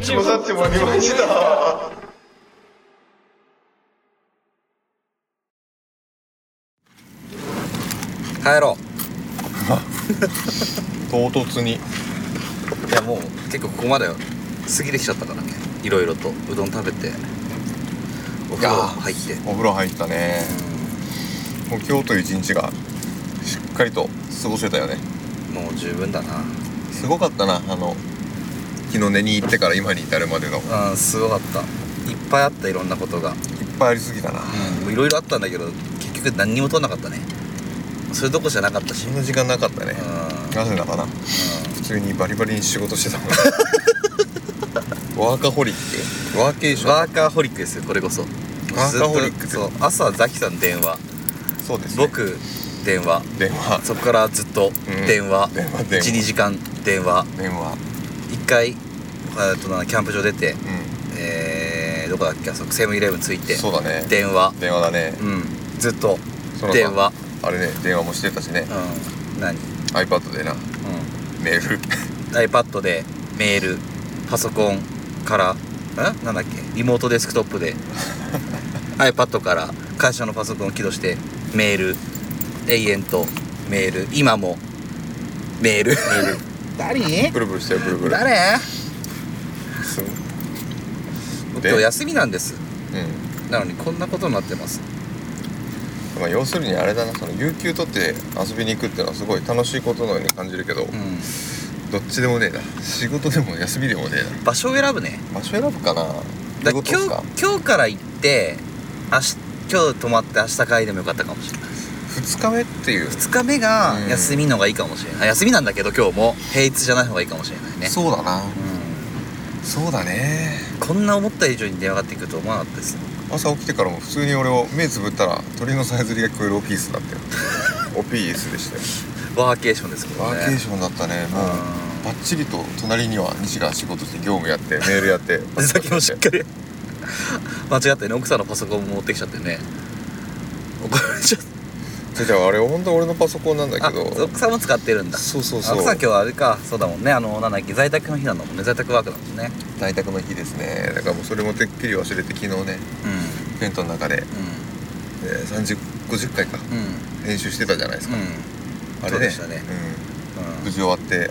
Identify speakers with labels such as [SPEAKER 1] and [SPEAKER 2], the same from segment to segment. [SPEAKER 1] ち混ざってまいりました。
[SPEAKER 2] 帰ろ
[SPEAKER 1] 唐突に。
[SPEAKER 2] ういやもう結構ここまで過ぎてきちゃったからねいろいろとうどん食べてお風呂入って
[SPEAKER 1] お風呂入ったね。もう今日という一日がしっかりと過ごせたよね。
[SPEAKER 2] もう十分だな
[SPEAKER 1] すごかったな、あの、昨日寝に行ってから今に至るまでの。いっ
[SPEAKER 2] うんすごかったいっぱいあったいろんなことが
[SPEAKER 1] ぱいありすぎたな。
[SPEAKER 2] うんいろいろあったんだけど結局何にも取んなかったねそれどころじゃなかったし
[SPEAKER 1] そ
[SPEAKER 2] うん
[SPEAKER 1] んな時間なかったね。なぜだかな。普通にバリバリに仕事して たもん、ね、ワーカホリックワーケーション
[SPEAKER 2] ワーカーホリックですよこれこそワ
[SPEAKER 1] ワーカーホリック
[SPEAKER 2] そう朝ザキさん電話
[SPEAKER 1] そうです、ね、
[SPEAKER 2] 僕電話
[SPEAKER 1] 電話
[SPEAKER 2] そこからずっと
[SPEAKER 1] うん
[SPEAKER 2] 電話
[SPEAKER 1] 電話電
[SPEAKER 2] 12
[SPEAKER 1] 話
[SPEAKER 2] 時間電話
[SPEAKER 1] 電話
[SPEAKER 2] 1回えっとなキャンプ場出て
[SPEAKER 1] う
[SPEAKER 2] えーどこだっけあそこセブンイレブン着いて
[SPEAKER 1] んそうだね
[SPEAKER 2] 電話
[SPEAKER 1] 電話だね
[SPEAKER 2] うんずっと
[SPEAKER 1] その他
[SPEAKER 2] 電話
[SPEAKER 1] あれね電話もしてたしね
[SPEAKER 2] うん何
[SPEAKER 1] iPad でなメール
[SPEAKER 2] iPad でメールパソコンからんなんだっけリモートデスクトップで iPad から会社のパソコンを起動してメール永遠とメール今もメール誰
[SPEAKER 1] ブルブルしてるブルブル
[SPEAKER 2] 誰
[SPEAKER 1] そう
[SPEAKER 2] 僕
[SPEAKER 1] で
[SPEAKER 2] 今日休みなんです
[SPEAKER 1] う
[SPEAKER 2] なのにこんなことになってます
[SPEAKER 1] んまあ要するにあれだなその有給取って遊びに行くってのはすごい楽しいことのように感じるけど、
[SPEAKER 2] うん
[SPEAKER 1] どっちでもねえな仕事でも休みでもねえ
[SPEAKER 2] 場所を選ぶね
[SPEAKER 1] な場所選ぶかな
[SPEAKER 2] だから
[SPEAKER 1] どういうことっす
[SPEAKER 2] 今
[SPEAKER 1] か
[SPEAKER 2] 日今日から行って明日今日泊まって明日帰りでもよかったかもしれない
[SPEAKER 1] 2日目っていう
[SPEAKER 2] 2日目が
[SPEAKER 1] うん
[SPEAKER 2] 休みのがいいかもしれない、あ休みなんだけど今日も平日じゃない方がいいかもしれないね
[SPEAKER 1] そうだな
[SPEAKER 2] う
[SPEAKER 1] そうだね
[SPEAKER 2] んこんな思った以上に電話がかってくると思わなかったです
[SPEAKER 1] 朝起きてからも普通に俺を目つぶったら鳥のさえずりが聞こえるオピースだったよ オピースでしたよ
[SPEAKER 2] ワーケーションですけどね
[SPEAKER 1] ワーケーションだったねもう
[SPEAKER 2] うん
[SPEAKER 1] バッチリと隣には西が仕事して業務やってメールやって
[SPEAKER 2] でさっきもしっかり 間違ってね奥さんのパソコンも持ってきちゃってね怒られちゃっ
[SPEAKER 1] じゃああれ本当俺のパソコンなんだ
[SPEAKER 2] たあ
[SPEAKER 1] けど
[SPEAKER 2] 奥さんも使ってるんだ
[SPEAKER 1] そうそう
[SPEAKER 2] あ
[SPEAKER 1] そう
[SPEAKER 2] 奥さん今日はあれかそうだもんねあのなんだっけ在宅の日なんだもんね在宅ワークだもんね
[SPEAKER 1] 在宅の日ですねだからもうそれもてっきり忘れて昨日ねテントの中で、えー、30 50回か
[SPEAKER 2] うんうん
[SPEAKER 1] 編集してたじゃないですか、
[SPEAKER 2] う
[SPEAKER 1] あ
[SPEAKER 2] そ
[SPEAKER 1] れ
[SPEAKER 2] う
[SPEAKER 1] ね
[SPEAKER 2] でしたね
[SPEAKER 1] うん、
[SPEAKER 2] んう
[SPEAKER 1] 無
[SPEAKER 2] ん
[SPEAKER 1] 事終わって
[SPEAKER 2] う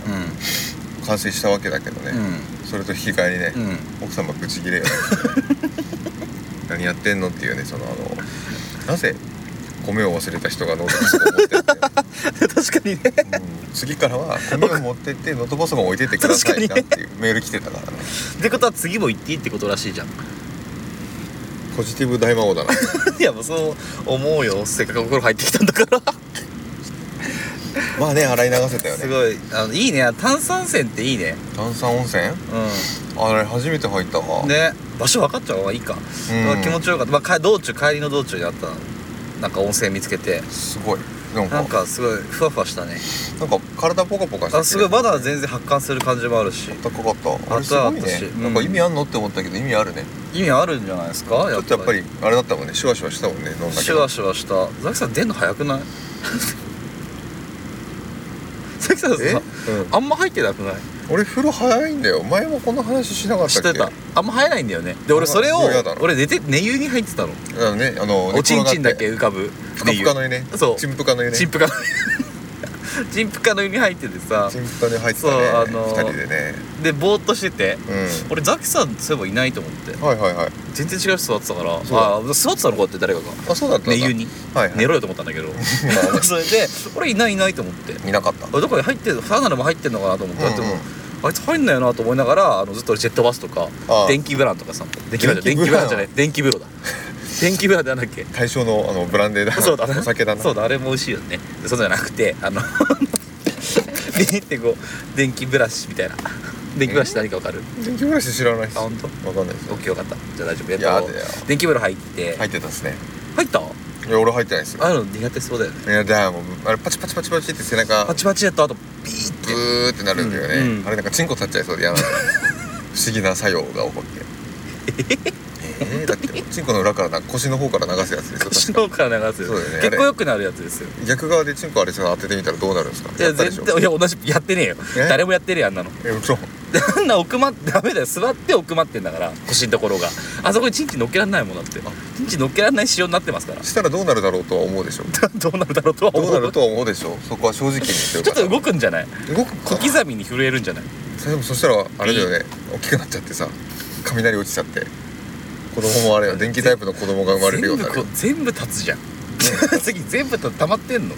[SPEAKER 1] 完成したわけだけどね、
[SPEAKER 2] ん
[SPEAKER 1] それと引き換えにね、
[SPEAKER 2] うん
[SPEAKER 1] 奥様ブチギレよ 何やってんのっていうねそのあのなぜ米を忘れた人がノートパソコンを持って っ
[SPEAKER 2] 確かにね
[SPEAKER 1] て、うん次からは米を持ってってノートパソコンを置いてってくださいなっていうメール来てたからね
[SPEAKER 2] ってことは次も行っていいってことらしいじゃん
[SPEAKER 1] ポジティブ大魔王 だな
[SPEAKER 2] いやもうそう思うよせっかくお風呂入ってきたんだから
[SPEAKER 1] まあね洗い流せたよ
[SPEAKER 2] す
[SPEAKER 1] ね
[SPEAKER 2] ごいあのいいね炭酸泉っていいね
[SPEAKER 1] 炭酸温泉
[SPEAKER 2] う
[SPEAKER 1] あれ初めて入ったわ
[SPEAKER 2] んね場所分かっちゃうわいいか、
[SPEAKER 1] うん
[SPEAKER 2] まあ気持ちよかった、まあか、道中帰りの道中にあったなんか温泉見つけて
[SPEAKER 1] すごいなんか
[SPEAKER 2] な
[SPEAKER 1] なんんか
[SPEAKER 2] かすごいふわふわしたね
[SPEAKER 1] 体ポカポカして
[SPEAKER 2] あすごいまだ
[SPEAKER 1] 然
[SPEAKER 2] 全然発汗する感じもあるし
[SPEAKER 1] あったかかったあれすごい
[SPEAKER 2] あったあったし
[SPEAKER 1] ね
[SPEAKER 2] うん
[SPEAKER 1] なんか意味あんのって思ったけど意味あるね
[SPEAKER 2] 意味あるんじゃないですか
[SPEAKER 1] ちょっとやっぱりあれだったもんねシュワシュワしたもんね飲んだけど
[SPEAKER 2] シュワシュワしたザキさん出んの早くない ザキさん
[SPEAKER 1] え、
[SPEAKER 2] さあんま入ってなくない
[SPEAKER 1] 俺風呂早いんだよ前もこの話しなかった
[SPEAKER 2] 知
[SPEAKER 1] っ
[SPEAKER 2] っ
[SPEAKER 1] け
[SPEAKER 2] てたあんま入らないんだよねで俺それを
[SPEAKER 1] あそうやだな
[SPEAKER 2] 俺寝て寝湯に入ってたの
[SPEAKER 1] あのねあの
[SPEAKER 2] おちんちんだけ
[SPEAKER 1] 寝
[SPEAKER 2] 浮かぶ
[SPEAKER 1] 転がってぷかぷかの湯ね
[SPEAKER 2] そう
[SPEAKER 1] ちんぷかの湯ね
[SPEAKER 2] チンプカの湯 チンプカの湯に入っててさ
[SPEAKER 1] ちんぷかに入ってたね
[SPEAKER 2] そうあの
[SPEAKER 1] 2人でね
[SPEAKER 2] でぼーっとしてて
[SPEAKER 1] う
[SPEAKER 2] 俺ザキさんそういえばいないと思って
[SPEAKER 1] んはいはいはい
[SPEAKER 2] 全然違う人座ってたからあ
[SPEAKER 1] そうだ
[SPEAKER 2] あ座ってたのかって誰かが
[SPEAKER 1] あそうだったんだ
[SPEAKER 2] 寝湯に
[SPEAKER 1] はいはい
[SPEAKER 2] 寝ろよと思ったんだけど それで俺いないいないと思って
[SPEAKER 1] いなかった
[SPEAKER 2] あどこに入ってるサウナでも入ってんのかなと思って、でもあいつ入んないよなと思いながらあのずっと俺ジェットバスとか
[SPEAKER 1] ああ
[SPEAKER 2] 電気ブランとかさ電気ブランじゃ
[SPEAKER 1] 電
[SPEAKER 2] 電気
[SPEAKER 1] 気ブ
[SPEAKER 2] ブ
[SPEAKER 1] ラ
[SPEAKER 2] ラ
[SPEAKER 1] ン
[SPEAKER 2] ンじゃない電気風呂だ電気ブランってなんだっ け
[SPEAKER 1] 対象のあのブランデーだな
[SPEAKER 2] そうだな
[SPEAKER 1] お酒だな
[SPEAKER 2] そうだあれも美味しいよねでそうじゃなくてあの ビニってこう電気ブラシみたいな電気ブラシって何かわかる
[SPEAKER 1] 電気ブラシ知らないっす
[SPEAKER 2] あ
[SPEAKER 1] わ
[SPEAKER 2] 本当
[SPEAKER 1] かんないです
[SPEAKER 2] オッケーよかったじゃあ大丈夫えっ
[SPEAKER 1] いや
[SPEAKER 2] と
[SPEAKER 1] だよ
[SPEAKER 2] 電気風呂入って
[SPEAKER 1] 入ってたっすね
[SPEAKER 2] 入った
[SPEAKER 1] いや俺入ってないっすよ
[SPEAKER 2] あの苦手そうだよね
[SPEAKER 1] いやだよもうあれパチパチパチパチって背中
[SPEAKER 2] パチパチやった後ビーって
[SPEAKER 1] ブーってなるんだよね、
[SPEAKER 2] うんうん
[SPEAKER 1] あれなんかチンコ立っちゃいそうで嫌なんだよ不思議な作用が起こってえー、だってチンコの裏からな腰の方から流すやつですよ
[SPEAKER 2] 腰の方から流す
[SPEAKER 1] そうだよねあれ
[SPEAKER 2] 結構良くなるやつですよ
[SPEAKER 1] 逆側でチンコあれさ当ててみたらどうなるんですか
[SPEAKER 2] いや
[SPEAKER 1] ったでし
[SPEAKER 2] 全然
[SPEAKER 1] ょ
[SPEAKER 2] いや同じやってねえよ
[SPEAKER 1] え
[SPEAKER 2] 誰もやってねえよあんなの
[SPEAKER 1] え嘘
[SPEAKER 2] あんな奥まっダメだよ座って奥まってんだから腰のところがあそこにチンチン乗っけらんないもんだってチンチン乗っけらんない仕様になってます から
[SPEAKER 1] したらどうなるだろうとは思うでしょ
[SPEAKER 2] どうなるだろうとは
[SPEAKER 1] ど
[SPEAKER 2] 思
[SPEAKER 1] う
[SPEAKER 2] う
[SPEAKER 1] なるとは思うでしょそこは正直に言ってよ
[SPEAKER 2] ちょっと
[SPEAKER 1] 動
[SPEAKER 2] 動くんじゃない
[SPEAKER 1] 動く
[SPEAKER 2] 小
[SPEAKER 1] か
[SPEAKER 2] 刻みに震えるんじゃない
[SPEAKER 1] それでもそしたらあれだよね大きくなっちゃってさ雷落ちちゃって子供もあれよ電気タイプの子供が生まれるようになる
[SPEAKER 2] 全部こう全部立つじゃん 次全部た溜まってんの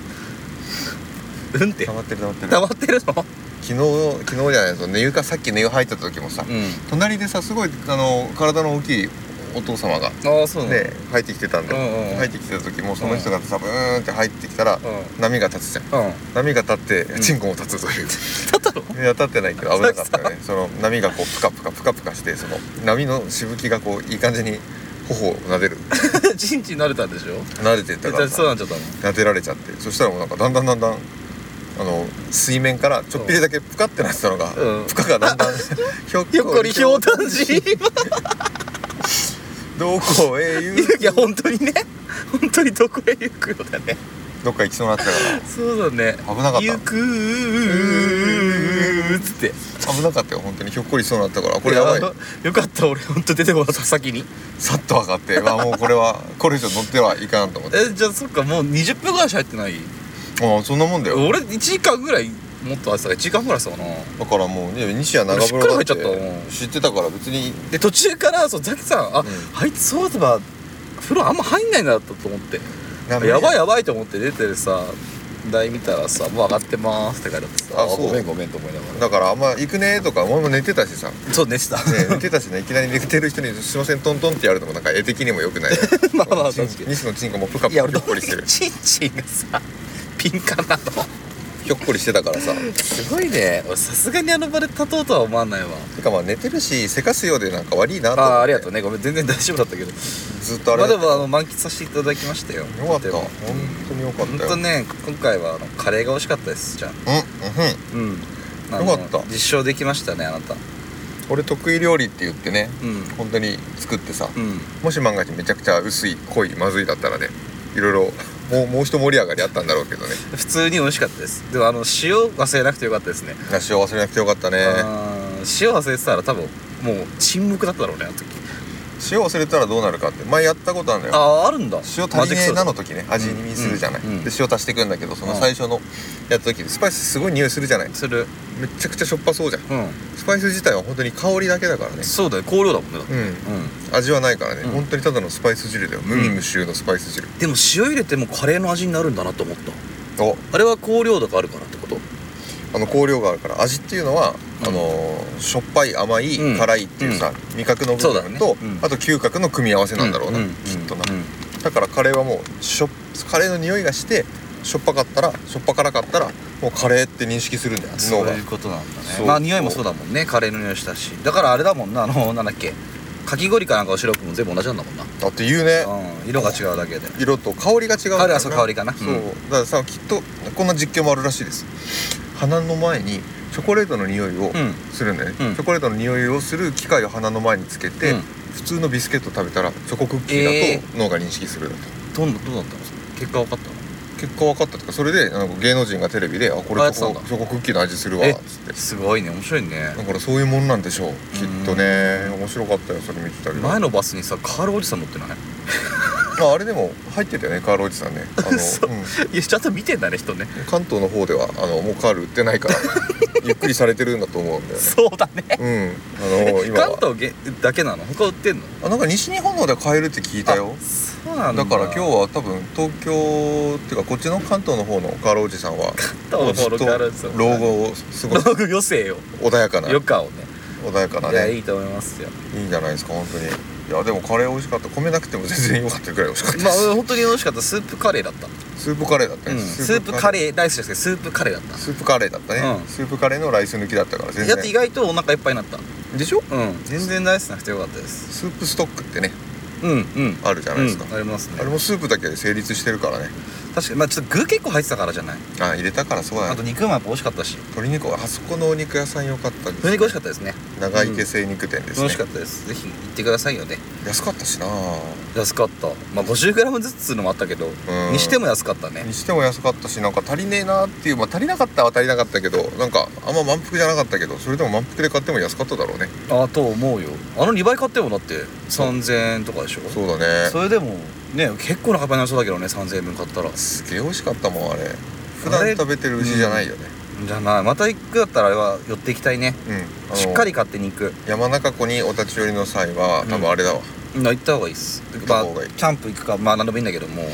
[SPEAKER 2] うんって
[SPEAKER 1] 溜まってる溜まってる
[SPEAKER 2] 溜まってるの
[SPEAKER 1] 昨日昨日じゃないその寝床さっき寝湯入った時もさ、
[SPEAKER 2] うん
[SPEAKER 1] 隣でさすごいあの体の大きいお父様が
[SPEAKER 2] ああそうなの
[SPEAKER 1] ね入ってきてたんだ、
[SPEAKER 2] うんうん
[SPEAKER 1] 入ってきてた時もその人がさブーンって入ってきたら、
[SPEAKER 2] う
[SPEAKER 1] 波が立つじゃん
[SPEAKER 2] んうん
[SPEAKER 1] 波が立って
[SPEAKER 2] うん
[SPEAKER 1] チンコも立つという、
[SPEAKER 2] だったの
[SPEAKER 1] いや立ってないけど危なかっ たよねその波がこうプカプカプカプカしてその波のしぶきがこういい感じに頬を撫でる
[SPEAKER 2] チンチン慣れたんでしょ
[SPEAKER 1] 撫でてったから
[SPEAKER 2] 立ちそうにな
[SPEAKER 1] さ
[SPEAKER 2] っちゃったの
[SPEAKER 1] 撫でられちゃってそしたらもうなんかだんだんだんだんあの水面からちょっぴりだけプカってなってたのが、
[SPEAKER 2] うん
[SPEAKER 1] プカがだんだ んひょっ
[SPEAKER 2] よっこりひょうたんじ
[SPEAKER 1] どこへ行く
[SPEAKER 2] いや本当にね本当にどこへ行くよだね
[SPEAKER 1] どっか行きそうになってたから
[SPEAKER 2] そうだね
[SPEAKER 1] 危なかった
[SPEAKER 2] 行くーっつって
[SPEAKER 1] 危なかったよ本当にひょっこりしそうになったからこれやばい
[SPEAKER 2] やよかった俺本当出てもらった先に
[SPEAKER 1] さっと上 がってまあもうこれはこれ以上乗ってはいかんと思って
[SPEAKER 2] えじゃあそっかもう20分ぐらいしか入ってない
[SPEAKER 1] ああそんなもんだよ
[SPEAKER 2] 俺1時間ぐらいもっとあってたから1時間ぐらいしたかな
[SPEAKER 1] だからもうね西矢長風呂だって
[SPEAKER 2] しっかり入っちゃったうん
[SPEAKER 1] 知ってたから別に
[SPEAKER 2] で途中からそうザキさんあ、
[SPEAKER 1] ん
[SPEAKER 2] あいつそういえば風呂あんま入んないんだったと思って
[SPEAKER 1] なんか
[SPEAKER 2] やばいやばいと思って出てるさ台見たらさ「もう上がってます」って書いてあってさ
[SPEAKER 1] あそう
[SPEAKER 2] ごめんごめん」と思いなが
[SPEAKER 1] だからあんま行くねとかお前も寝てたしさ、ね、
[SPEAKER 2] らそう寝てた
[SPEAKER 1] 寝てたしねいきなり寝てる人に「すいませんトントン」ってやるのもなんか絵的にもよくない
[SPEAKER 2] まあまあ
[SPEAKER 1] チン
[SPEAKER 2] 確かに
[SPEAKER 1] 西のチンコもプカ
[SPEAKER 2] い
[SPEAKER 1] プ
[SPEAKER 2] や
[SPEAKER 1] カ
[SPEAKER 2] 俺ど
[SPEAKER 1] ひょっこりしてる
[SPEAKER 2] チンチンがさ敏感なの
[SPEAKER 1] ひょっこりしてたからさ
[SPEAKER 2] すごいね俺さすがにあの場で立とうとは思わないわ
[SPEAKER 1] てかまあ寝てるしせかすようでなんか悪いなと
[SPEAKER 2] あ
[SPEAKER 1] 思って
[SPEAKER 2] あありがとうねごめん全然 大丈夫だったけど
[SPEAKER 1] ずっとあれ
[SPEAKER 2] まあ
[SPEAKER 1] だ
[SPEAKER 2] で
[SPEAKER 1] っ
[SPEAKER 2] もあの満喫させていただきましたよ
[SPEAKER 1] たよかった
[SPEAKER 2] とても
[SPEAKER 1] 本当によかっ
[SPEAKER 2] 本
[SPEAKER 1] たよ
[SPEAKER 2] 当ね今回はあのカレーが美味しかったですじゃあ
[SPEAKER 1] うんうん
[SPEAKER 2] うんあの
[SPEAKER 1] よかった
[SPEAKER 2] 実証できましたねあなたう
[SPEAKER 1] 俺得意料理って言ってね
[SPEAKER 2] ん
[SPEAKER 1] 本当に作ってさ
[SPEAKER 2] うん
[SPEAKER 1] もし万が一めちゃくちゃ薄い濃いまずいだったらねいろいろもうもう一盛り上がりあったんだろうけどね
[SPEAKER 2] 普通に美味しかったですでもあの塩忘れなくてよかったですね
[SPEAKER 1] 梨を忘れなくてよかったね
[SPEAKER 2] あー塩忘れてたら多分もう沈黙だったろうねあの時
[SPEAKER 1] 塩忘れたらどうなるかって前やったことあるのよ
[SPEAKER 2] あああるんだ
[SPEAKER 1] 塩足りねえな
[SPEAKER 2] の
[SPEAKER 1] の時ね味にするじゃない、
[SPEAKER 2] うんうん
[SPEAKER 1] で塩足していくんだけどその最初のやった時スパイスすごい匂いするじゃない
[SPEAKER 2] する
[SPEAKER 1] めちゃくちゃしょっぱそうじゃん
[SPEAKER 2] う
[SPEAKER 1] スパイス自体は本当に香りだけだからね
[SPEAKER 2] んそうだよ香料だもんねだって
[SPEAKER 1] うん
[SPEAKER 2] う
[SPEAKER 1] 味はないからね、
[SPEAKER 2] うん
[SPEAKER 1] 本当にただのスパイス汁だよ無味無臭のスパイス汁、
[SPEAKER 2] んでも塩入れてもカレーの味になるんだなと思った
[SPEAKER 1] お
[SPEAKER 2] あれは香料とかあるからってこと
[SPEAKER 1] あの香料があるから味っていうのは、
[SPEAKER 2] うん
[SPEAKER 1] あのーしょっぱい甘い、
[SPEAKER 2] うん
[SPEAKER 1] 辛いっていうさ、味覚の部
[SPEAKER 2] そうだ
[SPEAKER 1] 分
[SPEAKER 2] ね
[SPEAKER 1] と、
[SPEAKER 2] うん
[SPEAKER 1] あと嗅覚の組み合わせなんだろうな、
[SPEAKER 2] んん
[SPEAKER 1] きっとな、
[SPEAKER 2] うん
[SPEAKER 1] だからカレーはもうしょカレーの匂いがしてしょっぱかったらしょっぱ辛かったらもうカレーって認識するんだよ
[SPEAKER 2] そ
[SPEAKER 1] 脳
[SPEAKER 2] う
[SPEAKER 1] が
[SPEAKER 2] いうことなんだね
[SPEAKER 1] そう
[SPEAKER 2] まあ匂いもそうだもんねカレーの匂いしたしだからあれだもんなあのなんだっけかき氷かなんかおシロップも全部同じなんだもんな、
[SPEAKER 1] だって言うね
[SPEAKER 2] うん、色が違うだけで
[SPEAKER 1] 色と香りが違うんだよ
[SPEAKER 2] 香りはそう香りかな
[SPEAKER 1] そううんだからさきっとこんな実験もあるらしいです鼻の前にチョコレートの匂いを
[SPEAKER 2] うん
[SPEAKER 1] するんだよね、
[SPEAKER 2] うん
[SPEAKER 1] チョコレートの匂いをする機械を鼻の前につけて、
[SPEAKER 2] うん
[SPEAKER 1] 普通のビスケット食べたらチョコクッキーだと脳が認識するんだと、
[SPEAKER 2] どんどうだったの結果分かったの
[SPEAKER 1] 結果分かったとかそれでなんか芸能人がテレビで「あこ
[SPEAKER 2] あやっ
[SPEAKER 1] れ
[SPEAKER 2] て
[SPEAKER 1] チ
[SPEAKER 2] たん
[SPEAKER 1] ョ
[SPEAKER 2] だ
[SPEAKER 1] コチョコクッキーの味するわ」っ
[SPEAKER 2] え
[SPEAKER 1] つって
[SPEAKER 2] すごいね面白いね
[SPEAKER 1] だからそういうもんなんでしょうきっとね面白かったよそれ見てたけど
[SPEAKER 2] 前のバスにさカールおじさん乗ってない
[SPEAKER 1] ああれでも入ってたよねカールおじさんねあ の、
[SPEAKER 2] 嘘
[SPEAKER 1] うん
[SPEAKER 2] いやちゃんと見てんだね人ね
[SPEAKER 1] 関東の方ではあのもうカール売ってないから ゆっくりされてるんだと思うんだよね
[SPEAKER 2] そうだ ね
[SPEAKER 1] うんあの今
[SPEAKER 2] 関
[SPEAKER 1] は
[SPEAKER 2] 東げだけなの他売ってんの
[SPEAKER 1] あなんか西日本の方では買えるって聞いたよ
[SPEAKER 2] あそうなんだ
[SPEAKER 1] だから今日は多分東京っていうかこっちの関東の方のカールおじさんは
[SPEAKER 2] 東
[SPEAKER 1] ず
[SPEAKER 2] 方
[SPEAKER 1] っ
[SPEAKER 2] の
[SPEAKER 1] と
[SPEAKER 2] カールおじさん
[SPEAKER 1] 老後をすごい
[SPEAKER 2] ログよせよ
[SPEAKER 1] 穏やかな
[SPEAKER 2] よ
[SPEAKER 1] 穏
[SPEAKER 2] かをね
[SPEAKER 1] やかない
[SPEAKER 2] や
[SPEAKER 1] ね
[SPEAKER 2] いいと思いますよ
[SPEAKER 1] いいんじゃないですか本当にいやでもカレー美味しかった米なくても全然良かったぐらい美味しかったで
[SPEAKER 2] まあ
[SPEAKER 1] す、
[SPEAKER 2] 本当に美味しかったスープカレーだった
[SPEAKER 1] スープカレーだった
[SPEAKER 2] う
[SPEAKER 1] ね、
[SPEAKER 2] ん、スープカ
[SPEAKER 1] レー
[SPEAKER 2] レー大好きですけどスープカレーだっ
[SPEAKER 1] スープカレーだったね、
[SPEAKER 2] うん
[SPEAKER 1] スープカレーのライス抜きだったから
[SPEAKER 2] た
[SPEAKER 1] 全
[SPEAKER 2] だって意
[SPEAKER 1] 然
[SPEAKER 2] 外とお腹いっぱいになった
[SPEAKER 1] でしょ
[SPEAKER 2] うん全然大好きなくてよかったです
[SPEAKER 1] スープストックってね
[SPEAKER 2] うんうん
[SPEAKER 1] あるじゃないですか、
[SPEAKER 2] うんありますね
[SPEAKER 1] あれもスープだけで成立してるからね
[SPEAKER 2] 確かにまあちょっと具結構入ってたからじゃない
[SPEAKER 1] あ入れたからそうだ
[SPEAKER 2] あ
[SPEAKER 1] ね
[SPEAKER 2] と肉もやっぱ美味しかったし
[SPEAKER 1] 鶏肉はあそこのお肉屋さん良かったです、
[SPEAKER 2] 鶏肉美味しかったですね
[SPEAKER 1] 長池精肉店です
[SPEAKER 2] 美
[SPEAKER 1] ね、
[SPEAKER 2] 味しかったですぜひ行ってくださいよね
[SPEAKER 1] 安かったしな
[SPEAKER 2] 安かったまあ 50g ずつつうのもあったけど、
[SPEAKER 1] うん
[SPEAKER 2] にしても安かったね
[SPEAKER 1] にしても安かったしなんか足りねえなっていうまあ足りなかったは足りなかったけどなんかあんま満腹じゃなかったけどそれでも満腹で買っても安かっただろうね
[SPEAKER 2] あと思うよあの2倍買ってもだって
[SPEAKER 1] そう
[SPEAKER 2] 3000円とかでしょ
[SPEAKER 1] そうだね
[SPEAKER 2] それでもね結構なカッパになりそうだけどね3000円分買ったら
[SPEAKER 1] すげえ美味しかったもんあれ普
[SPEAKER 2] あ
[SPEAKER 1] 段
[SPEAKER 2] れ
[SPEAKER 1] 食べてる牛じゃないよね
[SPEAKER 2] じゃあなまた行くだったらあれは寄っていきたいね
[SPEAKER 1] うん、あの
[SPEAKER 2] しっかり買って肉
[SPEAKER 1] 山中湖にお立ち寄りの際は
[SPEAKER 2] うん
[SPEAKER 1] 多分あれだわ、
[SPEAKER 2] 行った方がいいっす
[SPEAKER 1] っ
[SPEAKER 2] ま
[SPEAKER 1] た
[SPEAKER 2] あ
[SPEAKER 1] 方がいい
[SPEAKER 2] キャンプ行くかまあ何でもいいんだけども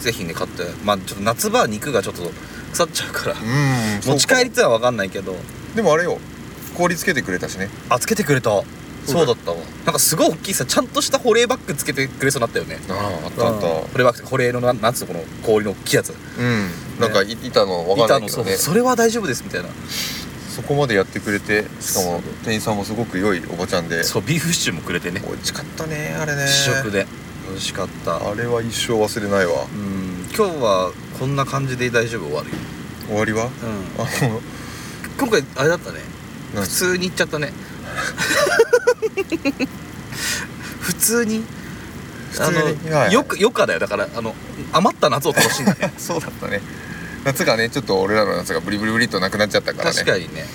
[SPEAKER 2] ぜひね買ってまあちょっと夏場は肉がちょっと腐っちゃうから
[SPEAKER 1] うん、そう
[SPEAKER 2] 持
[SPEAKER 1] か
[SPEAKER 2] ち帰りってのは分かんないけど
[SPEAKER 1] でもあれよ氷つけてくれたしね
[SPEAKER 2] あつけてくれたそ
[SPEAKER 1] そうう
[SPEAKER 2] だ
[SPEAKER 1] だ
[SPEAKER 2] ったわなんかすごい大きいさちゃんとした保冷バッグつけてくれそうになったよね
[SPEAKER 1] あああったあった
[SPEAKER 2] うん保冷バッグって保冷のななんつうのこの氷の大きいやつ
[SPEAKER 1] うん、なんかい板の分か
[SPEAKER 2] 板
[SPEAKER 1] ん
[SPEAKER 2] の
[SPEAKER 1] ないけ
[SPEAKER 2] そ
[SPEAKER 1] ど
[SPEAKER 2] う
[SPEAKER 1] ねそ
[SPEAKER 2] それは大丈夫ですみたいな
[SPEAKER 1] こまでやってくれてしか
[SPEAKER 2] そ
[SPEAKER 1] も
[SPEAKER 2] う
[SPEAKER 1] 店員さんもすごく良いおばちゃんで
[SPEAKER 2] そうビーフシチューもくれてね
[SPEAKER 1] 美味しかったねあれね
[SPEAKER 2] 試食で美味しかった
[SPEAKER 1] あれは一生忘れないわ
[SPEAKER 2] うん今日はこんな感じで大丈夫終わるよ、
[SPEAKER 1] 終わりはあの
[SPEAKER 2] 今回あれだったね
[SPEAKER 1] なん
[SPEAKER 2] 普通に行っちゃった ね普通に
[SPEAKER 1] 普
[SPEAKER 2] あ
[SPEAKER 1] 通に
[SPEAKER 2] の、
[SPEAKER 1] はいはい
[SPEAKER 2] よくよかだよだからあの余った夏を楽しんだね
[SPEAKER 1] そうだったね夏がねちょっと俺らの夏がブリブリブリっとなくなっちゃったからね
[SPEAKER 2] 確かにね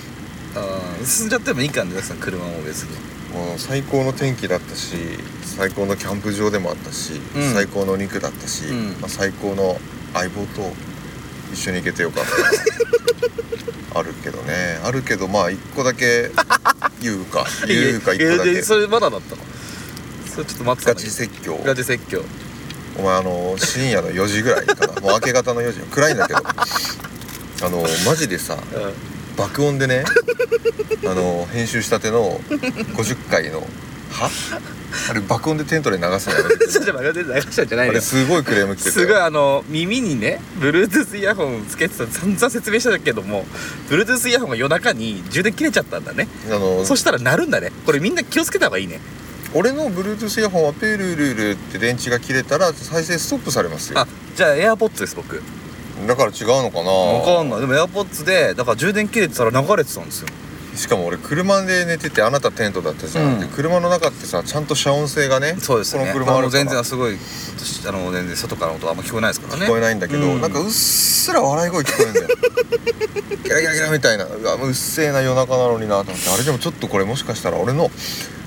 [SPEAKER 2] あー進んじゃってもいいからねさ車も別に
[SPEAKER 1] もう最高の天気だったし最高のキャンプ場でもあったし、
[SPEAKER 2] うん
[SPEAKER 1] 最高のお肉だったし、
[SPEAKER 2] うん
[SPEAKER 1] まあ、最高の相棒と一緒に行けてよかっ たあるけどねあるけどまあ一個だけ言うか言うか一個だ
[SPEAKER 2] いやい
[SPEAKER 1] け
[SPEAKER 2] やそれまだだったのそれちょっと待ってた
[SPEAKER 1] ガ
[SPEAKER 2] んだ
[SPEAKER 1] チ
[SPEAKER 2] けど
[SPEAKER 1] 説教
[SPEAKER 2] ガチ説教
[SPEAKER 1] お前あの深夜の4時ぐらいかなもう明け方の4時暗いんだけ どあのマジでさ
[SPEAKER 2] う
[SPEAKER 1] 爆音でね あの編集したての50回の「は?」あれ爆音でテントで流すのやめてく
[SPEAKER 2] ん
[SPEAKER 1] れ
[SPEAKER 2] ちょっと待って流したんじゃない
[SPEAKER 1] あ
[SPEAKER 2] の
[SPEAKER 1] れ
[SPEAKER 2] よ
[SPEAKER 1] すごいクレーム来てた
[SPEAKER 2] すごい
[SPEAKER 1] い
[SPEAKER 2] あの耳にね Bluetooth イヤホンつけてた散々説明したけども Bluetooth イヤホンが夜中に充電切れちゃったんだね
[SPEAKER 1] あの
[SPEAKER 2] そしたら鳴るんだねこれみんな気をつけた方がいいね
[SPEAKER 1] 俺の Bluetooth イヤホンはペルルルって電池が切れたら再生ストップされますよ
[SPEAKER 2] あじゃあ AirPods です僕
[SPEAKER 1] だから違うのかな
[SPEAKER 2] わかんないでも AirPods でだから充電切れてたら流れてたんですよ
[SPEAKER 1] しかも俺車で寝ててあなたテントだったじゃん、
[SPEAKER 2] うん
[SPEAKER 1] で車の中ってさちゃんと遮音性がね
[SPEAKER 2] そうですね
[SPEAKER 1] この車
[SPEAKER 2] あの
[SPEAKER 1] あるから
[SPEAKER 2] 全然すごいあの全然外からの音あんま聞こえないですからね
[SPEAKER 1] 聞こえないんだけど、
[SPEAKER 2] うん
[SPEAKER 1] なんかうっすら笑い声聞こえるん だよキラキラキラみたいなうわもううっせえな夜中なのになと思ってあれでもちょっとこれもしかしたら俺の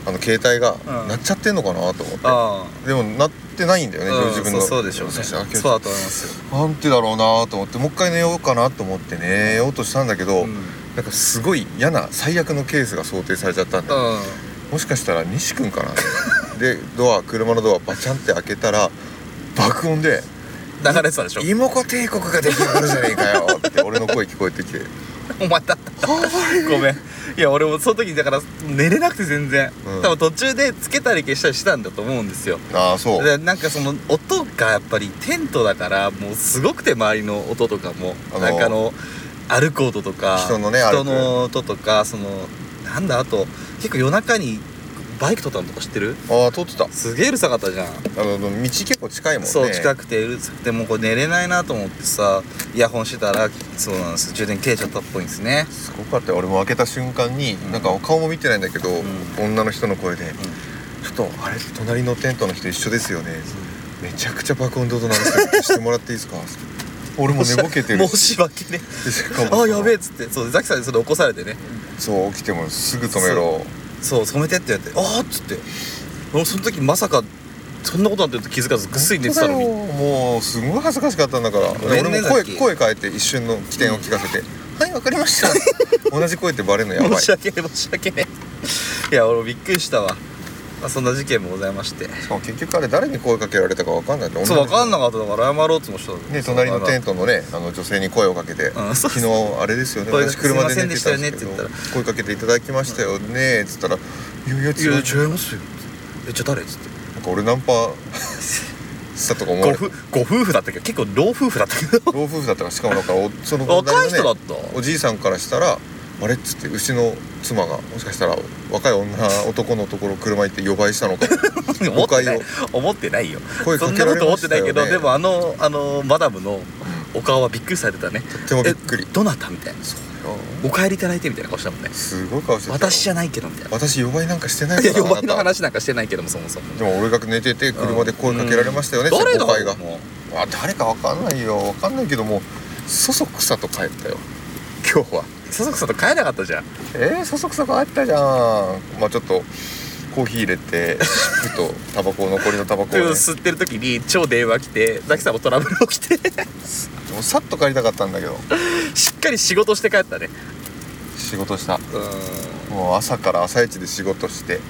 [SPEAKER 1] あの携帯が
[SPEAKER 2] うん
[SPEAKER 1] 鳴っちゃってんのかなと思って、
[SPEAKER 2] あ
[SPEAKER 1] でも鳴ってないんだよね、
[SPEAKER 2] あ、うん
[SPEAKER 1] 自分の
[SPEAKER 2] そうそうでしょうね
[SPEAKER 1] もかたら今日
[SPEAKER 2] そうだと思いますよ、
[SPEAKER 1] なんてだろうなと思ってもう一回寝ようかなと思って寝ようとしたんだけど、
[SPEAKER 2] うんうん
[SPEAKER 1] なんかすごい嫌な最悪のケースが想定されちゃったんだよもしかしたら西君かなでドア車のドアバチャンって開けたら爆音で
[SPEAKER 2] 流れてたでしょ
[SPEAKER 1] 「イモコ帝国が出来上がるじゃねえかよ」って俺の声聞こえてきて
[SPEAKER 2] お前だったごめんいや俺もその時だから寝れなくて全然、
[SPEAKER 1] うん
[SPEAKER 2] 多分途中でつけたり消したりしたんだと思うんですよ
[SPEAKER 1] 「ああそう
[SPEAKER 2] でなんかその音がやっぱりテントだからもうすごくて周りの音とかも、
[SPEAKER 1] あの
[SPEAKER 2] なんかあの歩く音とか
[SPEAKER 1] 人のね
[SPEAKER 2] 人
[SPEAKER 1] 歩く
[SPEAKER 2] の音とかそのなんだあと結構夜中にバイクとったのとか知ってる
[SPEAKER 1] ああ通ってた
[SPEAKER 2] すげえうるさかったじゃん、
[SPEAKER 1] あの道結構近いもんね
[SPEAKER 2] そう近くてうるさくてもうこれ寝れないなと思ってさイヤホンしてたらそうなんです充電切れちゃったっぽいんですね
[SPEAKER 1] すごかったよ俺も開けた瞬間に、
[SPEAKER 2] ん
[SPEAKER 1] なんかお顔も見てないんだけど、
[SPEAKER 2] ん
[SPEAKER 1] 女の人の声で「ちょっとあれ隣のテントの人一緒ですよね」めちゃくちゃ爆音で音鳴らしてしてもらっていいですか?」俺も寝ぼけて る
[SPEAKER 2] 申し訳ね
[SPEAKER 1] でしかも
[SPEAKER 2] あやべえっつってそうザキさんにそれ起こされてね
[SPEAKER 1] そう起きてもすぐ止めろ
[SPEAKER 2] そう染めてって言われてああっつって俺その時まさかそんなことなんて気づかずぐっすり寝てたのに
[SPEAKER 1] 本当だよもうすごい恥ずかしかったんだから、
[SPEAKER 2] ごめんね
[SPEAKER 1] 俺も
[SPEAKER 2] さ
[SPEAKER 1] 声
[SPEAKER 2] っき
[SPEAKER 1] 声変えて一瞬の起点を聞かせて「はいわかり ました」同じ声ってバレるのやばい
[SPEAKER 2] 申し訳ね申し訳ねいや俺もびっくりしたわ、まあ、そんな事件もございまして
[SPEAKER 1] しかも結局あれ誰に声かけられたかわかんないって
[SPEAKER 2] そう分かんな
[SPEAKER 1] か
[SPEAKER 2] かっただから謝ろうともしたの
[SPEAKER 1] ね隣のテン
[SPEAKER 2] ト
[SPEAKER 1] トのねあの女性に声をかけて「
[SPEAKER 2] うんそう
[SPEAKER 1] 昨日あれですよね
[SPEAKER 2] 声か
[SPEAKER 1] 私
[SPEAKER 2] け
[SPEAKER 1] 車です
[SPEAKER 2] いません
[SPEAKER 1] 寝
[SPEAKER 2] で
[SPEAKER 1] て
[SPEAKER 2] したたよ
[SPEAKER 1] ん
[SPEAKER 2] ね
[SPEAKER 1] で
[SPEAKER 2] っ
[SPEAKER 1] す
[SPEAKER 2] て
[SPEAKER 1] け
[SPEAKER 2] 言っ
[SPEAKER 1] ど
[SPEAKER 2] たら
[SPEAKER 1] 声かけていただきましたよね」っつったら「いや いや
[SPEAKER 2] いや
[SPEAKER 1] 違
[SPEAKER 2] 違い
[SPEAKER 1] う
[SPEAKER 2] ますよえじゃあ誰っつって
[SPEAKER 1] なんか俺ナンパしたとか思
[SPEAKER 2] ご
[SPEAKER 1] われた
[SPEAKER 2] 夫ご夫婦だったけど結構老夫婦だったけど
[SPEAKER 1] 老夫婦だったからしかもなんかおその
[SPEAKER 2] 若い人だ
[SPEAKER 1] 隣の
[SPEAKER 2] っ
[SPEAKER 1] ね
[SPEAKER 2] た
[SPEAKER 1] おじいさんからしたらあれっつってうちの妻がもしかしたら若い女男のところ車行って呼ばいしたのか
[SPEAKER 2] 思ってない
[SPEAKER 1] 誤
[SPEAKER 2] 思ってないよ
[SPEAKER 1] 声
[SPEAKER 2] そ
[SPEAKER 1] か
[SPEAKER 2] ん
[SPEAKER 1] け
[SPEAKER 2] な
[SPEAKER 1] ら
[SPEAKER 2] こ
[SPEAKER 1] れ
[SPEAKER 2] と思
[SPEAKER 1] ま
[SPEAKER 2] ってな
[SPEAKER 1] した
[SPEAKER 2] い
[SPEAKER 1] よ
[SPEAKER 2] け
[SPEAKER 1] ね
[SPEAKER 2] ど、でもあのあのマダムのお顔はびっくりされてたね
[SPEAKER 1] とってもびっくり
[SPEAKER 2] えどなたみたいな「
[SPEAKER 1] う
[SPEAKER 2] お帰りいただいて」みたいな顔したもんね
[SPEAKER 1] んすごい顔して
[SPEAKER 2] 「
[SPEAKER 1] た
[SPEAKER 2] 私じ
[SPEAKER 1] ゃ
[SPEAKER 2] ゃないけど」みたいな
[SPEAKER 1] 私呼ばいなんかしてない
[SPEAKER 2] いや
[SPEAKER 1] から
[SPEAKER 2] 呼ばれの
[SPEAKER 1] あな
[SPEAKER 2] 話なんかしてないけどもそもそも
[SPEAKER 1] たでも俺が寝てて車で声かけられましたよね、
[SPEAKER 2] うん誰
[SPEAKER 1] 先輩が
[SPEAKER 2] だも
[SPEAKER 1] あ誰かわかんないよわかんないけどもそそくさと帰ったよ今日は
[SPEAKER 2] うそそくさと帰れなかったじゃん
[SPEAKER 1] えー、そそくさ帰ったじゃんまあちょっとコーヒー入れてちょっとタバコ残りのタバコ を、ね、
[SPEAKER 2] 吸ってる時に超電話来てザキさんもトラブル起 きて
[SPEAKER 1] もうさっと帰りたかったんだけど
[SPEAKER 2] しっかり仕事して帰ったね
[SPEAKER 1] 仕事した
[SPEAKER 2] うん
[SPEAKER 1] もう朝から朝一で仕事して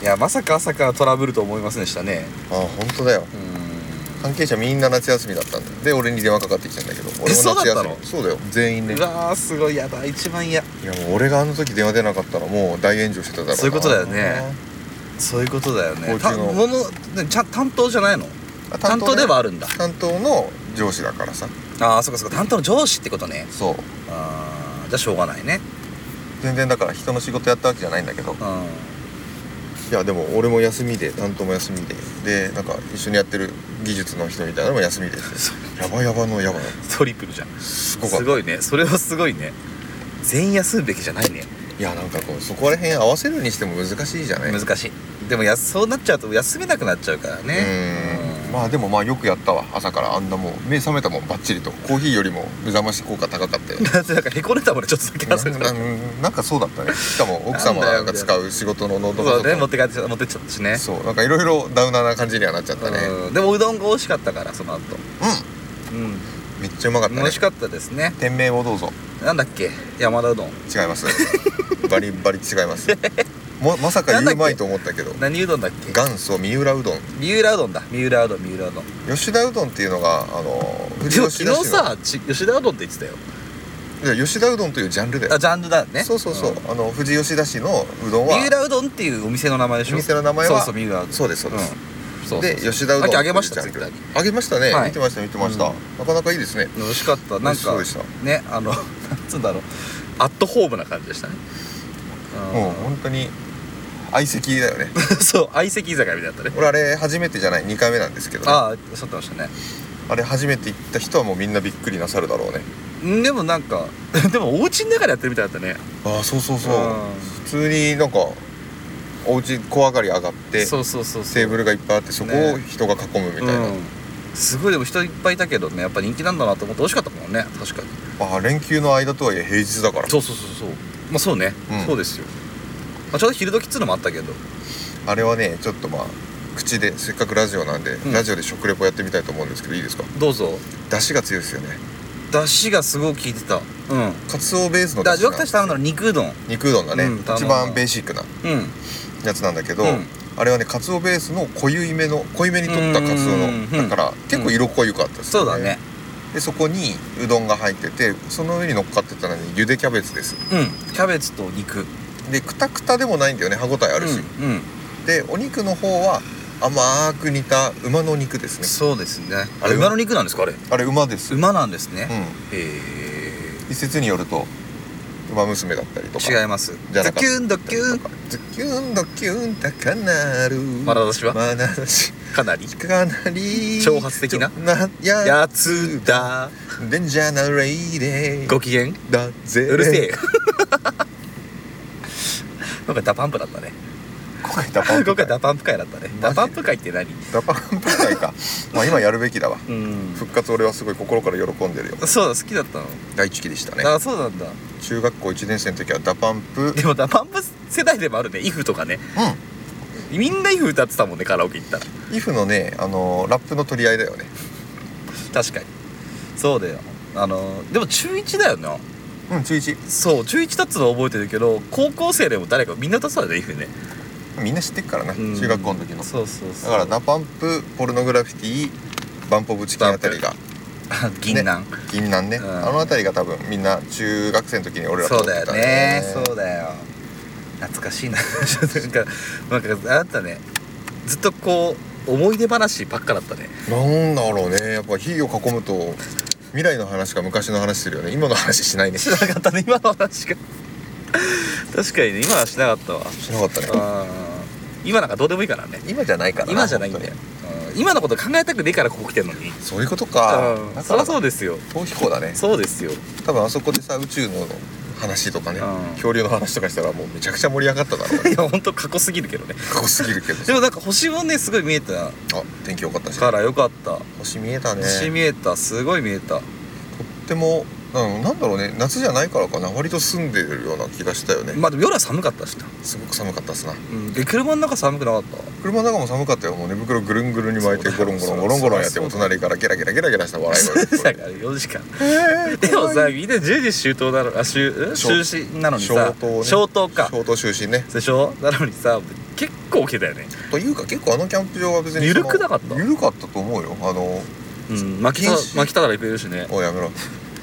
[SPEAKER 2] いやまさか朝からトラブルと思いませんでしたね
[SPEAKER 1] ああ本当だよ
[SPEAKER 2] うん
[SPEAKER 1] 関係者みんな夏休みだったんだで俺に電話かかってきたんだけど俺も夏休み
[SPEAKER 2] そうだったの
[SPEAKER 1] そうだよ全員ねいう
[SPEAKER 2] わーすごいやだ一番嫌
[SPEAKER 1] やもう俺があの時電話出なかったらもう大炎上してただろうな
[SPEAKER 2] そういうことだよねそういうことだよねた
[SPEAKER 1] 高級の
[SPEAKER 2] ものねちゃん担当じゃないの
[SPEAKER 1] あ
[SPEAKER 2] 担当
[SPEAKER 1] ね
[SPEAKER 2] ではあるんだ
[SPEAKER 1] 担当の上司だからさ
[SPEAKER 2] ああそっかそっか担当の上司ってことね
[SPEAKER 1] そう
[SPEAKER 2] ああじゃあしょうがないね
[SPEAKER 1] 全然だから人の仕事やったわけじゃないんだけど
[SPEAKER 2] うん
[SPEAKER 1] いやでも俺も休みで担当も休みででなんか一緒にやってる技術の人みたいなのも休み で
[SPEAKER 2] そ
[SPEAKER 1] やばやばのやばい
[SPEAKER 2] トリプルじゃん
[SPEAKER 1] すごか
[SPEAKER 2] す
[SPEAKER 1] った
[SPEAKER 2] ごいねそれはすごいね全員休むべきじゃないね
[SPEAKER 1] いやなんかこうそこら辺合わせるにしても難しいじゃない
[SPEAKER 2] 難しいでもやそうなっちゃうと休めなくなっちゃうからね
[SPEAKER 1] うんまあでもまあよくやったわ朝からあんなもう目覚めたもんバッチリとコーヒーよりも目覚まし効果高か ったよ
[SPEAKER 2] だってなんかへこんでたもんねちょっとだけ汗
[SPEAKER 1] な
[SPEAKER 2] か
[SPEAKER 1] ない
[SPEAKER 2] て
[SPEAKER 1] なんかそうだったねしかも奥様が使う仕事のノートパ
[SPEAKER 2] そう
[SPEAKER 1] ソ
[SPEAKER 2] ね持
[SPEAKER 1] コ
[SPEAKER 2] って帰って持ってっちゃったしね
[SPEAKER 1] ンそうなんかいろいろダウナーな感じにはなっちゃったねうん
[SPEAKER 2] うんでもうどんが美味しかったからその後うん
[SPEAKER 1] めっちゃうまかった
[SPEAKER 2] 美
[SPEAKER 1] ね
[SPEAKER 2] 味しかったですね
[SPEAKER 1] 店名をどうぞ
[SPEAKER 2] なんだっけ山田うどん
[SPEAKER 1] 違 いますバリバリ違いますままさか言うまいと思ったけど
[SPEAKER 2] 何うどんだっけ
[SPEAKER 1] 元祖三浦うどん
[SPEAKER 2] 三浦うどんだ三浦うどん三浦うどん
[SPEAKER 1] 吉田うどんっていうのがあの
[SPEAKER 2] でも
[SPEAKER 1] 吉
[SPEAKER 2] 昨
[SPEAKER 1] 田市の
[SPEAKER 2] 日さち吉田うどんって言ってたよ
[SPEAKER 1] いや吉田うどんというジャンルだよ
[SPEAKER 2] あジャンルだね
[SPEAKER 1] そうそうそう、
[SPEAKER 2] ん
[SPEAKER 1] あの富士吉田市のうどんは
[SPEAKER 2] 三浦うどんっていうお店の名前でしょ
[SPEAKER 1] お店の名前は
[SPEAKER 2] そうそう三浦うどん
[SPEAKER 1] そうですそうです、
[SPEAKER 2] んそうそうそう
[SPEAKER 1] で吉田うどん
[SPEAKER 2] さっきあげました
[SPEAKER 1] って
[SPEAKER 2] ツイ
[SPEAKER 1] いう
[SPEAKER 2] ッ
[SPEAKER 1] ジ
[SPEAKER 2] ター
[SPEAKER 1] ャン
[SPEAKER 2] に
[SPEAKER 1] ルあげましたね、
[SPEAKER 2] はい
[SPEAKER 1] 見てました見てました、
[SPEAKER 2] うん
[SPEAKER 1] なかなかいいですね
[SPEAKER 2] 美味しかった
[SPEAKER 1] 美
[SPEAKER 2] なん
[SPEAKER 1] 味しそう
[SPEAKER 2] か
[SPEAKER 1] でした
[SPEAKER 2] ねあの なんつうんだろうアットホームな感じでしたね
[SPEAKER 1] もう本当に相席だよね
[SPEAKER 2] そう相席居酒屋みたいだったね
[SPEAKER 1] 俺あれ初めてじゃない2回目なんですけど、ね、あ
[SPEAKER 2] ああおっしゃってましたね
[SPEAKER 1] れ初めて行った人はもうみんなびっくりなさるだろうね
[SPEAKER 2] んでもなんか でもお家の中でやってるみたいだったね
[SPEAKER 1] ああそうそうそう、
[SPEAKER 2] う
[SPEAKER 1] 普通になんかお家小上がり上がって
[SPEAKER 2] んそうそうそうそう
[SPEAKER 1] テーブルがいっぱいあってそこを人が囲むみたいな、
[SPEAKER 2] うんすごいでも人いっぱいいたけどねやっぱ人気なんだなと思って美味しかったもんね確かに
[SPEAKER 1] まあ連休の間とはいえ平日だから
[SPEAKER 2] そうそうそうそうまあそうね、
[SPEAKER 1] うん
[SPEAKER 2] そうですよ、まあ、ちょうど昼時っつうのもあったけど
[SPEAKER 1] あれはねちょっとまあ口でせっかくラジオなんで、
[SPEAKER 2] うん
[SPEAKER 1] ラジオで食レポやってみたいと思うんですけどいいですか
[SPEAKER 2] どうぞ
[SPEAKER 1] 出汁が強いですよね
[SPEAKER 2] 出汁がすごく効いてたうん
[SPEAKER 1] カツオベースの
[SPEAKER 2] だ
[SPEAKER 1] 出
[SPEAKER 2] ジョ
[SPEAKER 1] 汁
[SPEAKER 2] ー
[SPEAKER 1] が
[SPEAKER 2] クたち頼んだの肉うどんうん
[SPEAKER 1] 肉うどんがね、
[SPEAKER 2] うん
[SPEAKER 1] 一番ベーシックなやつなんだけど、
[SPEAKER 2] うん
[SPEAKER 1] あれはねカツオベースの濃ゆめの濃いめに取ったカツオ
[SPEAKER 2] うんうんうん
[SPEAKER 1] のだから結構色濃ゆかったです
[SPEAKER 2] そう
[SPEAKER 1] よね、
[SPEAKER 2] だね
[SPEAKER 1] でそこにうどんが入っててその上に乗っかってたのにゆでキャベツです
[SPEAKER 2] うんキャベツと肉
[SPEAKER 1] でクタクタでもないんだよね歯ごたえあるし、
[SPEAKER 2] うん、うん
[SPEAKER 1] でお肉の方は甘く煮た馬の肉ですね
[SPEAKER 2] そうですねあ
[SPEAKER 1] あ
[SPEAKER 2] れ
[SPEAKER 1] れ
[SPEAKER 2] 馬の肉なんですかあれ
[SPEAKER 1] あれ馬です
[SPEAKER 2] 馬なんですね、
[SPEAKER 1] うん
[SPEAKER 2] へ
[SPEAKER 1] 一説によると「馬娘」だったりとか
[SPEAKER 2] え違います
[SPEAKER 1] じゃ
[SPEAKER 2] ズ
[SPEAKER 1] なかった
[SPEAKER 2] キュンドキュン
[SPEAKER 1] ズキュンドキュン高鳴る
[SPEAKER 2] まなざしは
[SPEAKER 1] まなざし
[SPEAKER 2] かなり
[SPEAKER 1] かなり
[SPEAKER 2] 挑発的な
[SPEAKER 1] なや
[SPEAKER 2] やつだ
[SPEAKER 1] デンジャーなレイデ
[SPEAKER 2] ご機嫌
[SPEAKER 1] だぜ
[SPEAKER 2] うるせえ今回ダパンプだったね
[SPEAKER 1] 今回 ダパン
[SPEAKER 2] 今
[SPEAKER 1] プ
[SPEAKER 2] 回
[SPEAKER 1] 会
[SPEAKER 2] ダパンプ会だったね
[SPEAKER 1] ジで
[SPEAKER 2] ダパンプ会って何
[SPEAKER 1] ダパンプ会かまあ今やるべきだわ
[SPEAKER 2] うん
[SPEAKER 1] 復活俺はすごい心から喜んでるよ
[SPEAKER 2] そうだ好きだったの、
[SPEAKER 1] 大地期でしたね
[SPEAKER 2] あそうなんだ
[SPEAKER 1] 中学校1年生の時はダパンプうん
[SPEAKER 2] でもダパンプ世代でもあるね「イフとかねみんな「イフ歌ってたもんねカラオケ行ったら
[SPEAKER 1] イフのねあのラップの取り合いだよね
[SPEAKER 2] 確かにそうだよあのでも中1だよな
[SPEAKER 1] うん中1
[SPEAKER 2] そう中1だっつうのは覚えてるけど高校生でも誰かみんな歌ってたよね「イフね
[SPEAKER 1] みんな知ってっからな
[SPEAKER 2] うん
[SPEAKER 1] 中学校の時の
[SPEAKER 2] そうそうそ
[SPEAKER 1] だ
[SPEAKER 2] う
[SPEAKER 1] からダパンプポルノグラフィティバンポブチキンあたりが
[SPEAKER 2] ら 銀杏、
[SPEAKER 1] 銀杏ね、
[SPEAKER 2] うん
[SPEAKER 1] あのあたりが多分みんな中学生の時に俺ら
[SPEAKER 2] そう
[SPEAKER 1] 通っ
[SPEAKER 2] だ
[SPEAKER 1] て
[SPEAKER 2] よ
[SPEAKER 1] た
[SPEAKER 2] ねそうだよ懐かしいな ちょっとなんかなんかあなたねずっとこう思い出話ばっかだったね
[SPEAKER 1] なんだろうねやっぱ火を囲むと未来の話か昔の話するよね今の話しないね
[SPEAKER 2] し
[SPEAKER 1] し
[SPEAKER 2] なかったね今の話が確かにね今はしなかったわ
[SPEAKER 1] なかったね
[SPEAKER 2] あー今なんかどうでもいいからね
[SPEAKER 1] 今じゃないから
[SPEAKER 2] 今じゃないんだよ
[SPEAKER 1] 本
[SPEAKER 2] うん今のこと考えたくねえからここ来てんのに
[SPEAKER 1] 当にそういうことか
[SPEAKER 2] うん
[SPEAKER 1] だ
[SPEAKER 2] そ
[SPEAKER 1] か
[SPEAKER 2] りゃ
[SPEAKER 1] ら
[SPEAKER 2] そうですよ
[SPEAKER 1] 逃避行だね
[SPEAKER 2] そうですよ
[SPEAKER 1] 多分あそこでさ宇宙の話とかね
[SPEAKER 2] うん
[SPEAKER 1] 恐竜の話とかしたらもうめちゃくちゃ盛り上がっ ただろうね
[SPEAKER 2] いやほんと過去すぎるけどね
[SPEAKER 1] 過去すぎるけど
[SPEAKER 2] でもなんか星もねすごい見えた
[SPEAKER 1] あ天気良かったし
[SPEAKER 2] からよかった、
[SPEAKER 1] 星見えたね
[SPEAKER 2] 星見えたすごい見えた
[SPEAKER 1] とってもなんなんだろうね夏じゃないからかな割と澄んでるような気がしたよね
[SPEAKER 2] まあでも夜は寒かったしな、
[SPEAKER 1] すごく寒かったっすな
[SPEAKER 2] うん、で車の中寒くなか った
[SPEAKER 1] 車の中も寒かったよもう寝袋ぐるんぐるんに巻いて
[SPEAKER 2] そう
[SPEAKER 1] ゴ
[SPEAKER 2] だ
[SPEAKER 1] ロンゴロン
[SPEAKER 2] そう
[SPEAKER 1] ゴロンゴロンやって
[SPEAKER 2] そう
[SPEAKER 1] も
[SPEAKER 2] そう
[SPEAKER 1] 隣からゲラゲラゲラゲラした笑い声
[SPEAKER 2] だから4時間
[SPEAKER 1] えー
[SPEAKER 2] でもさみんな10時周到なのあ就
[SPEAKER 1] 消
[SPEAKER 2] 就寝なのに
[SPEAKER 1] 消
[SPEAKER 2] さ
[SPEAKER 1] 灯ね
[SPEAKER 2] 消灯か
[SPEAKER 1] 消灯就寝ね
[SPEAKER 2] でしょなのにさ結構起きてたよね
[SPEAKER 1] というか結構あのキャンプ場は別にその
[SPEAKER 2] 緩くなかった
[SPEAKER 1] 緩かったと思うよあの
[SPEAKER 2] うん巻きた
[SPEAKER 1] 禁止
[SPEAKER 2] 巻きたから行くれるしね
[SPEAKER 1] おいやめろ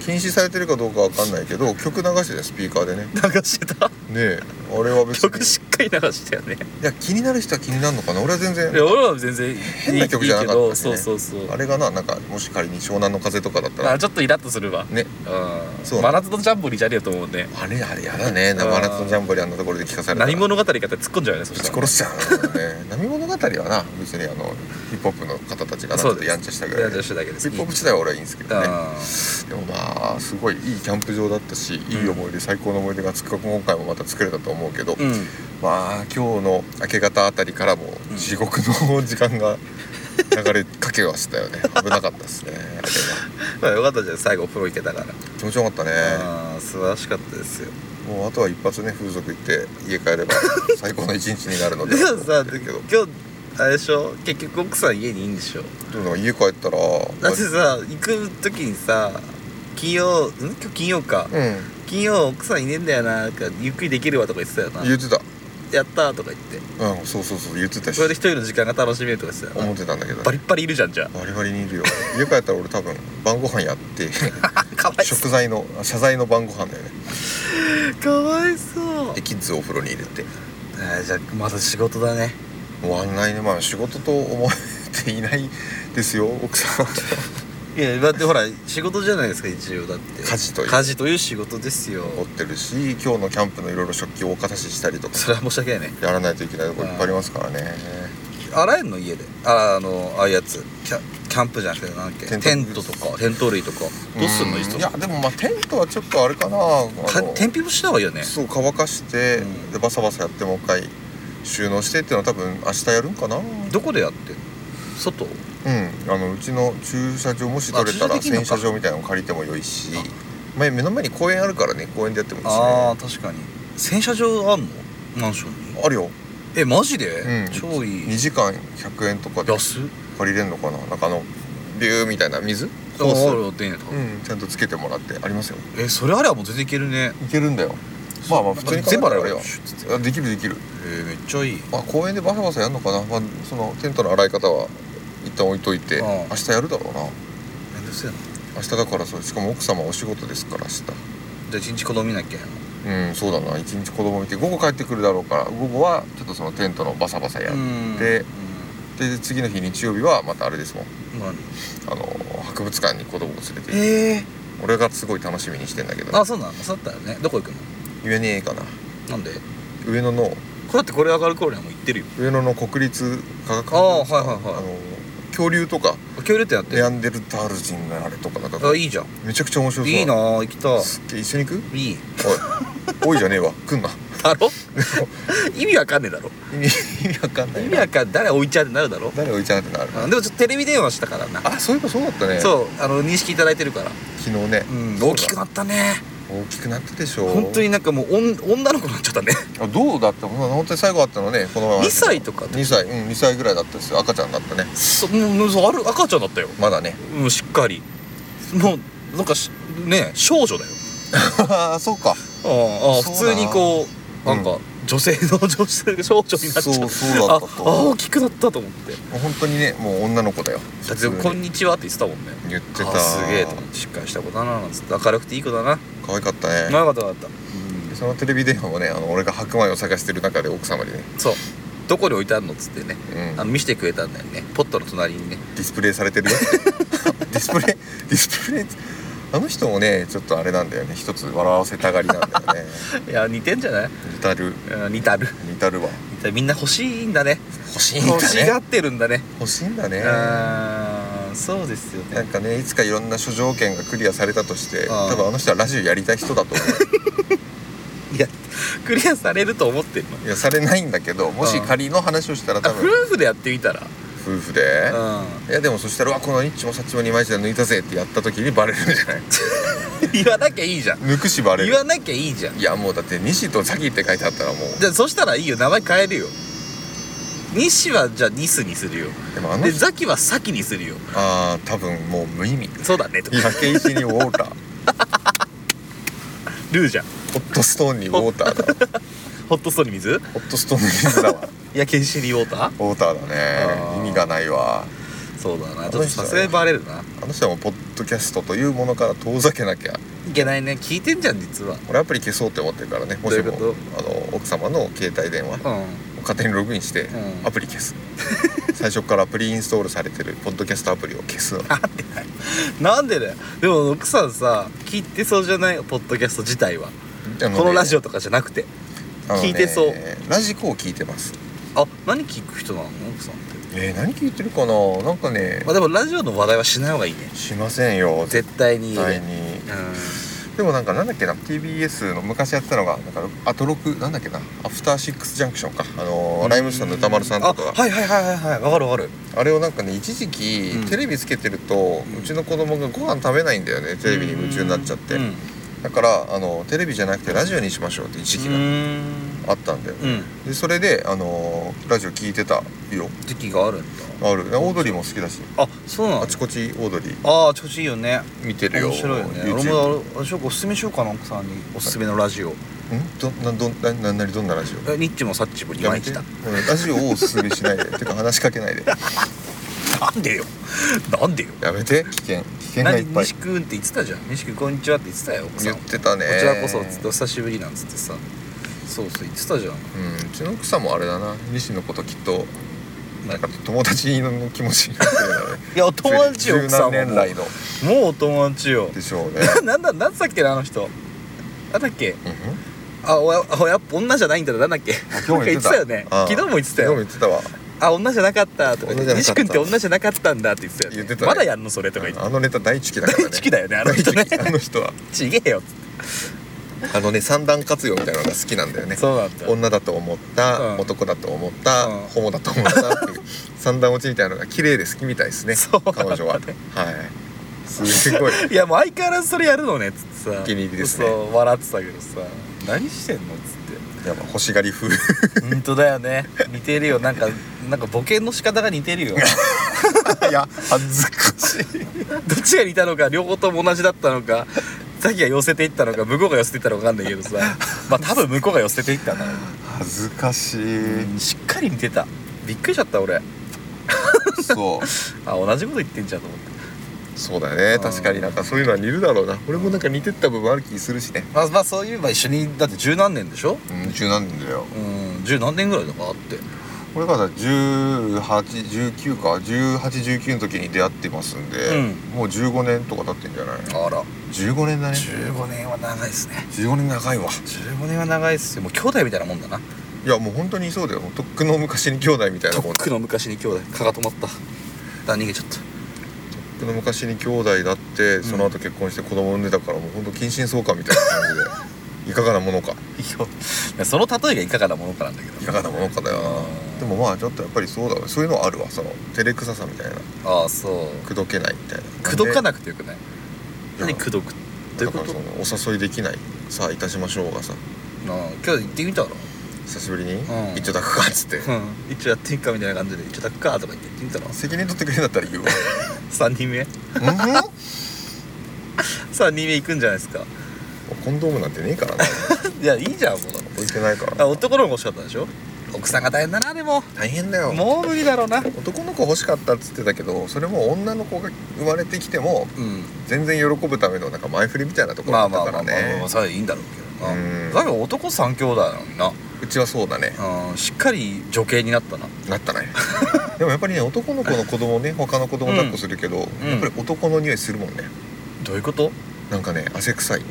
[SPEAKER 1] 禁止されてるかどうかわかんないけど曲流してたよスピーカーでねね
[SPEAKER 2] 流してた
[SPEAKER 1] えあれは別
[SPEAKER 2] 曲
[SPEAKER 1] に
[SPEAKER 2] しっかり流してたよね
[SPEAKER 1] いや気になる人は気になるのかな俺は全
[SPEAKER 2] いや
[SPEAKER 1] 然
[SPEAKER 2] 俺は全然いい
[SPEAKER 1] 変な曲じゃなかったしね
[SPEAKER 2] いいけどそうそうそう
[SPEAKER 1] あれがななんかもし仮に湘南の風とかだった
[SPEAKER 2] あ
[SPEAKER 1] ら
[SPEAKER 2] ちょっとイラッとするわ
[SPEAKER 1] ね
[SPEAKER 2] うん
[SPEAKER 1] そう
[SPEAKER 2] 真夏のジャンボリーじゃねえと思うね
[SPEAKER 1] あれあれやだね
[SPEAKER 2] ん
[SPEAKER 1] 真夏のジャンボリーあんなところで聞かされたら
[SPEAKER 2] 何物語かって突っ込んじゃうよねそ
[SPEAKER 1] ぶ
[SPEAKER 2] し
[SPEAKER 1] ち
[SPEAKER 2] たら
[SPEAKER 1] 殺しちゃうからね波物語はな別にあのヒップホップの方たちがなち
[SPEAKER 2] そ
[SPEAKER 1] ょ
[SPEAKER 2] う
[SPEAKER 1] っ
[SPEAKER 2] で
[SPEAKER 1] と
[SPEAKER 2] す
[SPEAKER 1] やんちゃしたぐ
[SPEAKER 2] い
[SPEAKER 1] ら
[SPEAKER 2] や
[SPEAKER 1] いで
[SPEAKER 2] 女
[SPEAKER 1] ヒ
[SPEAKER 2] 子だけです
[SPEAKER 1] ップホップ時代は俺はいいんですけどね
[SPEAKER 2] う
[SPEAKER 1] でもまあすごいいいキャンプ場だったしいい思い出、最高の思い出がつく今回もまた作れたと思うけど、
[SPEAKER 2] んうん
[SPEAKER 1] まあ今日の明け方あたりからも
[SPEAKER 2] うん
[SPEAKER 1] 地獄の時間が流れかけはしたよね危なかったですねあれは
[SPEAKER 2] まあよかったじゃん最後お風呂行けたから
[SPEAKER 1] 気持ちよかったね
[SPEAKER 2] あー素晴らしかったですよ
[SPEAKER 1] もうあとは一発ね風俗行って家帰れば最高の一日になるので
[SPEAKER 2] でもさ
[SPEAKER 1] だけど
[SPEAKER 2] 今日あれでしょ結局奥さん家にいいんでしょ
[SPEAKER 1] でも家帰ったら
[SPEAKER 2] だってさ行く時にさ金曜ん今日金曜か
[SPEAKER 1] うん
[SPEAKER 2] 金曜奥さんいねえんだよななんかゆっくりできるわとか言ってたよな
[SPEAKER 1] 言ってた
[SPEAKER 2] やったーとか言って
[SPEAKER 1] うんそうそうそう言ってたし
[SPEAKER 2] それで一人の時間が楽しめるとか言ってたよ
[SPEAKER 1] 思っ
[SPEAKER 2] な
[SPEAKER 1] てたんだけど
[SPEAKER 2] バリッバリいるじゃんじゃ
[SPEAKER 1] バリバリにいるよ家帰ったら俺多分晩ご飯やって
[SPEAKER 2] あかわいそ
[SPEAKER 1] 食材のあ謝罪の晩ご飯だよね
[SPEAKER 2] うかわいそう
[SPEAKER 1] でキッズをお風呂に入れて
[SPEAKER 2] えーじゃあまだ仕事だね
[SPEAKER 1] もう案内ねまあ仕事と思えていないですよ奥さん
[SPEAKER 2] いやだってほら仕事じゃないですか一応だって
[SPEAKER 1] 家事という
[SPEAKER 2] 家事という仕事ですよ
[SPEAKER 1] 持ってるし今日のキャンプのいろいろ食器をお片ししたりとか
[SPEAKER 2] それは申し訳ないね
[SPEAKER 1] やらないといけないとこいっぱいありますからね
[SPEAKER 2] 洗えんの家でああのああいうやつキャキャンプじゃなくてなんだっけ
[SPEAKER 1] テン
[SPEAKER 2] テ
[SPEAKER 1] ト
[SPEAKER 2] ントとかテント類とかどうすんのいつ
[SPEAKER 1] い
[SPEAKER 2] も
[SPEAKER 1] やでもまあテントはちょっとあれかなあ
[SPEAKER 2] か
[SPEAKER 1] の
[SPEAKER 2] 天日干しした方がいいよね
[SPEAKER 1] そう乾かして、
[SPEAKER 2] うん
[SPEAKER 1] でバサバサやってもう一回収納してっていうのは多分明日やるんかな
[SPEAKER 2] どこでやってんの外
[SPEAKER 1] うん、あのうちの駐車場もし取れた
[SPEAKER 2] あ
[SPEAKER 1] ら
[SPEAKER 2] 駐車できんの
[SPEAKER 1] 洗
[SPEAKER 2] か
[SPEAKER 1] 車場みたいなの借りてもよいし
[SPEAKER 2] あ
[SPEAKER 1] 前目の前に公園あるからね公園でやってもいいしね
[SPEAKER 2] ああ確かに洗車場あんのマンションに
[SPEAKER 1] あるよ、
[SPEAKER 2] えマジで、
[SPEAKER 1] うん、
[SPEAKER 2] 超い
[SPEAKER 1] 2
[SPEAKER 2] い
[SPEAKER 1] 時間100円とかで
[SPEAKER 2] 安
[SPEAKER 1] 借りれるのかななんかあのビューみたいな水
[SPEAKER 2] あ
[SPEAKER 1] ホ
[SPEAKER 2] あ
[SPEAKER 1] ース
[SPEAKER 2] るよ電
[SPEAKER 1] う
[SPEAKER 2] 話
[SPEAKER 1] ん、ちゃんとつけてもらってありますよ
[SPEAKER 2] えそれあればもう全然いけるね
[SPEAKER 1] いけるんだよまあまあ普通に考え
[SPEAKER 2] 全部
[SPEAKER 1] た
[SPEAKER 2] 洗
[SPEAKER 1] ら
[SPEAKER 2] え
[SPEAKER 1] あ
[SPEAKER 2] ばいい
[SPEAKER 1] れよ
[SPEAKER 2] よえ
[SPEAKER 1] あできるできる
[SPEAKER 2] ーめっちゃいい
[SPEAKER 1] まあ公園でバサバサやるのかな、まあ、そのテントの洗い方は一旦置いといて
[SPEAKER 2] うん
[SPEAKER 1] 明日やるだろうな
[SPEAKER 2] めんどくせえな
[SPEAKER 1] 明日だからそうしかも奥様お仕事ですから明日
[SPEAKER 2] じゃあ一日子供見なきゃ
[SPEAKER 1] うんそうだな一日子供見て午後帰ってくるだろうから午後はちょっとそのテントのバサバサやっ
[SPEAKER 2] うん
[SPEAKER 1] で
[SPEAKER 2] う
[SPEAKER 1] て、で次の日日曜日はまたあれですもん
[SPEAKER 2] ん何
[SPEAKER 1] あの博物館に子供を連れて行く
[SPEAKER 2] ええ
[SPEAKER 1] 俺がすごい楽しみにしてんだけど
[SPEAKER 2] あそうなのそうだったよねどこ行くの
[SPEAKER 1] 言えねえかな
[SPEAKER 2] なんで
[SPEAKER 1] 上野の
[SPEAKER 2] これだってこれ上がる頃にはもう行ってるよ
[SPEAKER 1] 上野の国立科学館
[SPEAKER 2] ああはいはいはい
[SPEAKER 1] あの恐竜とか
[SPEAKER 2] 恐竜ってやって
[SPEAKER 1] ネアンデルタール人のあれとかなんか
[SPEAKER 2] あいいじゃん
[SPEAKER 1] めちゃくちゃ面白そう
[SPEAKER 2] いいな行きたい
[SPEAKER 1] すっげえ一緒に行く
[SPEAKER 2] いい
[SPEAKER 1] おいおいじゃねえわ来んな
[SPEAKER 2] だろ 意味わかんねえだろ
[SPEAKER 1] 意味意味わかんない
[SPEAKER 2] 意
[SPEAKER 1] な
[SPEAKER 2] 味わかん誰置いちゃうってなるだろ
[SPEAKER 1] 誰が置いちゃうってなるな
[SPEAKER 2] うんでもちょっとテレビ電話したからな
[SPEAKER 1] あそういえばそうだったね
[SPEAKER 2] そうあの認識いただいてるから
[SPEAKER 1] 昨日ね、
[SPEAKER 2] うん
[SPEAKER 1] そうだ
[SPEAKER 2] 大きくなったね
[SPEAKER 1] 大きくなったでしょ
[SPEAKER 2] 本当になんかもうおん女の子になっちゃったね
[SPEAKER 1] あどうだったほん本当に最後あったのねこのまま
[SPEAKER 2] 2歳とかって
[SPEAKER 1] 2歳うん2歳ぐらいだったですよ赤ちゃんだったね
[SPEAKER 2] そもうそうある赤ちゃんだったよ
[SPEAKER 1] まだね
[SPEAKER 2] もうしっかりもうなんかしね少女だよ
[SPEAKER 1] ああそうか
[SPEAKER 2] ああああ普
[SPEAKER 1] そう
[SPEAKER 2] 通
[SPEAKER 1] だ
[SPEAKER 2] にこうなんか女性の女性少女になっちゃ
[SPEAKER 1] そうそうだ
[SPEAKER 2] あ
[SPEAKER 1] ったと
[SPEAKER 2] あ
[SPEAKER 1] 思う
[SPEAKER 2] 大きくなったと思って
[SPEAKER 1] もう本当にねもう女の子だよ
[SPEAKER 2] だって「こんにちは」って言ってたもんね
[SPEAKER 1] 言って
[SPEAKER 2] あ
[SPEAKER 1] た
[SPEAKER 2] あすげえと思ってしっかりした子だななんつって明るくていい子だな
[SPEAKER 1] 可愛かったね
[SPEAKER 2] 長かったよかっ
[SPEAKER 1] でそのテレビ電話もねあの俺が白米を探してる中で奥様にね、
[SPEAKER 2] たそうどこに置いてあんのっつってね
[SPEAKER 1] うん、
[SPEAKER 2] あの見せてくれたんだよねポットの隣にね
[SPEAKER 1] ディスプレイされ てるよディスプレイディスプレイあの人もねちょっとあれなんだよね一つ笑わせたがりなんだよね
[SPEAKER 2] いや似てんじゃない
[SPEAKER 1] 似たる
[SPEAKER 2] うん似たる
[SPEAKER 1] 似たるわ
[SPEAKER 2] 似たるみんな欲しいんだね
[SPEAKER 1] 欲しいんだね
[SPEAKER 2] 欲しがってるんだね
[SPEAKER 1] 欲しいんだね
[SPEAKER 2] うんうんそうですよ
[SPEAKER 1] な
[SPEAKER 2] ね
[SPEAKER 1] んかねいつかいろんな諸条件がクリアされたとして
[SPEAKER 2] あー
[SPEAKER 1] 多分あの人はラジオやりたい人だと思
[SPEAKER 2] いやクリアされると思ってんの
[SPEAKER 1] ういやされないんだけどもし
[SPEAKER 2] あー
[SPEAKER 1] 仮の話をしたら
[SPEAKER 2] あ
[SPEAKER 1] 多
[SPEAKER 2] 夫
[SPEAKER 1] 分
[SPEAKER 2] 婦でやってみたら
[SPEAKER 1] 夫婦で
[SPEAKER 2] う
[SPEAKER 1] いやでもそしたら「うわこのニッチもサッチも二枚舌抜いたぜ」ってやった時にバレるん じゃない
[SPEAKER 2] ん 言わなきゃいいじゃん
[SPEAKER 1] 抜くしバレ
[SPEAKER 2] 言
[SPEAKER 1] る
[SPEAKER 2] わなきゃいいじゃん
[SPEAKER 1] いやもうだって「西とザキ」って書いてあったらもう
[SPEAKER 2] じゃあそしたらいいよ名前変えるよ西はじゃあニスにするよ
[SPEAKER 1] でもあの
[SPEAKER 2] で
[SPEAKER 1] 人
[SPEAKER 2] ザキはサキにするよ
[SPEAKER 1] あー多分もう無意味
[SPEAKER 2] そうだねとか
[SPEAKER 1] 焼け石にウォーター
[SPEAKER 2] ルーじゃん
[SPEAKER 1] ホットストーンにウォーターだ
[SPEAKER 2] ホットストーンに水
[SPEAKER 1] ホットストーンに水だわ
[SPEAKER 2] いやケンシリウォーター
[SPEAKER 1] ウォーター
[SPEAKER 2] あ
[SPEAKER 1] だね
[SPEAKER 2] ー
[SPEAKER 1] 意味がないわ
[SPEAKER 2] そうだな
[SPEAKER 1] あ
[SPEAKER 2] ちょ
[SPEAKER 1] の人
[SPEAKER 2] っとさすがにバレるな
[SPEAKER 1] あの人はもうポッドキャストというものから遠ざけなきゃ
[SPEAKER 2] いけないね聞いてんじゃん実は
[SPEAKER 1] 俺アプリ消そうって思ってるからねもし
[SPEAKER 2] ど
[SPEAKER 1] も
[SPEAKER 2] ういう
[SPEAKER 1] あの奥様の携帯電話
[SPEAKER 2] うん
[SPEAKER 1] 勝手にログインして、
[SPEAKER 2] うん
[SPEAKER 1] アプリ消 す最初からプリインストールされてるポッドキャストアプリを消すの
[SPEAKER 2] なんでだよでも奥さんさ聞いてそうじゃないポッドキャスト自体は
[SPEAKER 1] あね
[SPEAKER 2] このラジオとかじゃなくて
[SPEAKER 1] あのね
[SPEAKER 2] 聞いてそう
[SPEAKER 1] ラジコを聞いてます
[SPEAKER 2] あ何聞く人なの奥さんって
[SPEAKER 1] えー、何聞いてるかななんかね
[SPEAKER 2] まあでもラジオの話題はしない方がいいね
[SPEAKER 1] しませんよ絶
[SPEAKER 2] 絶対に
[SPEAKER 1] 対
[SPEAKER 2] う
[SPEAKER 1] にでもなんかなんだっけな TBS の昔やってたのがなんかアトロクなんだっけなアフターシックスジャンクションかあのー
[SPEAKER 2] ん
[SPEAKER 1] ライムスターの歌丸さんとか
[SPEAKER 2] あはいはいはいはいはいわかるわかる
[SPEAKER 1] あれをなんかね一時期、
[SPEAKER 2] うん
[SPEAKER 1] テレビつけてるとうちの子供がご飯食べないんだよねテレビに夢中になっちゃって、
[SPEAKER 2] うんうん
[SPEAKER 1] だからあのテレビじゃなくてラジオにしましょうって一時期
[SPEAKER 2] う
[SPEAKER 1] が
[SPEAKER 2] ーん
[SPEAKER 1] あったんだよ、
[SPEAKER 2] うん
[SPEAKER 1] でそれで、あのーラジオ聞いてたよ
[SPEAKER 2] 時期があるんだ
[SPEAKER 1] あるオードリーも好きだし
[SPEAKER 2] あそうなの
[SPEAKER 1] あちこちオードリー
[SPEAKER 2] ああ調子いいよね
[SPEAKER 1] 見てるよ
[SPEAKER 2] 面白いよね
[SPEAKER 1] YouTube
[SPEAKER 2] 俺もあれしょおすすめしようかな奥さんにおすすめのラジオ
[SPEAKER 1] んどなんどんなななにどんなラジオ
[SPEAKER 2] えニッチもサッチも2
[SPEAKER 1] や
[SPEAKER 2] 枚
[SPEAKER 1] め
[SPEAKER 2] 来
[SPEAKER 1] て
[SPEAKER 2] た
[SPEAKER 1] うんラジオをおすすめしないで てか話しかけないで
[SPEAKER 2] なんでよなんでよ
[SPEAKER 1] やめて危険危険がい
[SPEAKER 2] 何
[SPEAKER 1] っぱい
[SPEAKER 2] 西くんって言ってたじゃん西くんこんにちはって言ってたよ奥さ
[SPEAKER 1] 言
[SPEAKER 2] ん
[SPEAKER 1] っ
[SPEAKER 2] こ
[SPEAKER 1] てたね
[SPEAKER 2] ちらこそつってお久しぶりなんつってさそうそう言ってたじゃん
[SPEAKER 1] うんうちの奥さんもあれだな西のこときっとなんか友達の気持ちになってるだろうね
[SPEAKER 2] いやお友達よ
[SPEAKER 1] 十
[SPEAKER 2] 奥さん
[SPEAKER 1] 何
[SPEAKER 2] もも
[SPEAKER 1] 年来の
[SPEAKER 2] うお友達よ
[SPEAKER 1] でしょうね
[SPEAKER 2] なんだなんつったっけなあの人なんだっけ
[SPEAKER 1] うん
[SPEAKER 2] あおやおやっぱ女じゃないんだなんだっけ
[SPEAKER 1] 今日
[SPEAKER 2] な
[SPEAKER 1] も
[SPEAKER 2] んか言
[SPEAKER 1] 言っ
[SPEAKER 2] ってて
[SPEAKER 1] た
[SPEAKER 2] たよね
[SPEAKER 1] ああ
[SPEAKER 2] 昨日も言ってた
[SPEAKER 1] 昨日も
[SPEAKER 2] よ
[SPEAKER 1] 言ってたわ
[SPEAKER 2] あ女じゃなかったとか言
[SPEAKER 1] 女
[SPEAKER 2] って
[SPEAKER 1] じゃなか
[SPEAKER 2] 西
[SPEAKER 1] った
[SPEAKER 2] 君って女じゃなかったんだって言ってたよね
[SPEAKER 1] 言ってたね
[SPEAKER 2] まだやんのそれとか言って
[SPEAKER 1] あのネタ大好きだからね
[SPEAKER 2] 大好きだよねあの人ね
[SPEAKER 1] 大好きあの人は
[SPEAKER 2] ちげえよっつっ
[SPEAKER 1] あのね三段活用みたいなのが好きなんだよ
[SPEAKER 2] て
[SPEAKER 1] ね
[SPEAKER 2] そうなんだよ
[SPEAKER 1] 女だと思った、
[SPEAKER 2] うん
[SPEAKER 1] 男だと思った、
[SPEAKER 2] うん
[SPEAKER 1] ホモだと思ったっていう三段落ちみたいなのが綺麗で好きみたいですね
[SPEAKER 2] そうなんだ
[SPEAKER 1] 彼
[SPEAKER 2] ね
[SPEAKER 1] 女ははいすごい
[SPEAKER 2] いやもう相変わらずそれやるのねっつってさ
[SPEAKER 1] お気に入りですね
[SPEAKER 2] そう笑ってたけどさ何してんのっつ
[SPEAKER 1] やばい欲しがり 風
[SPEAKER 2] って本当だよね似てるよなんかなんかボケの仕方が似てるよ
[SPEAKER 1] いや恥ずかしい
[SPEAKER 2] どっちが似たのか両方とも同じだったのかザキが寄せていったのか向こうが寄せていったのか分かんないけ どさまあ多分向こうが寄せていったんだろう
[SPEAKER 1] 恥ずかしい、
[SPEAKER 2] うんしっかり似てたびっくりしちゃった俺あ
[SPEAKER 1] そう
[SPEAKER 2] 同じこと言ってんじゃんと思って
[SPEAKER 1] そうだよね
[SPEAKER 2] うん
[SPEAKER 1] 確かになんかそういうのは似るだろうな俺もなんか似てった部分ある気するしね
[SPEAKER 2] まあまあそういえば一緒にだって十何年でしょ
[SPEAKER 1] うん十何年だよ
[SPEAKER 2] うん十何年ぐらいだからあって
[SPEAKER 1] 俺が1819か1819の時に出会ってますんで、
[SPEAKER 2] うん
[SPEAKER 1] もう15年とか経ってんじゃない
[SPEAKER 2] あら
[SPEAKER 1] 15年だね
[SPEAKER 2] 15年は長いですね
[SPEAKER 1] 15年長いわ
[SPEAKER 2] 15年は長いっすよもう兄弟みたいなもんだない
[SPEAKER 1] やもう本当にそうだよもうとっくの昔に兄弟みたいな
[SPEAKER 2] とっ
[SPEAKER 1] もんだ
[SPEAKER 2] くの昔に兄弟蚊が止まっただ逃げちゃった
[SPEAKER 1] とっくの昔に兄弟だってその後結婚して子供産んでたからもう本当近親相姦みたいな感じ でいかがなものか
[SPEAKER 2] いやその例えがいかがなものかなんだけど
[SPEAKER 1] いかがなものかだよなでもまあちょっとやっぱりそうだわそういうのはあるわその照れくささみたいな
[SPEAKER 2] ああそう
[SPEAKER 1] 口説けないみたいな
[SPEAKER 2] 口説か
[SPEAKER 1] な
[SPEAKER 2] な
[SPEAKER 1] い
[SPEAKER 2] くてよくない
[SPEAKER 1] や
[SPEAKER 2] 何口説くどういう
[SPEAKER 1] だ
[SPEAKER 2] こ
[SPEAKER 1] から
[SPEAKER 2] と
[SPEAKER 1] そのお誘いできないさあいたしましょうがさ
[SPEAKER 2] なあ今日行ってみたら
[SPEAKER 1] 久しぶりに
[SPEAKER 2] ん
[SPEAKER 1] 「いただくか」っつって
[SPEAKER 2] うん 一応やってみっかみたいな感じで一応タッカーとか言ってやってみたら
[SPEAKER 1] 責任取ってくれんだったら言うわ
[SPEAKER 2] 3人目
[SPEAKER 1] うん
[SPEAKER 2] 3人目行くんじゃないです か
[SPEAKER 1] コンドームなんてねえからない
[SPEAKER 2] やいいじゃんもうだって
[SPEAKER 1] 置いてないから
[SPEAKER 2] あ男の子が欲しかったでしょ奥さんが大変だなでも
[SPEAKER 1] 大変だよ
[SPEAKER 2] もう無理だろうな
[SPEAKER 1] 男の子欲しかったっつってたけどそれも女の子が生まれてきても
[SPEAKER 2] うん
[SPEAKER 1] 全然喜ぶためのなんか前振りみたいなとこ
[SPEAKER 2] ま
[SPEAKER 1] ろだ
[SPEAKER 2] あ
[SPEAKER 1] った
[SPEAKER 2] まあ
[SPEAKER 1] か
[SPEAKER 2] ま
[SPEAKER 1] ら
[SPEAKER 2] あまあまあま
[SPEAKER 1] ね
[SPEAKER 2] あそれはいいんだろうけどな
[SPEAKER 1] うん
[SPEAKER 2] だけど男3兄弟なのにな
[SPEAKER 1] うちはそうだね
[SPEAKER 2] うんしっかり女系になったな
[SPEAKER 1] なったねでもやっぱりね男の子の子供ね他の子供抱っこするけど、
[SPEAKER 2] ん
[SPEAKER 1] やっぱり男の匂いするもんね
[SPEAKER 2] どういうこと
[SPEAKER 1] なんかね汗臭いの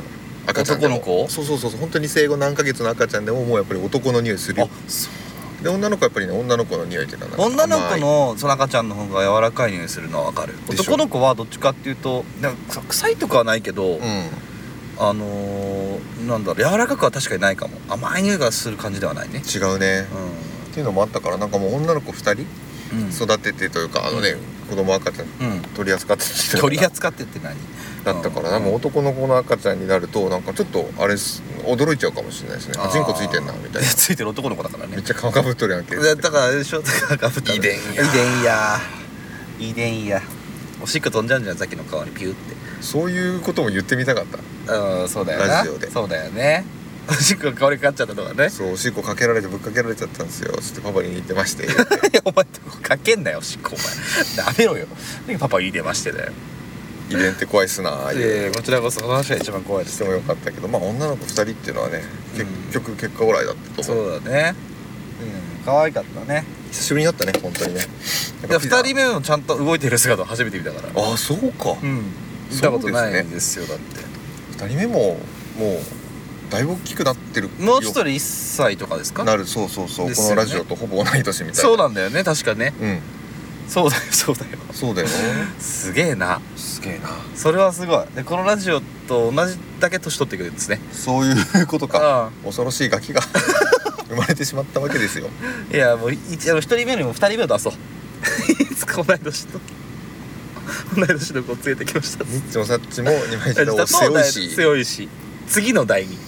[SPEAKER 1] 赤ちゃんでも
[SPEAKER 2] 男の子
[SPEAKER 1] そうそうそうそう本当に生後何ヶ月の赤ちゃんでももうやっぱり男の匂いする
[SPEAKER 2] あ
[SPEAKER 1] よ
[SPEAKER 2] そう
[SPEAKER 1] で女の子はやっぱりね女の子の匂いっていうかなんか
[SPEAKER 2] 女の子
[SPEAKER 1] 甘い
[SPEAKER 2] のその赤ちゃんの方が柔らかい匂いするのはわかる
[SPEAKER 1] でしょ
[SPEAKER 2] 男の子はどっちかっていうとなんか臭臭いとかはないけど、
[SPEAKER 1] う
[SPEAKER 2] あのー、なんだろう柔らかくは確かにないかも甘い匂いがする感じではないね
[SPEAKER 1] ん違うね
[SPEAKER 2] う
[SPEAKER 1] っていうのもあったからなんかもう女の子2人
[SPEAKER 2] ん、うん、
[SPEAKER 1] 育ててというかあのね、子供赤ちゃん
[SPEAKER 2] うん
[SPEAKER 1] 取り扱ってきてた
[SPEAKER 2] 取り扱ってって何
[SPEAKER 1] だったからなんか男の子の赤ちゃんになるとなんかちょっとあれす驚いちゃうかもしれないですねあチンコついてんなみたいな
[SPEAKER 2] やついてる男の子だからね
[SPEAKER 1] めっちゃ顔かぶっとるやんけ
[SPEAKER 2] だだからあれでしょだからかぶったの
[SPEAKER 1] 遺伝や
[SPEAKER 2] 遺伝や遺伝やおしっこ飛んじゃうんじゃんさっきの顔にピューって
[SPEAKER 1] そういうことも言ってみたかった
[SPEAKER 2] うんそうだよな
[SPEAKER 1] ラジオで
[SPEAKER 2] そうだよねおしっこが顔にかかっちゃったとかね
[SPEAKER 1] そうおしっこかけられてぶっかけられちゃったんですよつってパパに言ってまして
[SPEAKER 2] い やお前とこかけんなよおしっこお前なめろよ何パパ入れましてだよ
[SPEAKER 1] 遺伝って怖いっすなああいう
[SPEAKER 2] でこちらこそこの話が一番怖いで
[SPEAKER 1] し
[SPEAKER 2] す
[SPEAKER 1] てもよかったけどまあ女の子2人っていうのはね結局結果オーライだったと思う
[SPEAKER 2] そうだねうん可愛かったね
[SPEAKER 1] 久しぶりになったね本当にね
[SPEAKER 2] いや2人目のちゃんと動いてる姿を初めて見たから
[SPEAKER 1] ああそうか
[SPEAKER 2] うん見たことないんですよだって
[SPEAKER 1] 2人目ももうだいぶ大きくなってる
[SPEAKER 2] もう一人1歳とかですか
[SPEAKER 1] なるそうそうそう、
[SPEAKER 2] です
[SPEAKER 1] こ
[SPEAKER 2] よ
[SPEAKER 1] の
[SPEAKER 2] ね
[SPEAKER 1] ラジオとほぼ同い年みたいな
[SPEAKER 2] そうなんだよね確かね
[SPEAKER 1] うん
[SPEAKER 2] そうだよそうだよ
[SPEAKER 1] そうだよ
[SPEAKER 2] すげえな
[SPEAKER 1] すげえな
[SPEAKER 2] それはすごいでこのラジオと同じだけ年取ってくるんですね
[SPEAKER 1] そういうことか
[SPEAKER 2] あ
[SPEAKER 1] 恐ろしいガキが 生まれてしまったわけですよ
[SPEAKER 2] あいやもう一あの一人目よりも二人目を出そういつか同い年と同い年の子を連れてきました
[SPEAKER 1] ニッチもサッチも二枚舌を背負いし
[SPEAKER 2] 強いし次の代に引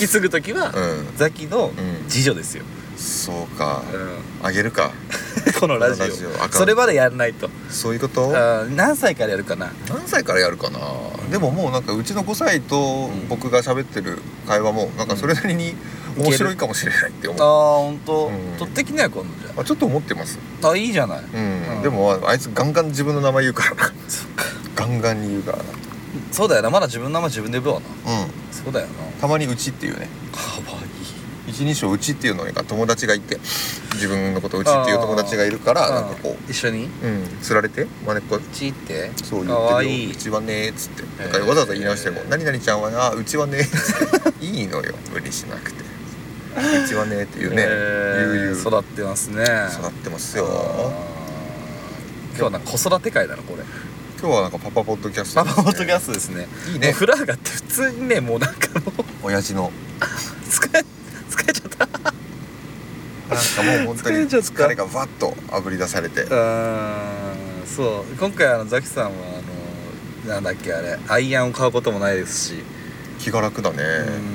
[SPEAKER 2] き継ぐ時は、
[SPEAKER 1] う
[SPEAKER 2] ザキの
[SPEAKER 1] ん、うん、
[SPEAKER 2] 次女ですよ、
[SPEAKER 1] そうか
[SPEAKER 2] うん
[SPEAKER 1] あげるか
[SPEAKER 2] このラジオ
[SPEAKER 1] このラジオあかん
[SPEAKER 2] それまでやんないと
[SPEAKER 1] そういうこと
[SPEAKER 2] あー何歳からやるかな
[SPEAKER 1] 何歳からやるかなでももうなんかうちの5歳と
[SPEAKER 2] うん
[SPEAKER 1] 僕が喋ってる会話もなんかそれなりに
[SPEAKER 2] うん
[SPEAKER 1] 面白いかもしれないって
[SPEAKER 2] あ
[SPEAKER 1] 思
[SPEAKER 2] あ
[SPEAKER 1] う、
[SPEAKER 2] 本当
[SPEAKER 1] うん
[SPEAKER 2] 取ってきなよ今度じ
[SPEAKER 1] あちょっと思ってます
[SPEAKER 2] ゃあいいじゃない
[SPEAKER 1] うん、
[SPEAKER 2] うん
[SPEAKER 1] でもああいつガンガン自分の名前言うからな
[SPEAKER 2] そっか
[SPEAKER 1] ガンガンに言うからな
[SPEAKER 2] そうだよなまだ自分の名前自分で呼ぶわな
[SPEAKER 1] うん
[SPEAKER 2] そうだよな
[SPEAKER 1] たまにうちっていうね
[SPEAKER 2] かわいい
[SPEAKER 1] 一人称うちっていうのに友達がいて自分のことうちっていう友達がいるからなんかこ
[SPEAKER 2] 一緒に
[SPEAKER 1] ううんつられてまねっこ
[SPEAKER 2] チーって
[SPEAKER 1] そ
[SPEAKER 2] か
[SPEAKER 1] う言っ
[SPEAKER 2] わ
[SPEAKER 1] てる
[SPEAKER 2] い
[SPEAKER 1] よ
[SPEAKER 2] いう
[SPEAKER 1] ちはねーっつって
[SPEAKER 2] へ
[SPEAKER 1] だ
[SPEAKER 2] ー
[SPEAKER 1] からわざわざ言い直しても「何々ちゃんはなうちはねー」っつっていいのよ無理しなくて「うちはねー」っていうね
[SPEAKER 2] えー
[SPEAKER 1] 悠々育
[SPEAKER 2] 育ってますね
[SPEAKER 1] ってます
[SPEAKER 2] あ
[SPEAKER 1] よ
[SPEAKER 2] ー今日はなんか子育て会だなこれ
[SPEAKER 1] 今日はなんかパパポッドキャス
[SPEAKER 2] パ
[SPEAKER 1] トですね
[SPEAKER 2] パポッドキャストですね
[SPEAKER 1] いい
[SPEAKER 2] もう
[SPEAKER 1] ね
[SPEAKER 2] フラーガって普通にねもうなんかもう
[SPEAKER 1] 親父の
[SPEAKER 2] 疲れ疲れちゃった
[SPEAKER 1] なんかもう本当に
[SPEAKER 2] 疲れちゃった
[SPEAKER 1] 疲れがわっとあぶり出されて
[SPEAKER 2] あーそう今回あのザキさんはあのなんだっけあれアイアンを買うこともないですし、
[SPEAKER 1] 気が楽だね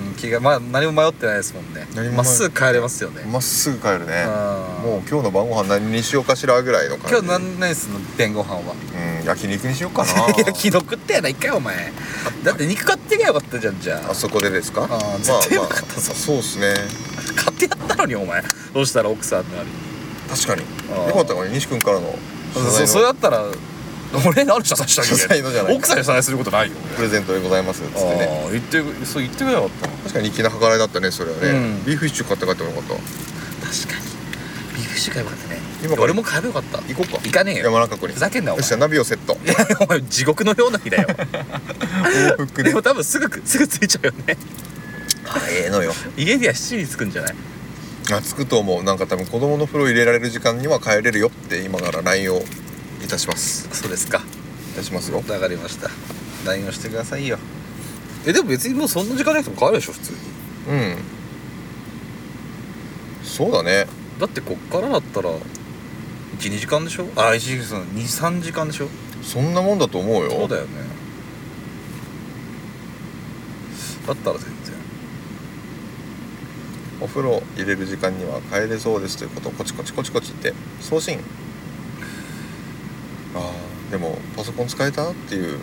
[SPEAKER 2] うん気がまあ何も迷ってないですもんね
[SPEAKER 1] 何も迷
[SPEAKER 2] まっすぐ帰れますよね
[SPEAKER 1] まっすぐ帰るね
[SPEAKER 2] あー
[SPEAKER 1] もう今日の晩ご飯何にしようかしらぐらいの感じ
[SPEAKER 2] 今日何何すんの弁ご飯は
[SPEAKER 1] うん焼肉にしようか ない
[SPEAKER 2] や昨日食ったやないかいお前だって肉買ってきゃよかったじゃんじゃあ
[SPEAKER 1] あそこでですか
[SPEAKER 2] あー絶対うまかったぞ
[SPEAKER 1] そうですね
[SPEAKER 2] 買ってやったのにお前どうしたら奥さんになる
[SPEAKER 1] 確かに
[SPEAKER 2] あー
[SPEAKER 1] よかったかね西君からの謝罪の
[SPEAKER 2] そそれだったら俺何謝罪した
[SPEAKER 1] 謝罪のじゃ
[SPEAKER 2] っ
[SPEAKER 1] な
[SPEAKER 2] け
[SPEAKER 1] い
[SPEAKER 2] 奥さんに謝罪することないよ
[SPEAKER 1] プレゼントでございますっつってね
[SPEAKER 2] ああ言ってそう言ってくれなかったな
[SPEAKER 1] 確かに粋な計らいだったねそれはね、
[SPEAKER 2] うん
[SPEAKER 1] ビーフシチュー買って帰ってもよかった
[SPEAKER 2] 確かにビーフシチュー買えばよかったね
[SPEAKER 1] 今から
[SPEAKER 2] 俺も買えばよかった
[SPEAKER 1] 行こうか
[SPEAKER 2] 行かねえよ
[SPEAKER 1] 山中湖に
[SPEAKER 2] ふざけんなお
[SPEAKER 1] よっ
[SPEAKER 2] 前
[SPEAKER 1] しゃナビをセット
[SPEAKER 2] いやお前地獄のような日だよ
[SPEAKER 1] 往復
[SPEAKER 2] で
[SPEAKER 1] ね
[SPEAKER 2] も多分すぐすぐ着いちゃうよね
[SPEAKER 1] あええのよ
[SPEAKER 2] 家には7時に着くんじゃない
[SPEAKER 1] あ着くと思うなんか多分子供の風呂入れられる時間には帰れるよって今から LINE をいたします
[SPEAKER 2] そうですか
[SPEAKER 1] いたしますよ
[SPEAKER 2] わかりました LINE をしてくださいよえでも別にもうそんな時間なくても帰るでしょ普通に
[SPEAKER 1] うんそうだね
[SPEAKER 2] だってこっからだったら12時間でしょあ1時間23時間でしょ
[SPEAKER 1] そんなもんだと思うよ
[SPEAKER 2] そうだよねだったら全然
[SPEAKER 1] お風呂入れる時間には帰れそうですということをコチコチコチコチって送信ああでもパソコン使えたっていう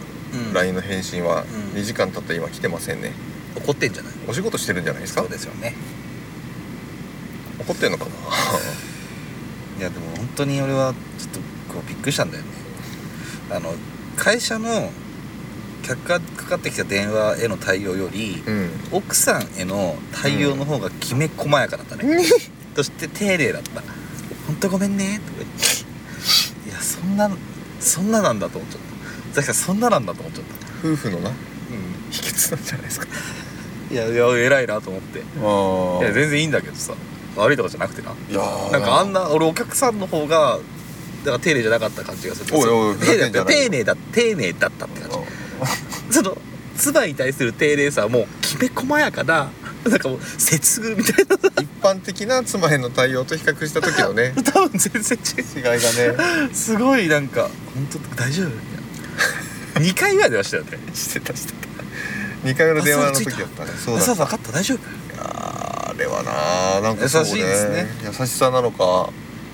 [SPEAKER 2] うん
[SPEAKER 1] LINE の返信は
[SPEAKER 2] うん
[SPEAKER 1] 2時間経った今来てませんね
[SPEAKER 2] 怒ってんじゃない
[SPEAKER 1] お仕事してるんじゃないですか
[SPEAKER 2] そうですよね
[SPEAKER 1] 怒ってん のかな
[SPEAKER 2] いやでも本当に俺はちょっとこうびっくりしたんだよねあの会社の客からかかってきた電話への対応より
[SPEAKER 1] うん
[SPEAKER 2] 奥さんへの対応の方がきめ細やかだったね、そして丁寧だった「ほんとごめんね」とか言っていやそんなそんななんだと思っちゃっただからそんななんだと思っちゃった
[SPEAKER 1] 夫婦のな
[SPEAKER 2] う
[SPEAKER 1] 秘訣なんじゃないですか
[SPEAKER 2] んいやいや偉いなと思ってい
[SPEAKER 1] あ
[SPEAKER 2] や全然いいんだけどさあか悪いとかじゃなくてない
[SPEAKER 1] やー
[SPEAKER 2] なんかあんな俺お客さんの方がだから丁寧じゃなかった感じがする
[SPEAKER 1] おいおいふざけんじゃない
[SPEAKER 2] 丁寧だ丁寧だったって感じその唾に対する丁寧さはもうきめ細やかな なんかもう接遇みたいな
[SPEAKER 1] 一般的な妻への対応と比較した時 のね
[SPEAKER 2] 多分全然違
[SPEAKER 1] 違いがね
[SPEAKER 2] うすごいなんか本当大丈夫みたいな2回ぐらい出ましたよね
[SPEAKER 1] してたしてた2回目の電話の時だったねそうだ
[SPEAKER 2] 朝
[SPEAKER 1] った
[SPEAKER 2] 分かった大丈夫
[SPEAKER 1] あれはななんかそう、ね、
[SPEAKER 2] 優しいですね
[SPEAKER 1] 優しさなのか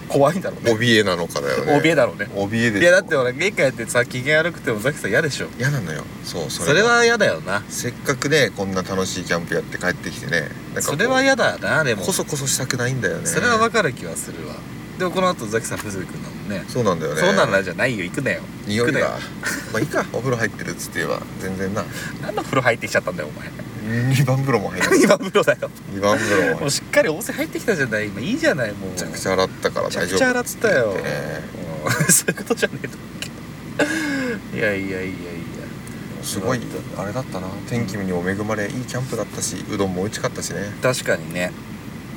[SPEAKER 2] 怖いんだろうね
[SPEAKER 1] 怯えなのかだよね
[SPEAKER 2] 怯えだろうね
[SPEAKER 1] 怯えでしょ
[SPEAKER 2] いやだってほら玄関やってさ機嫌悪くてもザキさん嫌でしょ
[SPEAKER 1] 嫌なのよそうそ
[SPEAKER 2] それ
[SPEAKER 1] れ
[SPEAKER 2] は嫌だよな
[SPEAKER 1] せっかくねこんな楽しいキャンプやって帰ってきてねなんかこう
[SPEAKER 2] それは嫌だよなでも
[SPEAKER 1] こそこそしたくないんだよね
[SPEAKER 2] それは分かる気はするわでもこの後ザキさん藤く君だもんね
[SPEAKER 1] そうなんだよね
[SPEAKER 2] そんなんなんじゃないよ行くなよ
[SPEAKER 1] 匂い
[SPEAKER 2] 行くなよ
[SPEAKER 1] が まあいいかお風呂入ってるっつって言えば全然な
[SPEAKER 2] 何の風呂入ってきちゃったんだよお 前
[SPEAKER 1] 2番風呂も入 らない
[SPEAKER 2] 今風呂だよ
[SPEAKER 1] 2番風呂も
[SPEAKER 2] も
[SPEAKER 1] め
[SPEAKER 2] うしっかり温泉入ってきたじゃない今いいじゃないもうめ
[SPEAKER 1] ちゃくちゃ洗ったから大丈夫
[SPEAKER 2] めちゃくちゃ洗ってたよ
[SPEAKER 1] つってね
[SPEAKER 2] うん そういうことじゃねえと思うけどいやいやいやいや
[SPEAKER 1] すごいあれだったな天気にも恵まれいいキャンプだったしうどんも美味しかったしね
[SPEAKER 2] 確かにね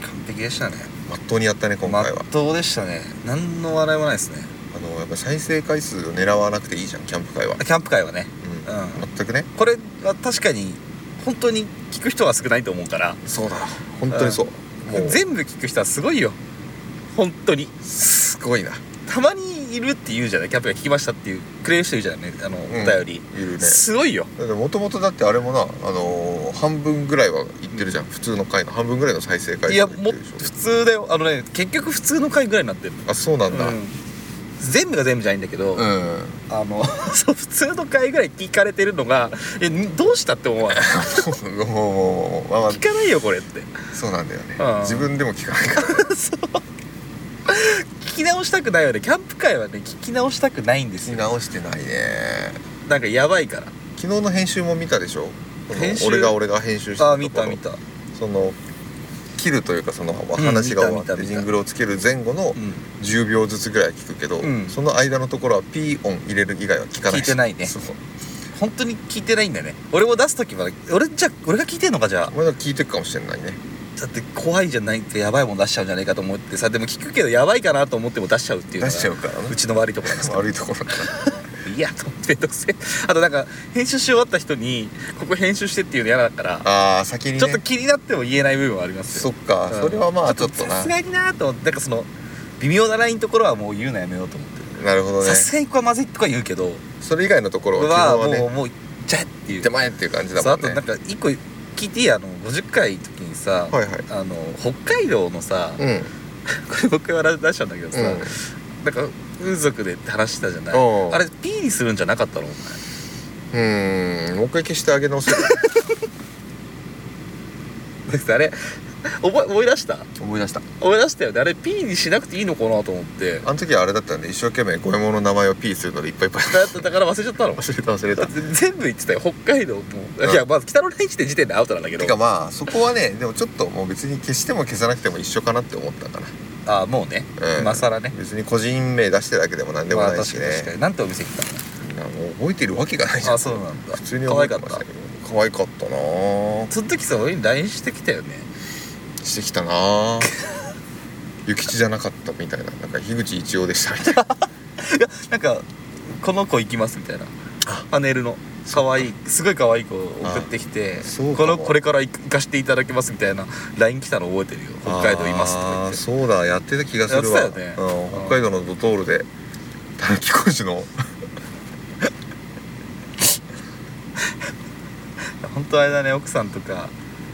[SPEAKER 2] 完璧でしたね
[SPEAKER 1] まっとうにやったね今
[SPEAKER 2] まっ
[SPEAKER 1] 回は
[SPEAKER 2] とうでしたね何の笑いもないですね
[SPEAKER 1] あのやっぱ再生回数を狙わなくていいじゃんキャンプ会は、
[SPEAKER 2] キャンプ会はね
[SPEAKER 1] うん
[SPEAKER 2] う
[SPEAKER 1] 全くね
[SPEAKER 2] これは確かに本当に聞く人は少ないと思うから
[SPEAKER 1] そうだ本当にそう、もう
[SPEAKER 2] 全部聞く人はすごいよ本当に
[SPEAKER 1] すごいな
[SPEAKER 2] たまにいるって言うじゃないキャンプが聞きましたっていうくれる人いるじゃないあの、
[SPEAKER 1] ん
[SPEAKER 2] お便り、
[SPEAKER 1] いるね
[SPEAKER 2] すごいよ
[SPEAKER 1] だってもともとだってあれもな、あのー半分ぐらいは言ってるじゃん、普通の回の半分ぐらいの再生回数
[SPEAKER 2] いや
[SPEAKER 1] 言
[SPEAKER 2] もう
[SPEAKER 1] ってるでし
[SPEAKER 2] 普通だよあのね結局普通の回ぐらいになってる
[SPEAKER 1] ょあそうなんだ
[SPEAKER 2] う
[SPEAKER 1] うん
[SPEAKER 2] ん全部が全部じゃないんだけど、
[SPEAKER 1] うん、
[SPEAKER 2] あの そう普通の回ぐらい聞かれてるのがえどうしたって思わない
[SPEAKER 1] もうもうもうまあま
[SPEAKER 2] 聞かないよこれって
[SPEAKER 1] あそうなんだよね、
[SPEAKER 2] うん
[SPEAKER 1] 自分でも聞かないから
[SPEAKER 2] 聞き直したくないよねキャンプ会はね聞き直したくないんです
[SPEAKER 1] 聞き
[SPEAKER 2] よ
[SPEAKER 1] 直してないね
[SPEAKER 2] なんかやばいから
[SPEAKER 1] 昨日の編集も見たでしょこの
[SPEAKER 2] 編集
[SPEAKER 1] 俺が俺が編集して
[SPEAKER 2] ああ
[SPEAKER 1] た
[SPEAKER 2] ー
[SPEAKER 1] と
[SPEAKER 2] 見
[SPEAKER 1] こ
[SPEAKER 2] た
[SPEAKER 1] ろ
[SPEAKER 2] 見た
[SPEAKER 1] その切るというかその話が終わっ
[SPEAKER 2] 見た見た
[SPEAKER 1] て
[SPEAKER 2] 見た
[SPEAKER 1] ジングルをつける前後の
[SPEAKER 2] うん
[SPEAKER 1] 10秒ずつぐらいは聞くけど、
[SPEAKER 2] うん
[SPEAKER 1] その間のところはピー音入れる以外は聞かないし
[SPEAKER 2] 聞いてないね
[SPEAKER 1] そうそう
[SPEAKER 2] 本当に聞いてないんだよね俺も出す時は俺じゃ俺が聞いてんのかじゃあ
[SPEAKER 1] お前が聞いてるかもしれないね
[SPEAKER 2] だって怖いじゃないってやばいもん出しちゃうんじゃないかと思ってさでも聞くけどやばいかなと思っても出しちゃうっていうのが
[SPEAKER 1] 出しちゃうからね
[SPEAKER 2] うちの悪いところなんですけど
[SPEAKER 1] 悪いところだから
[SPEAKER 2] いやと思ってめんどくせえあとなんか編集し終わった人にここ編集してっていうの嫌だから
[SPEAKER 1] ああ先にね
[SPEAKER 2] ちょっと気になっても言えない部分はあります
[SPEAKER 1] そ
[SPEAKER 2] よ
[SPEAKER 1] っか、
[SPEAKER 2] うん
[SPEAKER 1] それはまあちょっと
[SPEAKER 2] さ
[SPEAKER 1] な
[SPEAKER 2] すがになと思ってなんかその微妙なラインのところはもう言うのやめようと思って
[SPEAKER 1] なるほどね
[SPEAKER 2] さすがにここはまずいとか言うけど
[SPEAKER 1] それ以外のところは基
[SPEAKER 2] は
[SPEAKER 1] 本は
[SPEAKER 2] もう
[SPEAKER 1] ね
[SPEAKER 2] もう言っちゃえっていう
[SPEAKER 1] 手前っていう感じだ
[SPEAKER 2] そうあ
[SPEAKER 1] もん
[SPEAKER 2] と
[SPEAKER 1] ね
[SPEAKER 2] なんか一個聞いていいあの50回の時にさ、
[SPEAKER 1] はいはい
[SPEAKER 2] あの北海道のさ、
[SPEAKER 1] うんうん
[SPEAKER 2] これ僕は出したんだけどさ、なんか風俗でって話したじゃない
[SPEAKER 1] おう
[SPEAKER 2] あれ P にするんじゃなかったのお前
[SPEAKER 1] うんもう一回消してあげ直せ
[SPEAKER 2] だってあれ覚え思い出した
[SPEAKER 1] 思い出した
[SPEAKER 2] 思い出したよねあれ P にしなくていいのかなと思って
[SPEAKER 1] あの時はあれだったんで一生懸命五右衛門の名前を P するのでいっぱいいっぱい
[SPEAKER 2] だってだから忘れちゃったの
[SPEAKER 1] 忘れた忘れ
[SPEAKER 2] だ
[SPEAKER 1] た
[SPEAKER 2] って全部言ってたよ北海道も、
[SPEAKER 1] うん
[SPEAKER 2] いやまず北の大地って時点でアウトなんだけ
[SPEAKER 1] てか
[SPEAKER 2] ど
[SPEAKER 1] まあそこはねでもちょっともう別に消しても消さなくても一緒かなって思ったから、
[SPEAKER 2] ああもうね、
[SPEAKER 1] うん
[SPEAKER 2] 今更ね
[SPEAKER 1] 別に個人名出してるだけでも何でも
[SPEAKER 2] まあ
[SPEAKER 1] ない
[SPEAKER 2] 確
[SPEAKER 1] し
[SPEAKER 2] かに確か
[SPEAKER 1] ね、
[SPEAKER 2] になんてお店行ったの
[SPEAKER 1] なんかもう覚えてるわけがないじゃん
[SPEAKER 2] あそうなんだ
[SPEAKER 1] 普通に
[SPEAKER 2] 可
[SPEAKER 1] 覚え
[SPEAKER 2] 愛
[SPEAKER 1] て
[SPEAKER 2] かっ
[SPEAKER 1] ましたたけど可愛かったなぁ
[SPEAKER 2] その時さ俺に LINE してきたよね
[SPEAKER 1] してきたな ぁ諭吉じゃなかったみたいななんか樋口一葉でしたみたい な
[SPEAKER 2] いやなんかこの子行きますみたいなパネルの可愛いすごい可愛い子を送ってきて
[SPEAKER 1] そうか
[SPEAKER 2] こ
[SPEAKER 1] も
[SPEAKER 2] のこれから行かしていただきますみたいな LINE 来たの覚えてるよ北海道いますとか言
[SPEAKER 1] あ
[SPEAKER 2] っ
[SPEAKER 1] ー
[SPEAKER 2] て
[SPEAKER 1] そうだやってた気がするわ
[SPEAKER 2] やってたよね
[SPEAKER 1] う、
[SPEAKER 2] うんん
[SPEAKER 1] 北海道のドトールでたぬき工事 の
[SPEAKER 2] 本当あれだね奥さんとか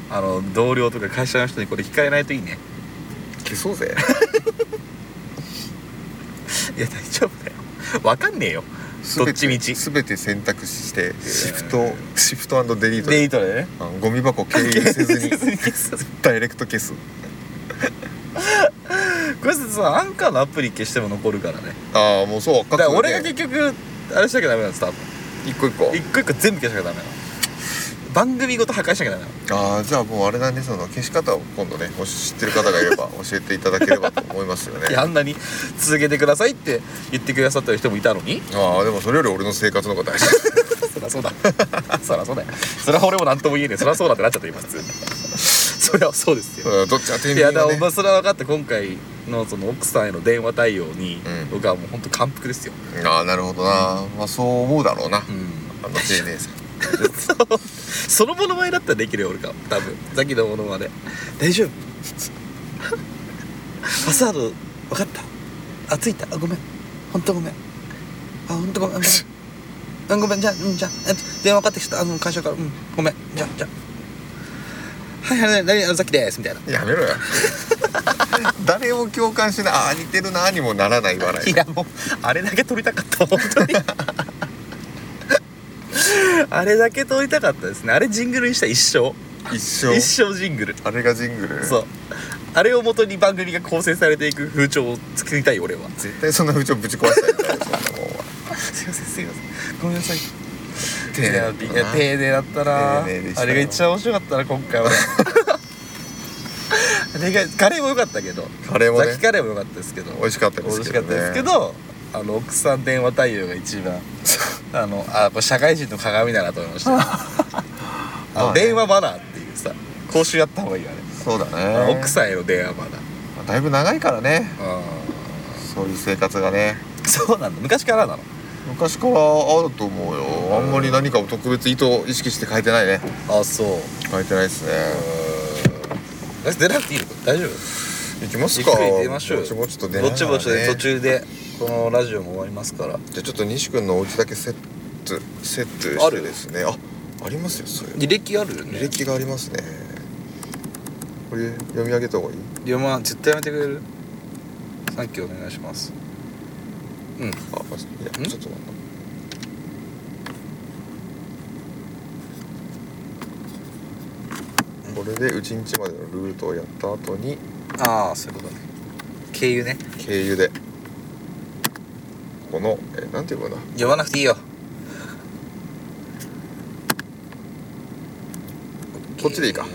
[SPEAKER 2] あの同僚とか会社の人にこれ控えないといいね
[SPEAKER 1] 消そうぜ
[SPEAKER 2] いや大丈夫だよ分かんねえよどっちみち
[SPEAKER 1] 全て選択肢してシフトシフトデリート
[SPEAKER 2] デイトでね
[SPEAKER 1] あのゴミ箱経由せずに
[SPEAKER 2] 消す
[SPEAKER 1] ダイレクト消す
[SPEAKER 2] これさアンカーのアプリ消しても残るからね
[SPEAKER 1] ああもうそう分か
[SPEAKER 2] だか
[SPEAKER 1] った
[SPEAKER 2] ら俺が結局あれしなきゃダメなんです多分
[SPEAKER 1] 一個一個
[SPEAKER 2] 一個一個全部消しなきゃダメなの番組ごと破壊しなきゃダメなの
[SPEAKER 1] ああじゃあもうあれだねその消し方を今度ねもし知ってる方が いれば教えていただければと思いますよね
[SPEAKER 2] いやあんなに続けてくださいって言ってくださった人もいたのに
[SPEAKER 1] ああでもそれより俺の生活の方が大事
[SPEAKER 2] そりゃそうだそりゃそうだよそりゃ俺も何とも言えねえそりゃそうだってなっちゃった今普通にそそれはそうですよ
[SPEAKER 1] うんどっちが天
[SPEAKER 2] い
[SPEAKER 1] 秤
[SPEAKER 2] や
[SPEAKER 1] が
[SPEAKER 2] だからお
[SPEAKER 1] ね
[SPEAKER 2] 前それは分かって今回のその奥さんへの電話対応に、
[SPEAKER 1] うん
[SPEAKER 2] 僕はもう本当感服ですよ、
[SPEAKER 1] ああなるほどな、まあそう思うだろうな、あの丁寧さ
[SPEAKER 2] そうそのものまねだったらできるよ俺か多分さっきのものまね大丈夫パスワード分かったあついたあごめん本当ごめんあ本当ごめんごめんうんごめんじゃあ、うん、じゃあ、えっと、電話かかってきたあの会社からうんごめんじゃあじゃあはいはい何あのさっきですみたいな
[SPEAKER 1] やめ ろよ誰も共感しないああ似てるなにもならない笑い
[SPEAKER 2] いやもうあれだけ撮りたかった本当に あれだけ撮りたかったですねあれジングルにした一生
[SPEAKER 1] 一生
[SPEAKER 2] 一生ジングル
[SPEAKER 1] あれがジングル
[SPEAKER 2] そうあれをもとに番組が構成されていく風潮を作りたい俺は
[SPEAKER 1] 絶対そんな風潮ぶち壊したいそんなもんは
[SPEAKER 2] すいませんすいませんごめんなさい
[SPEAKER 1] 丁
[SPEAKER 2] い
[SPEAKER 1] 寧だ
[SPEAKER 2] や
[SPEAKER 1] った
[SPEAKER 2] い
[SPEAKER 1] な
[SPEAKER 2] や丁寧だったな
[SPEAKER 1] 丁寧でした
[SPEAKER 2] あ
[SPEAKER 1] よ
[SPEAKER 2] れが一番面白かったな今回 はあれがカレーも良かったけど
[SPEAKER 1] カレーもね
[SPEAKER 2] ザキカレーも良かったですけど
[SPEAKER 1] 美味しかったで
[SPEAKER 2] 美
[SPEAKER 1] す
[SPEAKER 2] 味
[SPEAKER 1] け
[SPEAKER 2] し
[SPEAKER 1] ど
[SPEAKER 2] か
[SPEAKER 1] ね
[SPEAKER 2] ったですけどあの奥さん電話対応が一 番あのあやっぱ社会人の鏡だなと思い ましたあ
[SPEAKER 1] まあ
[SPEAKER 2] の
[SPEAKER 1] ね
[SPEAKER 2] 電話マナーっていうさ講習やった方がいいよね
[SPEAKER 1] そうだ
[SPEAKER 2] あの
[SPEAKER 1] ね
[SPEAKER 2] 奥さんへの電話マナー
[SPEAKER 1] んだいぶ長いからね
[SPEAKER 2] う
[SPEAKER 1] そういう生活がね
[SPEAKER 2] んそうなんだ昔からなの
[SPEAKER 1] 昔からあると思うよあんまり何かを特別意図を意識して書いてないね
[SPEAKER 2] あそう
[SPEAKER 1] 書いてないですね
[SPEAKER 2] え出なくていいのか大丈夫
[SPEAKER 1] 行きます
[SPEAKER 2] ゆっ
[SPEAKER 1] か
[SPEAKER 2] くり出ましょう
[SPEAKER 1] ぼちぼちと出
[SPEAKER 2] ぼ
[SPEAKER 1] ながらね
[SPEAKER 2] ちぼちで途中でこのラジオも終わりますから
[SPEAKER 1] じゃあちょっと西君のお家だけセットセット
[SPEAKER 2] あ
[SPEAKER 1] して
[SPEAKER 2] る
[SPEAKER 1] ですねあありますよそういうの
[SPEAKER 2] 履歴あるよね
[SPEAKER 1] 履歴がありますねこれ読み上げた方がいい
[SPEAKER 2] いやまあ絶対やめてくれるさっきお願いしますうん
[SPEAKER 1] あまずいや
[SPEAKER 2] ん
[SPEAKER 1] ちょっと待ってこれでうちんちまでのルートをやった後に
[SPEAKER 2] ああそういうことね経由ね
[SPEAKER 1] 経由でこのえなんていうかな
[SPEAKER 2] 呼ばなくていいよ
[SPEAKER 1] こっちでいいか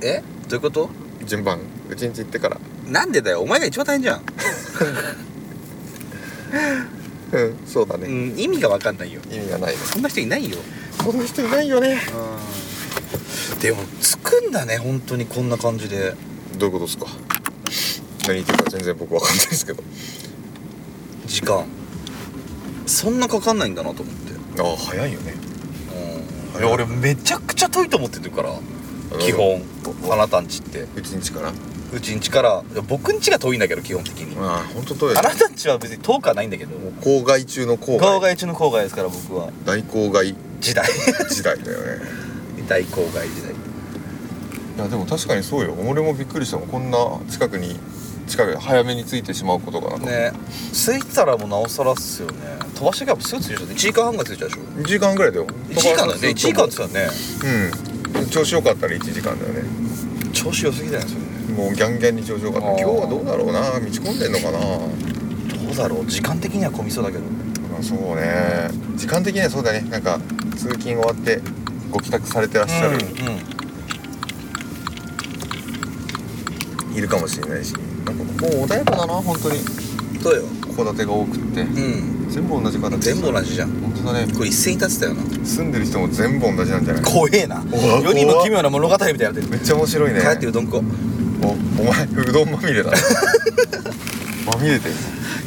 [SPEAKER 2] えどういうこと
[SPEAKER 1] 順番うちんち行ってから
[SPEAKER 2] なんでだよお前が一番大変じゃん、
[SPEAKER 1] うんそうだね、
[SPEAKER 2] うん、意味が分かんないよ
[SPEAKER 1] 意味がないね
[SPEAKER 2] そんな人いないよ
[SPEAKER 1] こんな人いないよね
[SPEAKER 2] でもつくんだね本当にこんな感じで
[SPEAKER 1] どういうことですか何言ってるか全然僕わかんないですけど
[SPEAKER 2] 時間そんなかかんないんだなと思って
[SPEAKER 1] ああ早いよね
[SPEAKER 2] うんいや俺めちゃくちゃ遠いと思ってるから基本あなたんちって
[SPEAKER 1] うちんちから
[SPEAKER 2] うちんちからいや僕んちが遠いんだけど基本的に
[SPEAKER 1] ああ本当遠いよ
[SPEAKER 2] あ
[SPEAKER 1] ね
[SPEAKER 2] なたんちは別に遠くはないんだけど
[SPEAKER 1] もう郊外中の郊
[SPEAKER 2] 郊
[SPEAKER 1] 外
[SPEAKER 2] 外中の郊外ですから僕は
[SPEAKER 1] 大郊外
[SPEAKER 2] 時代
[SPEAKER 1] 時代だよね
[SPEAKER 2] 大郊外時代
[SPEAKER 1] いやでも確かにそうよ俺もびっくりしたもんこんな近くに近く早めに着いてしまうことがなんか、
[SPEAKER 2] ね着いたらもうなおさらっすよね飛ばしてからすぐ着いちゃう1時間半が着いちゃうでしょ
[SPEAKER 1] 2時間ぐらいだよ
[SPEAKER 2] 1時間だね1時間っつったらね
[SPEAKER 1] うん調子よかったら1時間だよね
[SPEAKER 2] 調子良すぎじゃないですかね
[SPEAKER 1] もうギャンギャンに調子よかった
[SPEAKER 2] あ
[SPEAKER 1] 今
[SPEAKER 2] ー
[SPEAKER 1] 日はどうだろうな道込んでんのかな
[SPEAKER 2] どうだろう時間的には混みそうだけど
[SPEAKER 1] まあそうね時間的にはそうだねなんか通勤終わってご帰宅されてらっしゃる、
[SPEAKER 2] うん
[SPEAKER 1] いるかもしれないしなんかここ穏やかだな本当に
[SPEAKER 2] うんそうよ
[SPEAKER 1] 戸建てが多くって
[SPEAKER 2] うん
[SPEAKER 1] 全部同じ形
[SPEAKER 2] 全部同じじゃん
[SPEAKER 1] 本当だね
[SPEAKER 2] これ一斉に立ってたよな
[SPEAKER 1] 住んでる人も全部同じなんじゃない
[SPEAKER 2] 怖えな
[SPEAKER 1] 怖っ
[SPEAKER 2] 世にも奇妙な物語みたいになってる
[SPEAKER 1] めっちゃ面白いね
[SPEAKER 2] 帰ってうどん食おう
[SPEAKER 1] おお前うどんま みれだまみれてる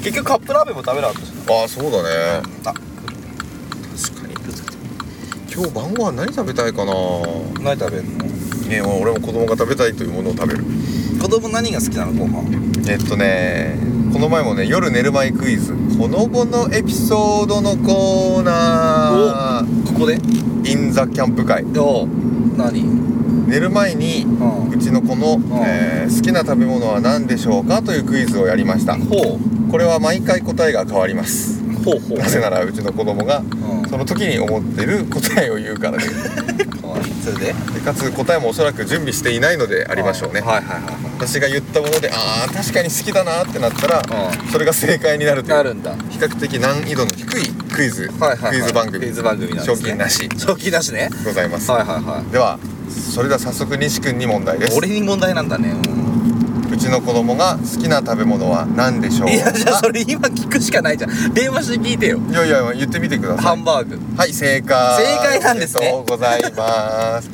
[SPEAKER 2] 結局カップラーメンも食べなかったし
[SPEAKER 1] ああそうだね
[SPEAKER 2] なあ
[SPEAKER 1] 確かに今日晩ご飯何食べたいかな
[SPEAKER 2] 何食べんの
[SPEAKER 1] ね俺も子供が食べたいというものを食べる
[SPEAKER 2] 子供何が好きなのご飯
[SPEAKER 1] えっとねこの前もね夜寝る前クイズほのぼのエピソードのコーナー
[SPEAKER 2] ここで
[SPEAKER 1] in the キャンプ会
[SPEAKER 2] おう何
[SPEAKER 1] 寝る前に
[SPEAKER 2] うん
[SPEAKER 1] うちの子の
[SPEAKER 2] ん、
[SPEAKER 1] えー好きな食べ物は何でしょうかというクイズをやりました
[SPEAKER 2] ほう
[SPEAKER 1] これは毎回答えが変わります
[SPEAKER 2] ほうほう
[SPEAKER 1] なぜならうちの子供が
[SPEAKER 2] うん
[SPEAKER 1] その時に思ってる答えを言う からね
[SPEAKER 2] はいそれで
[SPEAKER 1] でかつ答えもおそらく準備していないのであ
[SPEAKER 2] あ
[SPEAKER 1] りましょうね
[SPEAKER 2] はいはいは
[SPEAKER 1] 私が言ったものでああ確かに好きだなってなったら
[SPEAKER 2] いはい
[SPEAKER 1] それが正解になる
[SPEAKER 2] う
[SPEAKER 1] と
[SPEAKER 2] んな
[SPEAKER 1] いう
[SPEAKER 2] るんだは
[SPEAKER 1] 比較的難易度の低いクイズ、
[SPEAKER 2] いはいはい
[SPEAKER 1] クイズ番組
[SPEAKER 2] クイズ番組なんで
[SPEAKER 1] 賞
[SPEAKER 2] す
[SPEAKER 1] 金
[SPEAKER 2] ね
[SPEAKER 1] なし
[SPEAKER 2] 賞金なしね
[SPEAKER 1] ございます、
[SPEAKER 2] はいはいは
[SPEAKER 1] ではそれでは早速西君に問題で
[SPEAKER 2] い
[SPEAKER 1] す
[SPEAKER 2] 俺に問題なんだねうん
[SPEAKER 1] うちの子供が好きな食べ物は何でしょう
[SPEAKER 2] いやじゃあそれ今聞くしかないじゃん電話して聞いてよ
[SPEAKER 1] いやいや言ってみてください
[SPEAKER 2] ハンバーグ
[SPEAKER 1] はい正解
[SPEAKER 2] 正解なんですね
[SPEAKER 1] ありがとうございます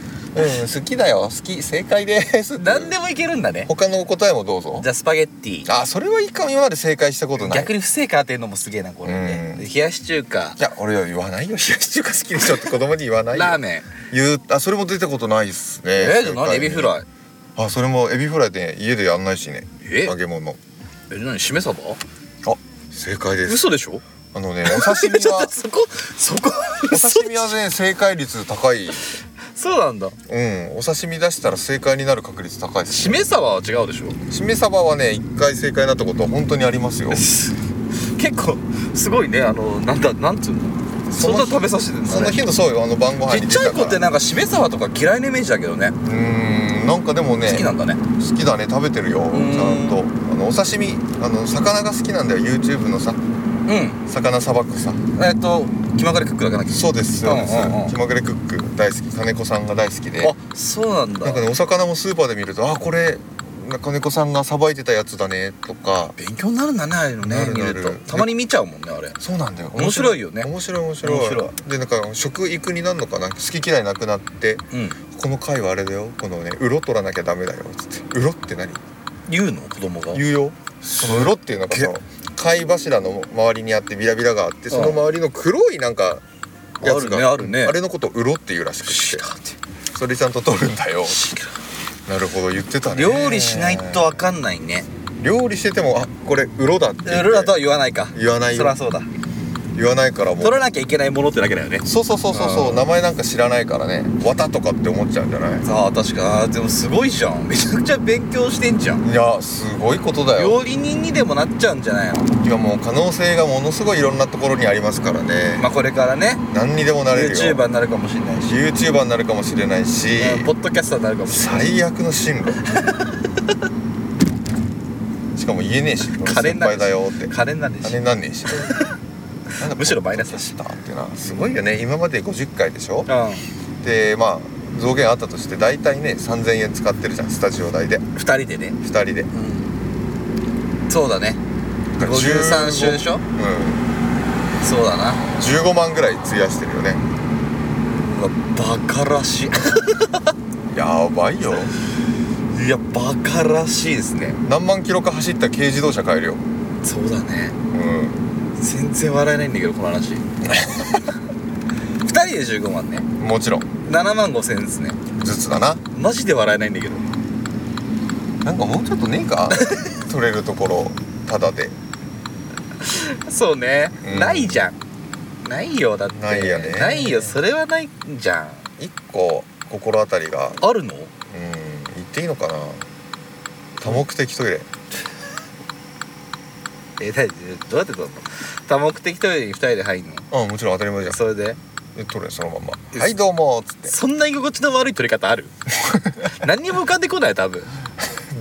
[SPEAKER 1] うん好きだよ好き正解です
[SPEAKER 2] 何でもいけるんだね
[SPEAKER 1] 他のお答えもどうぞ
[SPEAKER 2] じゃあスパゲッティ
[SPEAKER 1] あそれはいいかも今まで正解したことない
[SPEAKER 2] 逆に不正解当てるのもすげえなこれね
[SPEAKER 1] う
[SPEAKER 2] で冷やし中華
[SPEAKER 1] いや俺は言わないよ冷やし中華好きでしょって子供に言わないよ
[SPEAKER 2] ラーメン
[SPEAKER 1] 言うあそれも出たことないっすね
[SPEAKER 2] えじゃあ何エビフ
[SPEAKER 1] イ
[SPEAKER 2] ライ
[SPEAKER 1] あそれもエビフライで家でやんないしね
[SPEAKER 2] え
[SPEAKER 1] 揚げ物
[SPEAKER 2] え何しめ鯖
[SPEAKER 1] あ正解です
[SPEAKER 2] 嘘でしょ
[SPEAKER 1] あのねお刺 身
[SPEAKER 2] ちょっ
[SPEAKER 1] は
[SPEAKER 2] とそこそこ
[SPEAKER 1] お刺身はね正解率高い
[SPEAKER 2] そうなんだ
[SPEAKER 1] うんお刺身出したら正解になる確率高いです
[SPEAKER 2] しめ鯖は違うでしょ
[SPEAKER 1] しめ鯖はね一回正解になったことは本当にありますよ
[SPEAKER 2] 結構すごいねあのなんだなんつうのそんな食べさせてん
[SPEAKER 1] そ
[SPEAKER 2] だ
[SPEAKER 1] の
[SPEAKER 2] ね
[SPEAKER 1] 日のそうよあの晩ご
[SPEAKER 2] ち
[SPEAKER 1] 飯に
[SPEAKER 2] っちゃい子ってなんかしめ鯖とか嫌いなイメージだけどね
[SPEAKER 1] うーんなんかでもね
[SPEAKER 2] 好きなんだね
[SPEAKER 1] 好きだね食べてるよちゃ
[SPEAKER 2] ん
[SPEAKER 1] んとあのお刺身あの魚が好きなんだよ YouTube のさ
[SPEAKER 2] うん
[SPEAKER 1] 魚さばくさ
[SPEAKER 2] えっと気まぐれクックだから
[SPEAKER 1] そうですそうです、
[SPEAKER 2] うんうんうん
[SPEAKER 1] 気まぐれクック大好き金子さんが大好きで
[SPEAKER 2] あそうなんだ
[SPEAKER 1] なんかねお魚もスーパーで見るとあこれ金子さんがさばいてたやつだねとか
[SPEAKER 2] 勉強になるんだねああいうの
[SPEAKER 1] な
[SPEAKER 2] ね
[SPEAKER 1] る
[SPEAKER 2] 見
[SPEAKER 1] なる
[SPEAKER 2] るとたまに見ちゃうもんねあれ
[SPEAKER 1] そうなんだよ
[SPEAKER 2] 面白いよね
[SPEAKER 1] 面白い面白い
[SPEAKER 2] 面白
[SPEAKER 1] でなんか食育になるのかな好き嫌いなくなって
[SPEAKER 2] うん
[SPEAKER 1] この回はあれだよこのねうろ取らなきゃダメだよつってうろって何
[SPEAKER 2] 言うの子供が
[SPEAKER 1] 言うよそのうろっていうのがその貝柱の周りにあってビラビラがあってその周りの黒いなんかやつ
[SPEAKER 2] あ
[SPEAKER 1] が
[SPEAKER 2] るねあるね
[SPEAKER 1] あれのことをうろっていうらしく
[SPEAKER 2] 知
[SPEAKER 1] て
[SPEAKER 2] らんて
[SPEAKER 1] それちゃんと取るんだよ
[SPEAKER 2] 知らん
[SPEAKER 1] なるほど言ってたね
[SPEAKER 2] 料理しないとわかんないね
[SPEAKER 1] 料理しててもあこれうろだって言って
[SPEAKER 2] ルラとは言わないか
[SPEAKER 1] 言わない
[SPEAKER 2] そ
[SPEAKER 1] よ
[SPEAKER 2] りゃそうだ
[SPEAKER 1] 言わないからもう
[SPEAKER 2] 取らなきゃいけないものってだけだよね
[SPEAKER 1] そうそうそうそうそううん名前なんか知らないからね綿とかって思っちゃうんじゃない
[SPEAKER 2] さあ確かあーでもすごいじゃんめちゃくちゃ勉強してんじゃん
[SPEAKER 1] いやすごいことだよ
[SPEAKER 2] 料理人にでもなっちゃうんじゃないの
[SPEAKER 1] いやもう可能性がものすごいいろんなところにありますからね、
[SPEAKER 2] まあこれからね
[SPEAKER 1] 何にでもなれるよ
[SPEAKER 2] YouTuber になるかもしれないし、
[SPEAKER 1] YouTuber になるかもしれないし、
[SPEAKER 2] うんポッドキャスターになるかもしれない
[SPEAKER 1] 最悪の進 路しかも言えねえし
[SPEAKER 2] カレー
[SPEAKER 1] 先
[SPEAKER 2] になる
[SPEAKER 1] 輩
[SPEAKER 2] し
[SPEAKER 1] だよって
[SPEAKER 2] 金になる
[SPEAKER 1] 金
[SPEAKER 2] し
[SPEAKER 1] になんねえしなんだ
[SPEAKER 2] むしろマイナスだし
[SPEAKER 1] ポッドキャスターってなすごいよね今まで50回でしょ
[SPEAKER 2] う
[SPEAKER 1] でまあ増減あったとして大体ね3000円使ってるじゃんスタジオ代で
[SPEAKER 2] ん2人でね、
[SPEAKER 1] 2人で
[SPEAKER 2] そうだね53週でしょ
[SPEAKER 1] うん
[SPEAKER 2] そうだな
[SPEAKER 1] 15万ぐらい費やしてるよね
[SPEAKER 2] うわバカらしい
[SPEAKER 1] やばいよ
[SPEAKER 2] いやバカらしいですね
[SPEAKER 1] 何万キロか走った軽自動車買えるよ
[SPEAKER 2] そうだね
[SPEAKER 1] う
[SPEAKER 2] 全然笑えないんだけどこの 話2人で15万ね
[SPEAKER 1] んもちろん
[SPEAKER 2] 7万5千円ですね
[SPEAKER 1] ずつだな
[SPEAKER 2] マジで笑えないんだけど
[SPEAKER 1] なんかもうちょっとね えか取れるところただで
[SPEAKER 2] そうね、
[SPEAKER 1] うん
[SPEAKER 2] ないじゃんないよだって
[SPEAKER 1] ないよね
[SPEAKER 2] ないよそれはないじゃん
[SPEAKER 1] 一個心当たりがうん
[SPEAKER 2] あるの
[SPEAKER 1] 言っていいのかな多目的トイレ
[SPEAKER 2] えだいどうやって取るの多目的トイレに2人で入んの
[SPEAKER 1] うんもちろん当たり前じゃん
[SPEAKER 2] それで
[SPEAKER 1] で取れそのまんま「
[SPEAKER 2] え
[SPEAKER 1] はいどうも」っつって
[SPEAKER 2] そんな居心地の悪い取り方 ある何にも浮かんでこない多分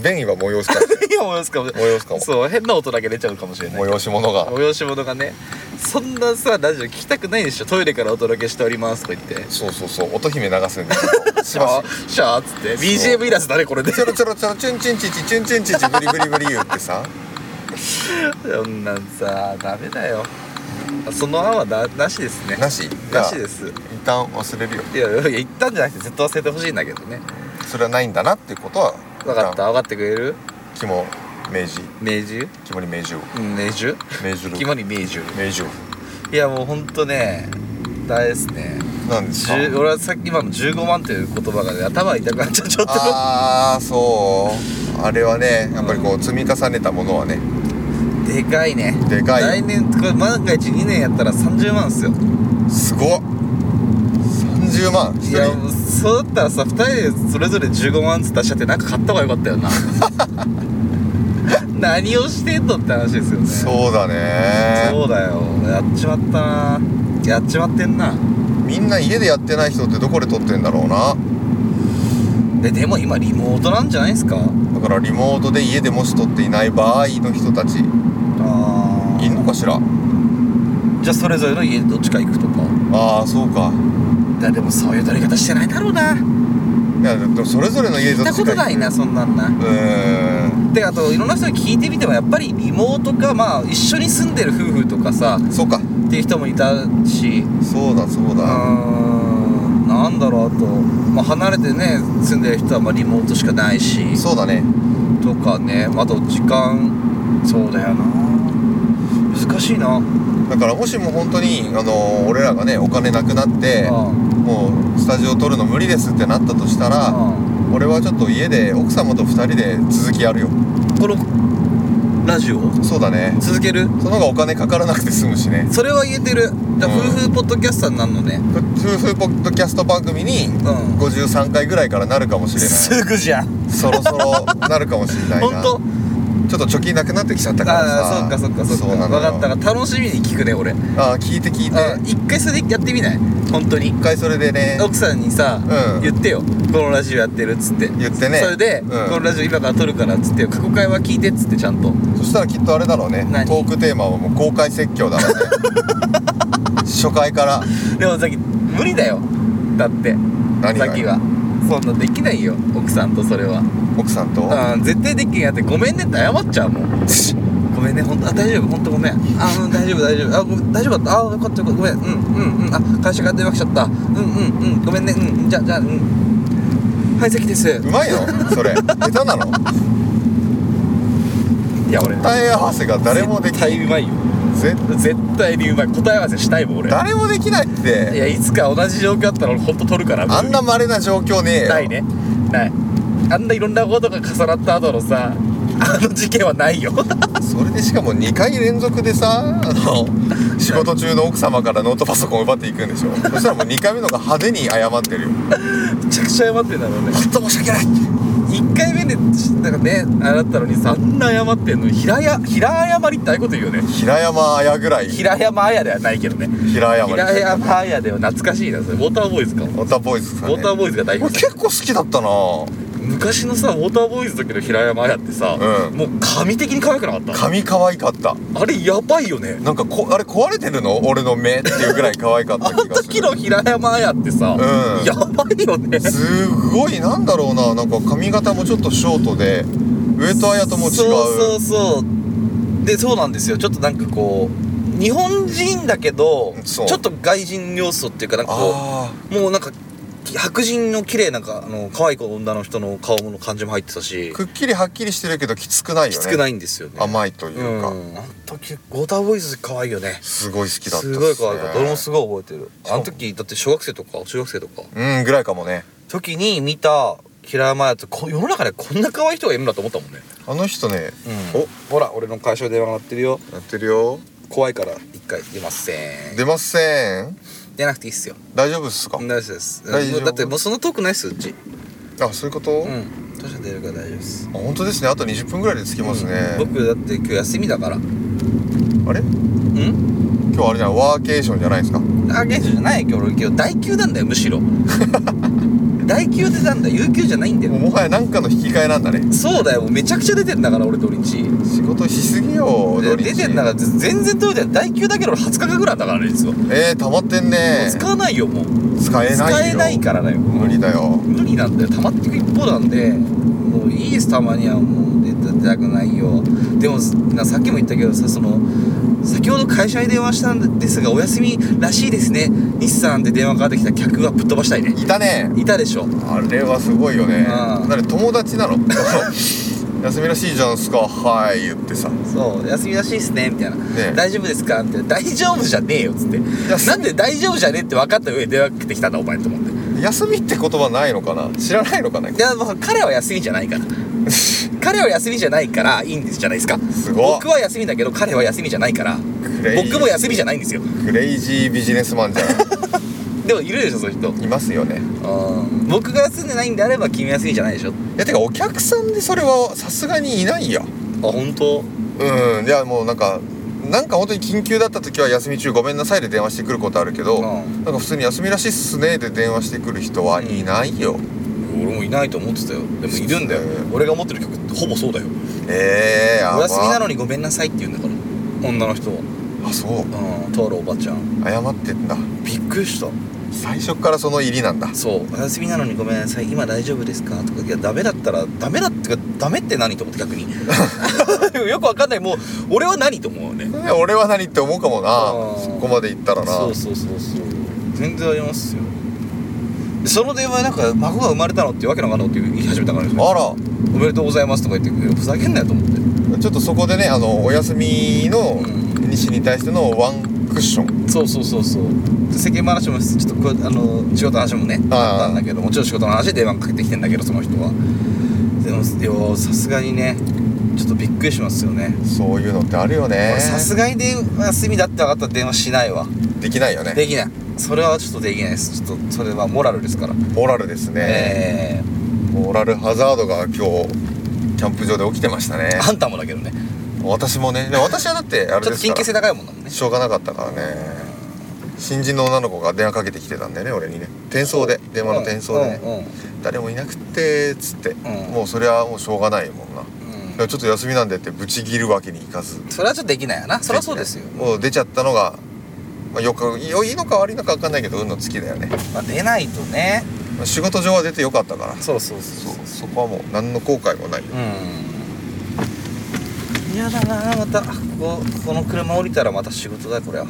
[SPEAKER 1] 便意は催すか
[SPEAKER 2] いや催すかも
[SPEAKER 1] 催すかも
[SPEAKER 2] そう変な音だけ出ちゃうかもしれない
[SPEAKER 1] 催し物が
[SPEAKER 2] 催し物がねそんなさラジオ聞きたくないでしょトイレからお届けしておりますとか言って
[SPEAKER 1] そうそうそう音姫流すんでちょっとしば
[SPEAKER 2] あ
[SPEAKER 1] し
[SPEAKER 2] シャーっつって BGM いらずだねこれで
[SPEAKER 1] ちょろちょろちょろチュンチュンチチチュンチュンチチブリブリブリ言ってさ
[SPEAKER 2] そんなんさダメだよその案はななしですね
[SPEAKER 1] なし
[SPEAKER 2] なしですすい
[SPEAKER 1] 一旦忘れるよ
[SPEAKER 2] やいや言ったんじゃなくてずっと忘れてほしいんだけどね
[SPEAKER 1] それはないんだなっていうことは
[SPEAKER 2] 分かった分かってくれる
[SPEAKER 1] 肝明治
[SPEAKER 2] 明治
[SPEAKER 1] 肝に明治を
[SPEAKER 2] うん明治
[SPEAKER 1] 明治
[SPEAKER 2] 肝に明治
[SPEAKER 1] 明治を
[SPEAKER 2] いやもうほんとね大ですね
[SPEAKER 1] なんですか
[SPEAKER 2] 10俺はさっき今の15万という言葉がね頭痛くなっちゃうちょっと
[SPEAKER 1] ああそうあれはねやっぱりこう積み重ねたものはね
[SPEAKER 2] でかいね
[SPEAKER 1] でかいよ
[SPEAKER 2] 来年これ万が一2年やったら30万っすよ
[SPEAKER 1] すごっ30万一
[SPEAKER 2] いや
[SPEAKER 1] 人
[SPEAKER 2] もうそうだったらさ2人でそれぞれ15万ずつ出しちゃってなんか買った方がよかったよ な何をしてんのって話ですよねう
[SPEAKER 1] そうだね
[SPEAKER 2] そうだよやっちまったなやっちまってんな
[SPEAKER 1] みんな家でやってない人ってどこで撮ってんだろうな
[SPEAKER 2] ででも今リモートなんじゃないですか
[SPEAKER 1] だからリモートで家でもし撮っていない場合の人たち
[SPEAKER 2] あ
[SPEAKER 1] いんのかしら
[SPEAKER 2] じゃあそれぞれの家でどっちか行くとか
[SPEAKER 1] ああそうか
[SPEAKER 2] いやでもそういう取り方してないだろうない
[SPEAKER 1] やでもそれぞれの家
[SPEAKER 2] 聞
[SPEAKER 1] ど
[SPEAKER 2] い
[SPEAKER 1] っち
[SPEAKER 2] た
[SPEAKER 1] か
[SPEAKER 2] ことな
[SPEAKER 1] 行
[SPEAKER 2] いなそんなんな
[SPEAKER 1] くうーん
[SPEAKER 2] であといろんな人に聞いてみてもやっぱりリモートかまあ一緒に住んでる夫婦とかさ
[SPEAKER 1] そうか
[SPEAKER 2] っていう人もいたし
[SPEAKER 1] そうだそう
[SPEAKER 2] う
[SPEAKER 1] だ
[SPEAKER 2] ーんなんだろうあと、まあ、離れてね住んでる人はまあリモートしかないし
[SPEAKER 1] そうだね
[SPEAKER 2] とかねあと時間そうだよな難しいな、
[SPEAKER 1] だからもしも本当にあの俺らがねお金なくなって
[SPEAKER 2] うん
[SPEAKER 1] もうスタジオ撮るの無理ですってなったとしたら
[SPEAKER 2] うん
[SPEAKER 1] 俺はちょっと家で奥様と2人で続きやるよ
[SPEAKER 2] このラジオ
[SPEAKER 1] そうだね
[SPEAKER 2] 続ける
[SPEAKER 1] その方がお金かからなくて済むしね
[SPEAKER 2] それは言えてるだから
[SPEAKER 1] うん
[SPEAKER 2] 夫婦ポッドキャスターになるのね
[SPEAKER 1] ふ夫婦ポッドキャスト番組に
[SPEAKER 2] うん
[SPEAKER 1] 53回ぐらいからなるかもしれない
[SPEAKER 2] ぐじゃん
[SPEAKER 1] そろそろなるかもしれない
[SPEAKER 2] 本
[SPEAKER 1] な
[SPEAKER 2] 当
[SPEAKER 1] ちょっと貯金なくなってきちゃったから
[SPEAKER 2] あ
[SPEAKER 1] さ
[SPEAKER 2] あーそっかそっかそっ
[SPEAKER 1] う
[SPEAKER 2] か
[SPEAKER 1] な
[SPEAKER 2] 分
[SPEAKER 1] のよ
[SPEAKER 2] かったが楽しみに聞くね俺
[SPEAKER 1] あー聞いて聞い
[SPEAKER 2] あ
[SPEAKER 1] て
[SPEAKER 2] 一回それでやってみない本当に
[SPEAKER 1] 一回それでね
[SPEAKER 2] 奥さんにさ、
[SPEAKER 1] うん
[SPEAKER 2] 言ってよこのラジオやってるっつって
[SPEAKER 1] 言ってね
[SPEAKER 2] それで、
[SPEAKER 1] うん
[SPEAKER 2] このラジオ今から撮るからっつって過去回は聞いてっつってちゃんと
[SPEAKER 1] そしたらきっとあれだろうね
[SPEAKER 2] 何
[SPEAKER 1] トークテーマはもう公開説教だ ろうね初回から
[SPEAKER 2] でもさっき無理だよだって
[SPEAKER 1] 何が
[SPEAKER 2] さっきはそんなできないよ奥さんとそれは
[SPEAKER 1] 奥さんと
[SPEAKER 2] うん絶対できんやってごめんねって謝っちゃうもんごめんねほんとあ大丈夫ほんとごめんあうん大丈夫大丈夫あごめん大丈夫だったあよかったよかったごめんうんうんうんあ会社から電話来ちゃったうんうんうんごめんねうんじゃあじゃあうんはい関です
[SPEAKER 1] うまいのそれ下手なの
[SPEAKER 2] いや俺
[SPEAKER 1] 答え合わせが誰もでき
[SPEAKER 2] 絶対うまいよ
[SPEAKER 1] ぜ
[SPEAKER 2] 絶対にうまい答え合わせしたいもん俺
[SPEAKER 1] 誰もできないっ
[SPEAKER 2] い
[SPEAKER 1] て
[SPEAKER 2] やいつか同じ状況あったら俺ほんと取るから
[SPEAKER 1] あんな稀な状況ねえよ
[SPEAKER 2] ないねないあんないろんなことが重なった後のさあの事件はないよ
[SPEAKER 1] それでしかも2回連続でさあの仕事中の奥様からノートパソコンを奪っていくんでしょそしたらもう2回目のが派手に謝ってるよ
[SPEAKER 2] めちゃくちゃ謝ってんだろうね
[SPEAKER 1] 本当申し訳ない
[SPEAKER 2] 1回目でなんかねあれだったのにさあんな謝ってんのに平や平謝りってああいうこと言うよね
[SPEAKER 1] 平山綾ぐらい
[SPEAKER 2] 平山綾ではないけどね
[SPEAKER 1] 平山
[SPEAKER 2] 平山綾では懐かしいなそれウォーターボーイズかも
[SPEAKER 1] ウォーターボーイズ
[SPEAKER 2] ウ
[SPEAKER 1] さん、
[SPEAKER 2] ォ
[SPEAKER 1] ね、
[SPEAKER 2] ーターボーイズが代
[SPEAKER 1] 俺
[SPEAKER 2] 表
[SPEAKER 1] 結構好きだったな
[SPEAKER 2] 昔のさウォーターボーイズの時の平山綾ってさ、
[SPEAKER 1] うん
[SPEAKER 2] もう神的に可愛くなかった
[SPEAKER 1] 髪可愛かった
[SPEAKER 2] あれやばいよね
[SPEAKER 1] なんかこあれ壊れてるの俺の目っていうぐらい可愛かった
[SPEAKER 2] あの
[SPEAKER 1] 気がす
[SPEAKER 2] 時
[SPEAKER 1] る
[SPEAKER 2] の平山綾ってさ、
[SPEAKER 1] うん
[SPEAKER 2] やばいよね
[SPEAKER 1] すごいなんだろうななんか髪型もちょっとショートで上戸彩とも違う
[SPEAKER 2] そうそうそうでそうなんですよちょっとなんかこう日本人だけどち
[SPEAKER 1] そう
[SPEAKER 2] ょっと外人要素っていうかなんかこ
[SPEAKER 1] あ
[SPEAKER 2] うもうなんか白人の綺麗なんかあの可愛い子女の人の顔の感じも入ってたし
[SPEAKER 1] あくっきりはっきりしてるけどきつくないよね
[SPEAKER 2] きつくないんですよね
[SPEAKER 1] 甘いといううんか、
[SPEAKER 2] あの時ゴーターボーイズ可愛いよね
[SPEAKER 1] すごい好きだったっ
[SPEAKER 2] すごい可愛かった俺もす
[SPEAKER 1] ごい
[SPEAKER 2] ごい覚えてる
[SPEAKER 1] そう
[SPEAKER 2] あの時だって小学生とか中学生とか
[SPEAKER 1] うんぐらいかもね
[SPEAKER 2] 時に見た平山やとこ世の中でこんな可愛い人がいるんだと思ったもんね、
[SPEAKER 1] あの人ね
[SPEAKER 2] おほら俺の会社で電話鳴ってるよ
[SPEAKER 1] やってるよ
[SPEAKER 2] 怖いから一回出ません
[SPEAKER 1] 出ません
[SPEAKER 2] 出なくていいっすよ
[SPEAKER 1] 大丈夫っすか、
[SPEAKER 2] 大丈夫です
[SPEAKER 1] 大丈夫
[SPEAKER 2] もうだってもうそんな遠くないっすうち
[SPEAKER 1] あそういうこと、
[SPEAKER 2] う
[SPEAKER 1] あ
[SPEAKER 2] ん当社出るから大丈夫です
[SPEAKER 1] 本当ですねあと20分ぐらいで着きますね、
[SPEAKER 2] うん僕だって今日休みだからう
[SPEAKER 1] あれ
[SPEAKER 2] ん
[SPEAKER 1] 今日あれじゃないワーケーションじゃないですか
[SPEAKER 2] あ現地じゃない今日俺今日代休なんだよむし ろ代休でなんだ有給じゃないんだ
[SPEAKER 1] もう
[SPEAKER 2] よ
[SPEAKER 1] もはや何かの引き換えなんだね
[SPEAKER 2] そうだよもうめちゃくちゃ出てんだから俺土日
[SPEAKER 1] 仕事しすぎよ土日
[SPEAKER 2] 出てんだから全然取れてない代休だけど俺20日間ぐらいだから実は、
[SPEAKER 1] えー、溜まってんね
[SPEAKER 2] 使わないよもう
[SPEAKER 1] 使えないよ
[SPEAKER 2] 使えないからだよ
[SPEAKER 1] 無理だよ
[SPEAKER 2] 無理なんだよ溜まっていく一方なんでもういいですたまにはもう出た出たくないよでもなさっきも言ったけどさその先ほど会社に電話したんですがお休みらしいですね日産で電話かかってきた客はぶっ飛ばしたいね
[SPEAKER 1] いたね
[SPEAKER 2] いたでしょ
[SPEAKER 1] あれはすごいよね
[SPEAKER 2] うん
[SPEAKER 1] だって友達なの 休みらしいじゃんすかはい言ってさ
[SPEAKER 2] そう休みらしいですねみたいな、
[SPEAKER 1] え
[SPEAKER 2] 大丈夫ですかみたいな大丈夫じゃねえよっつって
[SPEAKER 1] 休み
[SPEAKER 2] なんで大丈夫じゃねえって分かった上で電話かけてきたんだお前と思って
[SPEAKER 1] 休みって言葉ないのかな知らないのかない
[SPEAKER 2] やもう彼は休みじゃない から彼は休みじゃないからいいんですじゃないですか
[SPEAKER 1] すごい
[SPEAKER 2] 僕は休みだけど彼は休みじゃないから
[SPEAKER 1] クレイジー
[SPEAKER 2] 僕も休みじゃないんですよ
[SPEAKER 1] クレイジービジネスマンじゃん
[SPEAKER 2] でもいるでしょそういう人
[SPEAKER 1] いますよね
[SPEAKER 2] 僕が休んでないんであれば君休みじゃないでしょ
[SPEAKER 1] いやてかお客さんでそれはさすがにいないや
[SPEAKER 2] あ本当
[SPEAKER 1] うんいやもうなんかなんか本当に緊急だった時は休み中ごめんなさいで電話してくることあるけど、
[SPEAKER 2] うん
[SPEAKER 1] なんか普通に休みらしいっすねで電話してくる人はいないよ、
[SPEAKER 2] 俺もいないと思ってたよでもいるんだよ
[SPEAKER 1] うん
[SPEAKER 2] 俺が持ってる曲ってほぼそうだよ
[SPEAKER 1] ええー、やば
[SPEAKER 2] お休みなのにごめんなさいって言うんだから女の人は
[SPEAKER 1] あそう
[SPEAKER 2] うんとあるおばちゃん
[SPEAKER 1] 謝ってんだ
[SPEAKER 2] びっくりした
[SPEAKER 1] 最初からその入りなんだ
[SPEAKER 2] そう「お休みなのにごめんなさい今大丈夫ですか?」とか「いやダメだったらダメだってかダメって何?」と思って 逆によくわかんないもう俺は何と思うね
[SPEAKER 1] ね俺は何って思うかもな
[SPEAKER 2] あー
[SPEAKER 1] そこまで行ったらな
[SPEAKER 2] そうそうそうそう全然ありますよでその電話でなんか孫が生まれたのってわけのわかんないこと言い始めたからですよ
[SPEAKER 1] あら
[SPEAKER 2] おめでとうございますとか言っていやふざけんなよと思って
[SPEAKER 1] ちょっとそこでねあのお休みの
[SPEAKER 2] う
[SPEAKER 1] 西に対してのワンクッション
[SPEAKER 2] そうそうそうそうで世間話もちょっとこうあの仕事の話もね
[SPEAKER 1] あ
[SPEAKER 2] あっ
[SPEAKER 1] あ
[SPEAKER 2] たんだけどもちろん仕事の話で電話かけてきてんだけどその人はでもいやさすがにねちょっとびっくりしますよね
[SPEAKER 1] そういうのってあるよね
[SPEAKER 2] 俺さすがに電話休みだって分かったら電話しないわ
[SPEAKER 1] できないよね
[SPEAKER 2] できないそれはちょっとできないですちょっとそれはモラルですから
[SPEAKER 1] モラルですね、
[SPEAKER 2] え
[SPEAKER 1] モラルハザードが今日キャンプ場で起きてましたね
[SPEAKER 2] えあんたもだけどね
[SPEAKER 1] 私もねでも私はだってあれ
[SPEAKER 2] ちょ
[SPEAKER 1] で
[SPEAKER 2] っと
[SPEAKER 1] す
[SPEAKER 2] 緊
[SPEAKER 1] か
[SPEAKER 2] 急性
[SPEAKER 1] ら
[SPEAKER 2] 高いもんだもんね
[SPEAKER 1] しょうがなかったからね新人の女の子が電話かけてきてたんだよね俺にね転送で電話の転送でね、
[SPEAKER 2] うんうんうん
[SPEAKER 1] 誰もいなくてっつって、
[SPEAKER 2] ん
[SPEAKER 1] もうそれはもうしょうがないもんな、
[SPEAKER 2] うん
[SPEAKER 1] ちょっと休みなんでってブチ切るわけにいかず
[SPEAKER 2] それはちょっとできないよなそりゃそうですよ
[SPEAKER 1] もう出ちゃったのが、まあ、よく良いのか悪いのか分かんないけど運の尽きだよね、
[SPEAKER 2] まあ出ないとね
[SPEAKER 1] まあ仕事上は出てよかったから
[SPEAKER 2] そうそうそ
[SPEAKER 1] そううそこはもう何の後悔もない、
[SPEAKER 2] うん嫌だなまたこここの車降りたらまた仕事だこれは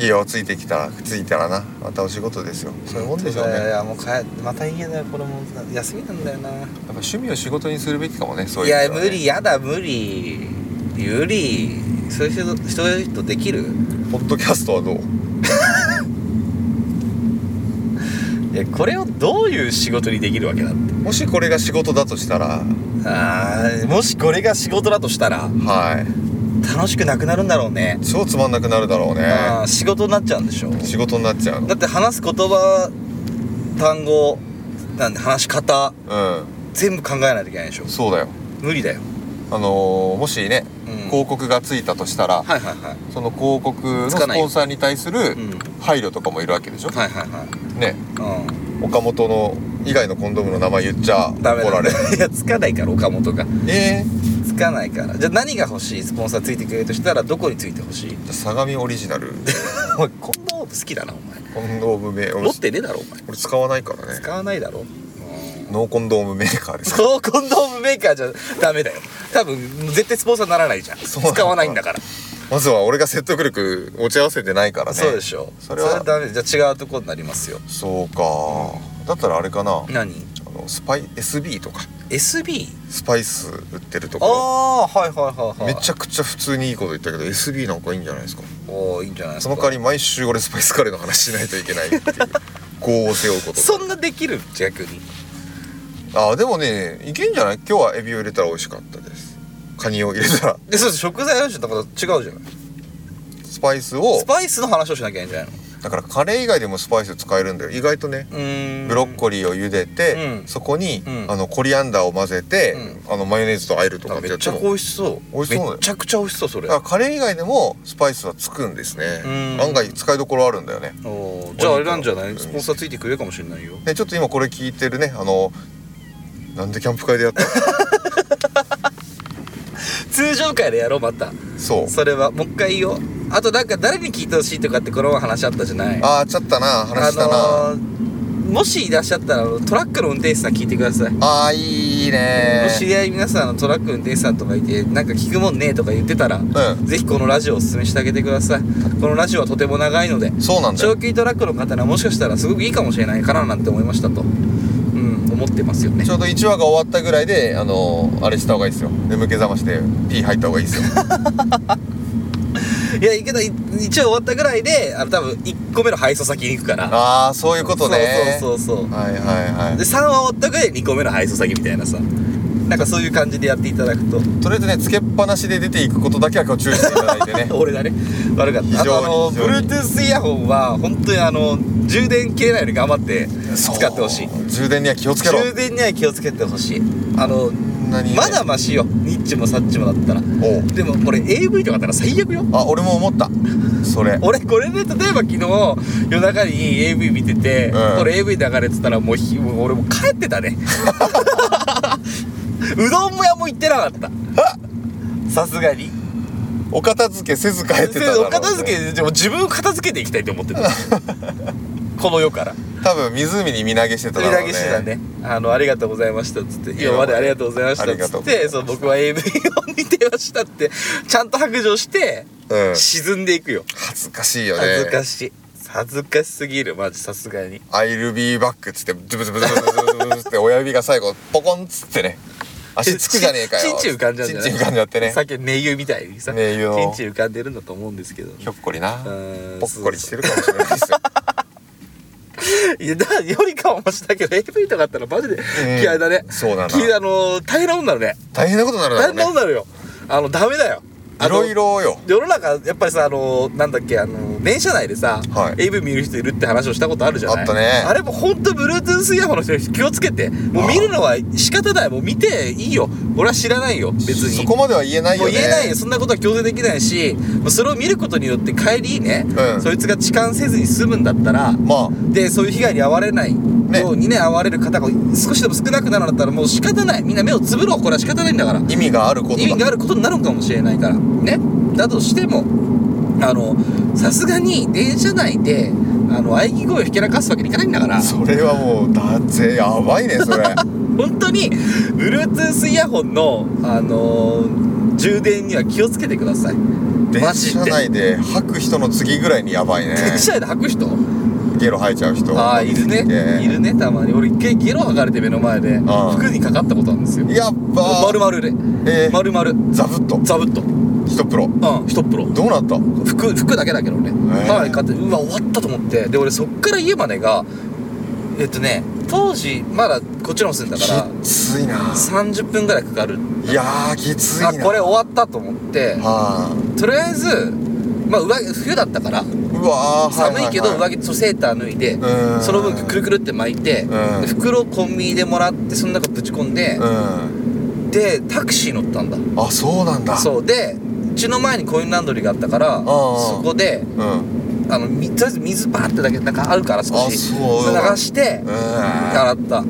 [SPEAKER 1] 家をついてきたらついたらなまたお仕事ですよそういうもんでしょうね
[SPEAKER 2] いやい
[SPEAKER 1] や
[SPEAKER 2] や
[SPEAKER 1] っ
[SPEAKER 2] もう帰また家だよこれもう休みなんだよな
[SPEAKER 1] ぱ趣味を仕事にするべきかもねそう
[SPEAKER 2] い
[SPEAKER 1] いう意味
[SPEAKER 2] や
[SPEAKER 1] では
[SPEAKER 2] 無
[SPEAKER 1] ね
[SPEAKER 2] 理やだ無理無理そういう人そういう人できる
[SPEAKER 1] ポッドキャストはどう
[SPEAKER 2] いやこれをどういう仕事にできるわけだって
[SPEAKER 1] もしこれが仕事だとしたら
[SPEAKER 2] あーもしこれが仕事だとしたら
[SPEAKER 1] はい
[SPEAKER 2] 楽しくなくなるんだろうね、
[SPEAKER 1] 超つまんなくなるだろう
[SPEAKER 2] あ
[SPEAKER 1] ね
[SPEAKER 2] ー仕事になっちゃうんでしょ
[SPEAKER 1] 仕事になっちゃうの
[SPEAKER 2] だって話す言葉単語なんで話し方
[SPEAKER 1] う
[SPEAKER 2] 全部考えないといけないでしょ
[SPEAKER 1] んそうだよ
[SPEAKER 2] 無理だよ、
[SPEAKER 1] あのーもしね
[SPEAKER 2] うん
[SPEAKER 1] 広告がついたとした
[SPEAKER 2] は
[SPEAKER 1] ら、
[SPEAKER 2] いはいはい
[SPEAKER 1] その広告の
[SPEAKER 2] つ
[SPEAKER 1] ス
[SPEAKER 2] かない
[SPEAKER 1] ポンサーに対する
[SPEAKER 2] うん
[SPEAKER 1] 配慮とかもいるわけでしょ、
[SPEAKER 2] はいはいはい
[SPEAKER 1] ね
[SPEAKER 2] う
[SPEAKER 1] 岡本の以外のコンドームの名前言っちゃ怒
[SPEAKER 2] んダメだ
[SPEAKER 1] られる
[SPEAKER 2] いやつかないから岡本が
[SPEAKER 1] えー、
[SPEAKER 2] つかないからじゃあ何が欲しいスポンサーついてくれるとしたらどこについてほしい
[SPEAKER 1] じゃあ相模オリジ ナル
[SPEAKER 2] お前コンドーム好きだなお前
[SPEAKER 1] コンドーム名俺
[SPEAKER 2] 持ってねえだろお前
[SPEAKER 1] 俺使わないからね
[SPEAKER 2] 使わないだろうん
[SPEAKER 1] ノーコンドームメーカーです
[SPEAKER 2] そうコンドームメーカーじゃダメだよ多分絶対スポンサーにならないじゃん
[SPEAKER 1] そうなの
[SPEAKER 2] 使わないんだから
[SPEAKER 1] まずは俺が説得力持ち合わせてないからね
[SPEAKER 2] そうでしょ
[SPEAKER 1] それは
[SPEAKER 2] ダメじゃあ違うとこになりますよ
[SPEAKER 1] そうかだったらあれかなあ
[SPEAKER 2] 何
[SPEAKER 1] のスパイ SB とか
[SPEAKER 2] SB?
[SPEAKER 1] スパイス売ってると
[SPEAKER 2] あ
[SPEAKER 1] こ
[SPEAKER 2] あはいはいはい
[SPEAKER 1] ろ
[SPEAKER 2] はい
[SPEAKER 1] めちゃくちゃ普通にいいこと言ったけど SB なんかいいんじゃないですか
[SPEAKER 2] おーいいんじゃないです
[SPEAKER 1] そ
[SPEAKER 2] か
[SPEAKER 1] の代わり毎週俺スパイスカレーの話しないといけない っていう業を背負うこと
[SPEAKER 2] そんなできる逆に
[SPEAKER 1] あーでもねいけんじゃない今日はエビを入れたら美味しかったですカニを入れたら
[SPEAKER 2] でそうです食材の話だから違うじゃない
[SPEAKER 1] スパイスを
[SPEAKER 2] スパイスの話をしなきゃいけないんじゃない
[SPEAKER 1] だからカレー以外でもスパイス使えるんだよ意外とね
[SPEAKER 2] のうーん
[SPEAKER 1] ブロッコリーを茹でて、
[SPEAKER 2] うん
[SPEAKER 1] そこに、
[SPEAKER 2] うん
[SPEAKER 1] あのコリアンダーを混ぜて、あのマヨネーズと和えるとか
[SPEAKER 2] あ
[SPEAKER 1] って
[SPEAKER 2] め
[SPEAKER 1] や
[SPEAKER 2] っ
[SPEAKER 1] って
[SPEAKER 2] ちゃ
[SPEAKER 1] も
[SPEAKER 2] 美味しそう
[SPEAKER 1] 美味しそうだよ
[SPEAKER 2] めっちゃくちゃ美味しそうそれ
[SPEAKER 1] だからカレー以外でもスパイスはつくんですね
[SPEAKER 2] うん
[SPEAKER 1] 案外使いどころあるんだよね
[SPEAKER 2] おーじゃああれなんじゃな
[SPEAKER 1] うん
[SPEAKER 2] いスポンサーついてくれるかもしれないよ
[SPEAKER 1] でちょっと今これ聞いてるねあのなんでキャンプ会で やった
[SPEAKER 2] 通常回でやろうまた
[SPEAKER 1] そう
[SPEAKER 2] それはもう一回言おうあとなんか誰に聞いてほしいとかってこの話あったじゃない
[SPEAKER 1] ああちゃったな話したな、あ
[SPEAKER 2] あのーもしいらっしゃったらあのトラックの運転手さん聞いてください
[SPEAKER 1] あーいいね
[SPEAKER 2] もし知り合い皆さんあのトラック運転手さんとかいてなんか聞くもんねえとか言ってたら、
[SPEAKER 1] ん
[SPEAKER 2] ぜひこのラジオをおすすめしてあげてくださいこのラジオはとても長いので
[SPEAKER 1] そうなんだよ
[SPEAKER 2] 長距離トラックの方にはもしかしたらすごくいいかもしれないかななんて思いましたと、うん、思ってますよね
[SPEAKER 1] ちょうど1話が終わったぐらいであのあれした方がいいですよ眠気覚まして P 入った方がいいです よ
[SPEAKER 2] いやけどい一応終わったぐらいであの多分1個目の配送先に行くから
[SPEAKER 1] ああそういうことね
[SPEAKER 2] そうそうそうそう
[SPEAKER 1] はいはいはい
[SPEAKER 2] で3話終わったぐらいで2個目の配送先みたいなさなんかそういう感じでやっていただくと
[SPEAKER 1] とりあえずねつけっぱなしで出ていくことだけは今日注意していただいてね
[SPEAKER 2] 俺だね悪かったあ
[SPEAKER 1] 非常
[SPEAKER 2] とあ
[SPEAKER 1] に
[SPEAKER 2] の
[SPEAKER 1] 非常に
[SPEAKER 2] Bluetooth イヤホンは本当にあの充電切れないように頑張って使
[SPEAKER 1] そう
[SPEAKER 2] ってほしい
[SPEAKER 1] 充電には気をつけろ
[SPEAKER 2] 充電には気をつけてほしいあの
[SPEAKER 1] 何ね
[SPEAKER 2] まだマシよニッチもサッチもだったら
[SPEAKER 1] おう
[SPEAKER 2] でもこれ AV とかだったら最悪よ
[SPEAKER 1] あ俺も思ったそれ
[SPEAKER 2] 俺これで例えば昨日夜中に AV 見てて、
[SPEAKER 1] うん
[SPEAKER 2] これ AV 流れてたらもうひもう俺もう帰ってた ね うどん屋も行ってなか ったさすがに
[SPEAKER 1] お片付けせず帰ってただろうね
[SPEAKER 2] お片付けでも自分を片付けていきたいと思ってた この世から
[SPEAKER 1] 多分湖に身投げしてた
[SPEAKER 2] 取
[SPEAKER 1] だ
[SPEAKER 2] り
[SPEAKER 1] ろう
[SPEAKER 2] 上げしてたねあの「ありがとうございました」っつって「
[SPEAKER 1] や
[SPEAKER 2] 今までありがとうございました」
[SPEAKER 1] あ
[SPEAKER 2] っ
[SPEAKER 1] りが
[SPEAKER 2] つ
[SPEAKER 1] とう
[SPEAKER 2] っ
[SPEAKER 1] ございま
[SPEAKER 2] て
[SPEAKER 1] した
[SPEAKER 2] そう僕は AV を見てましたってちゃんと白状して
[SPEAKER 1] うん
[SPEAKER 2] 沈んでいくよ
[SPEAKER 1] 恥ずかしいよね
[SPEAKER 2] 恥ずかしい恥ずかしすぎるマジさすがに
[SPEAKER 1] 「I'll be back」っつってズブズブズブズブズブズって親指が最後ポコンっつってね足つくじゃねえかよ
[SPEAKER 2] ちんちん浮かんじゃうん
[SPEAKER 1] ち
[SPEAKER 2] じゃ
[SPEAKER 1] ん
[SPEAKER 2] ない
[SPEAKER 1] ちん浮かんじゃってね
[SPEAKER 2] さっきの名優みたいにさ
[SPEAKER 1] 名優の
[SPEAKER 2] ちんちん浮かんでるんだと思うんですけど
[SPEAKER 1] ひょっこりな
[SPEAKER 2] うん
[SPEAKER 1] ぽっこりしてるかもしれないですよ
[SPEAKER 2] いやだよりかはマシだけど AV とかあったらマジで嫌いだね、
[SPEAKER 1] そうだな
[SPEAKER 2] きあの大変なもんなのね
[SPEAKER 1] 大変なことになるだ
[SPEAKER 2] 大
[SPEAKER 1] ろ
[SPEAKER 2] 変なも
[SPEAKER 1] うんね
[SPEAKER 2] なのよあのダメだよあ
[SPEAKER 1] い
[SPEAKER 2] の
[SPEAKER 1] ろいろよ
[SPEAKER 2] 世の中やっぱりさあのなんだっけあの電車内でさ、
[SPEAKER 1] はい
[SPEAKER 2] AV 見る人いるって話をしたことあるじゃない
[SPEAKER 1] あったね
[SPEAKER 2] あれもほんと Bluetooth イヤホンの人気をつけてもう見るのは仕方ないもう見ていいよ俺は知らないよ別に
[SPEAKER 1] そこまでは言えないよ
[SPEAKER 2] もう
[SPEAKER 1] ね
[SPEAKER 2] 言えないよそんなことは強制できないしもうそれを見ることによって帰りね、
[SPEAKER 1] うん
[SPEAKER 2] そいつが痴漢せずに済むんだったら
[SPEAKER 1] まあ
[SPEAKER 2] でそういう被害に遭われないようにね遭われる方が少しでも少なくなるんだったらもう仕方ないみんな目をつぶろうこれは仕方ないんだから
[SPEAKER 1] 意味があることだ
[SPEAKER 2] 意味があることになるのかもしれないからねだとしてもあのさすがに電車内であの喘ぎ声をひけらかすわけにいかないんだから
[SPEAKER 1] それはもうだぜやばいねそれ
[SPEAKER 2] 本当に Bluetooth イヤホンの、あのー充電には気をつけてください マ
[SPEAKER 1] 電
[SPEAKER 2] ジ
[SPEAKER 1] 車
[SPEAKER 2] で
[SPEAKER 1] 内で吐く人の次ぐらいにや ばいね
[SPEAKER 2] 電車内で吐く人
[SPEAKER 1] ゲロ吐いちゃう人
[SPEAKER 2] ああいるねいるねたまに俺一回ゲロ吐かれて目の前で
[SPEAKER 1] ああ
[SPEAKER 2] 服にかかったことあるんですよ
[SPEAKER 1] やっば
[SPEAKER 2] 丸々で
[SPEAKER 1] えー、
[SPEAKER 2] 丸々
[SPEAKER 1] ザブッと
[SPEAKER 2] ザブッと
[SPEAKER 1] 一プロ
[SPEAKER 2] うん一プロ
[SPEAKER 1] どうなった
[SPEAKER 2] 服服だけだけどね
[SPEAKER 1] へえ
[SPEAKER 2] ハワイ買ってうわ終わったと思ってで俺そっから家までがえっとね当時まだこっちの方住んだから
[SPEAKER 1] きついな
[SPEAKER 2] 30分ぐらいかかる
[SPEAKER 1] いやーきついな
[SPEAKER 2] あこれ終わったと思って
[SPEAKER 1] はあ
[SPEAKER 2] とりあえずまあ上着冬だったから
[SPEAKER 1] うわー
[SPEAKER 2] 寒いけど
[SPEAKER 1] はは
[SPEAKER 2] 上着とセーター脱いで
[SPEAKER 1] はうん
[SPEAKER 2] その分くるくるって巻いて
[SPEAKER 1] うん
[SPEAKER 2] で袋をコンビニでもらってその中ぶち込んで
[SPEAKER 1] うん
[SPEAKER 2] でタクシー乗ったんだ
[SPEAKER 1] あそうなんだ
[SPEAKER 2] そうでうちの前にコインランドリーがあったからそこで
[SPEAKER 1] うんうん
[SPEAKER 2] あのみとりあえず水バーってだけなんかあるから少
[SPEAKER 1] あ
[SPEAKER 2] し
[SPEAKER 1] そう
[SPEAKER 2] それ流して洗った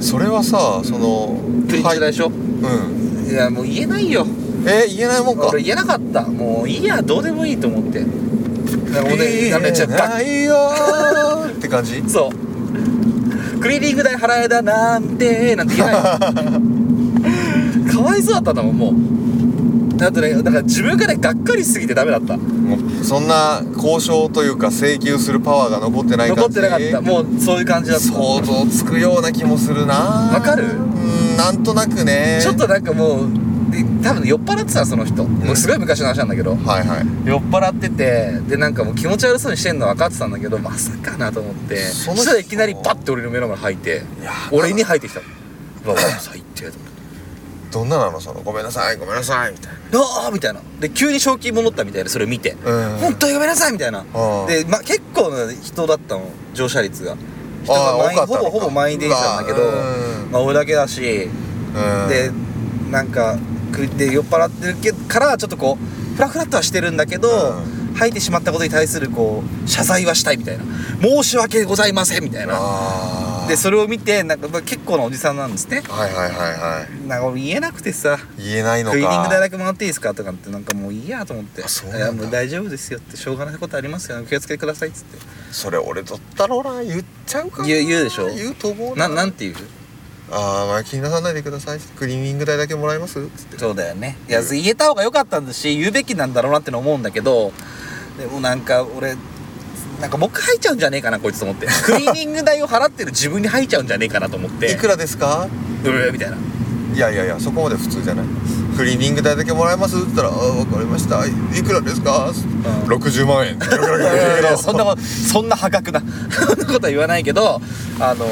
[SPEAKER 1] それはさその
[SPEAKER 2] プリンチ
[SPEAKER 1] は
[SPEAKER 2] で
[SPEAKER 1] い
[SPEAKER 2] しょ、
[SPEAKER 1] うん
[SPEAKER 2] い、やもう言えないよ
[SPEAKER 1] えー、言えないもんか
[SPEAKER 2] 俺言えなかったもういいやどうでもいいと思ってでもう
[SPEAKER 1] 言
[SPEAKER 2] ね
[SPEAKER 1] え
[SPEAKER 2] なんでちょっと
[SPEAKER 1] な
[SPEAKER 2] バ
[SPEAKER 1] いよーって感じ
[SPEAKER 2] ッそうクリーニング代払えだなんてなんて言 えないかわいそうだったんだもんもうだってねだから自分がねがっかりしすぎてダメだった
[SPEAKER 1] もうそんな交渉というか請求するパワーが残ってない感じ
[SPEAKER 2] 残ってなかったもうそういう感じだった
[SPEAKER 1] 想像つくような気もするなわ
[SPEAKER 2] わかる
[SPEAKER 1] うんなんとなくね
[SPEAKER 2] ちょっとなんかもうで多分酔っ払ってたその人、もうすごい昔の話なんだけど
[SPEAKER 1] はいはい
[SPEAKER 2] 酔っ払っててでなんかもう気持ち悪そうにしてんの分かってたんだけどまさかなと思って
[SPEAKER 1] そ
[SPEAKER 2] そ
[SPEAKER 1] の人
[SPEAKER 2] したらいきなりバッて俺の目の前に吐いて
[SPEAKER 1] いや
[SPEAKER 2] 俺に吐いてきたの うわ最低と思って
[SPEAKER 1] どんななのそのごめんなさいごめんなさいみたいな
[SPEAKER 2] ああみたいなで急に賞金戻ったみたいでそれ見て
[SPEAKER 1] うん
[SPEAKER 2] 本当にごめんなさいみたいな
[SPEAKER 1] うん
[SPEAKER 2] で、ま、結構な人だったの乗車率が人
[SPEAKER 1] あ
[SPEAKER 2] が
[SPEAKER 1] あ
[SPEAKER 2] 満員
[SPEAKER 1] 多かった
[SPEAKER 2] ほ
[SPEAKER 1] の
[SPEAKER 2] ぼ
[SPEAKER 1] か
[SPEAKER 2] ほぼ満員電車なんだけど
[SPEAKER 1] うわうん
[SPEAKER 2] まあ俺だけだし
[SPEAKER 1] うん
[SPEAKER 2] でなんかくで酔っ払ってるけからちょっとこうフラフラっとはしてるんだけど、
[SPEAKER 1] う
[SPEAKER 2] 吐いてしまったことに対するこう謝罪はしたいみたいな申し訳ございませんみたいな
[SPEAKER 1] あー
[SPEAKER 2] でそれを見てなんかまあ結構なおじさんなんですね
[SPEAKER 1] はいはいはいは
[SPEAKER 2] なんか俺言えなくてさ
[SPEAKER 1] い言えないのか
[SPEAKER 2] クリーニング代だけもらっていいですかとかってなんかもういいやと思って
[SPEAKER 1] あそ
[SPEAKER 2] 「
[SPEAKER 1] うないんだ
[SPEAKER 2] やもう大丈夫ですよ」ってしょうがないことありますよね気をつけてくださいっつって
[SPEAKER 1] それ俺取ったろうな言っちゃうかな
[SPEAKER 2] 言う言うでしょ
[SPEAKER 1] 言うと思う
[SPEAKER 2] ななんんていう
[SPEAKER 1] ああまあ気になさないでくださいクリーニング代だけもらえますつって
[SPEAKER 2] そうだよねいや言えた方が良かったんだし言うべきなんだろうなっての思うんだけどでもなんか俺なんか僕吐いちゃうんじゃねえかなこいつと思 ってクリーニング代を払ってる自分に吐いちゃうんじゃねえかなと思って
[SPEAKER 1] いくらですか
[SPEAKER 2] うーみたいない
[SPEAKER 1] やいやいやそこまで普通じゃないクリーニング代だけもらえますって言ったら「あーわかりましたいいくらですか?」60万円
[SPEAKER 2] いやいやいや そんなことそんな破格なそんなことは言わないけどあの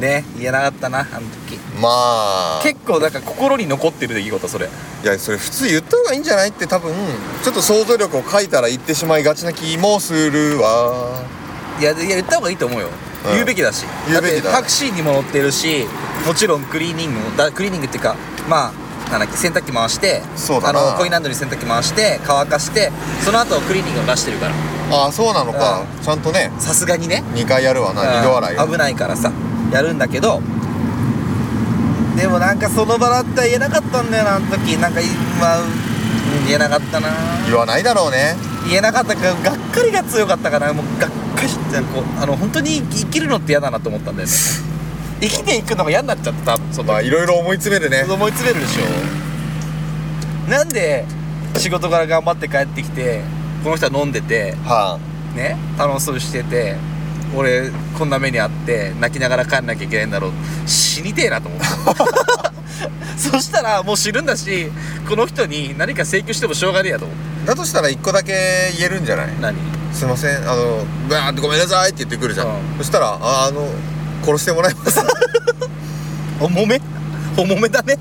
[SPEAKER 2] ね言えなかったなあの時
[SPEAKER 1] まあ
[SPEAKER 2] 結構なんか心に残ってる出来事それ
[SPEAKER 1] いやそれ普通言った方がいいんじゃないって多分ちょっと想像力を書いたら言ってしまいがちな気もするわ
[SPEAKER 2] いやいや言った方がいいと思うよ、
[SPEAKER 1] うん
[SPEAKER 2] 言うべきだし
[SPEAKER 1] 言うべきだ
[SPEAKER 2] ってタクシーにも乗ってるしもちろんクリーニングもだクリーニングっていうかまあなんだっけ洗濯機回して
[SPEAKER 1] そうだな
[SPEAKER 2] あのコインランドリー洗濯機回して乾かしてその後クリーニングを出してるから
[SPEAKER 1] ああそうなのかちゃんとね
[SPEAKER 2] さすがにね
[SPEAKER 1] 2回やるわな
[SPEAKER 2] うん
[SPEAKER 1] 2度洗い
[SPEAKER 2] 危ないからさやるんだけどでもなんかその場だったら言えなかったんだよなあの時なんか今、うん言えなかったな
[SPEAKER 1] 言わないだろうね
[SPEAKER 2] 言えなかったからがっかりが強かったからもうがっかりしてこうあの本当に生きるのって嫌だなと思ったんだよね 生きていくのが嫌になっちゃったその
[SPEAKER 1] まあいろいろ思い詰めるね
[SPEAKER 2] 思い詰めるでしょなんで仕事から頑張って帰ってきてこの人は飲んでて
[SPEAKER 1] は
[SPEAKER 2] ね楽しそうにしてて俺こんな目にあって泣きながら帰んなきゃいけないんだろう死にてえなと思って そしたらもう死ぬんだしこの人に何か請求してもしょうがねえやと思って
[SPEAKER 1] だとしたら一個だけ言えるんじゃない
[SPEAKER 2] 何
[SPEAKER 1] すいませんあのバーンってごめんなさいって言ってくるじゃん、
[SPEAKER 2] う
[SPEAKER 1] そしたらああの殺してもらいます
[SPEAKER 2] 重め重めだね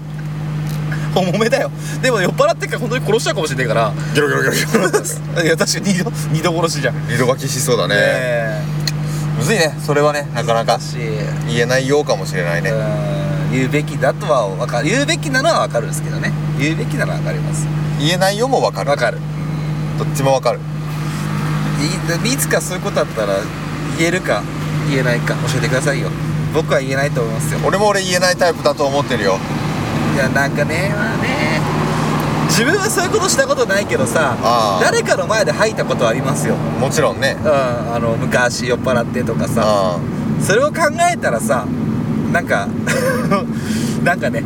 [SPEAKER 2] 重めだよでも酔っ払ってっから本当に殺しちゃうかもしれないから
[SPEAKER 1] ギョロギョロギョロギョロ
[SPEAKER 2] いや確かに二度二度殺しじゃんね
[SPEAKER 1] 二度書きしそうだね、
[SPEAKER 2] え
[SPEAKER 1] むずいねそれはねなかなか
[SPEAKER 2] だし
[SPEAKER 1] 言えないようかもしれないね、
[SPEAKER 2] うん言うべきだとは分かる言うべきなのは分かるんですけどね言うべきなのは分かります
[SPEAKER 1] 言えないよもわかる
[SPEAKER 2] 分かる
[SPEAKER 1] どっちもわかる
[SPEAKER 2] いいつかそういうことあったら言えるか言えないか教えてくださいよ僕は言えないと思いますよ
[SPEAKER 1] 俺も俺言えないタイプだと思ってるよ
[SPEAKER 2] いやなんかねまあね自分はそういうことしたことないけどさ
[SPEAKER 1] あー
[SPEAKER 2] 誰かの前で吐いたことはありますよ、
[SPEAKER 1] もちろんね
[SPEAKER 2] うん、あの昔酔っ払ってとかさ
[SPEAKER 1] あ
[SPEAKER 2] それを考えたらさなんか なんかね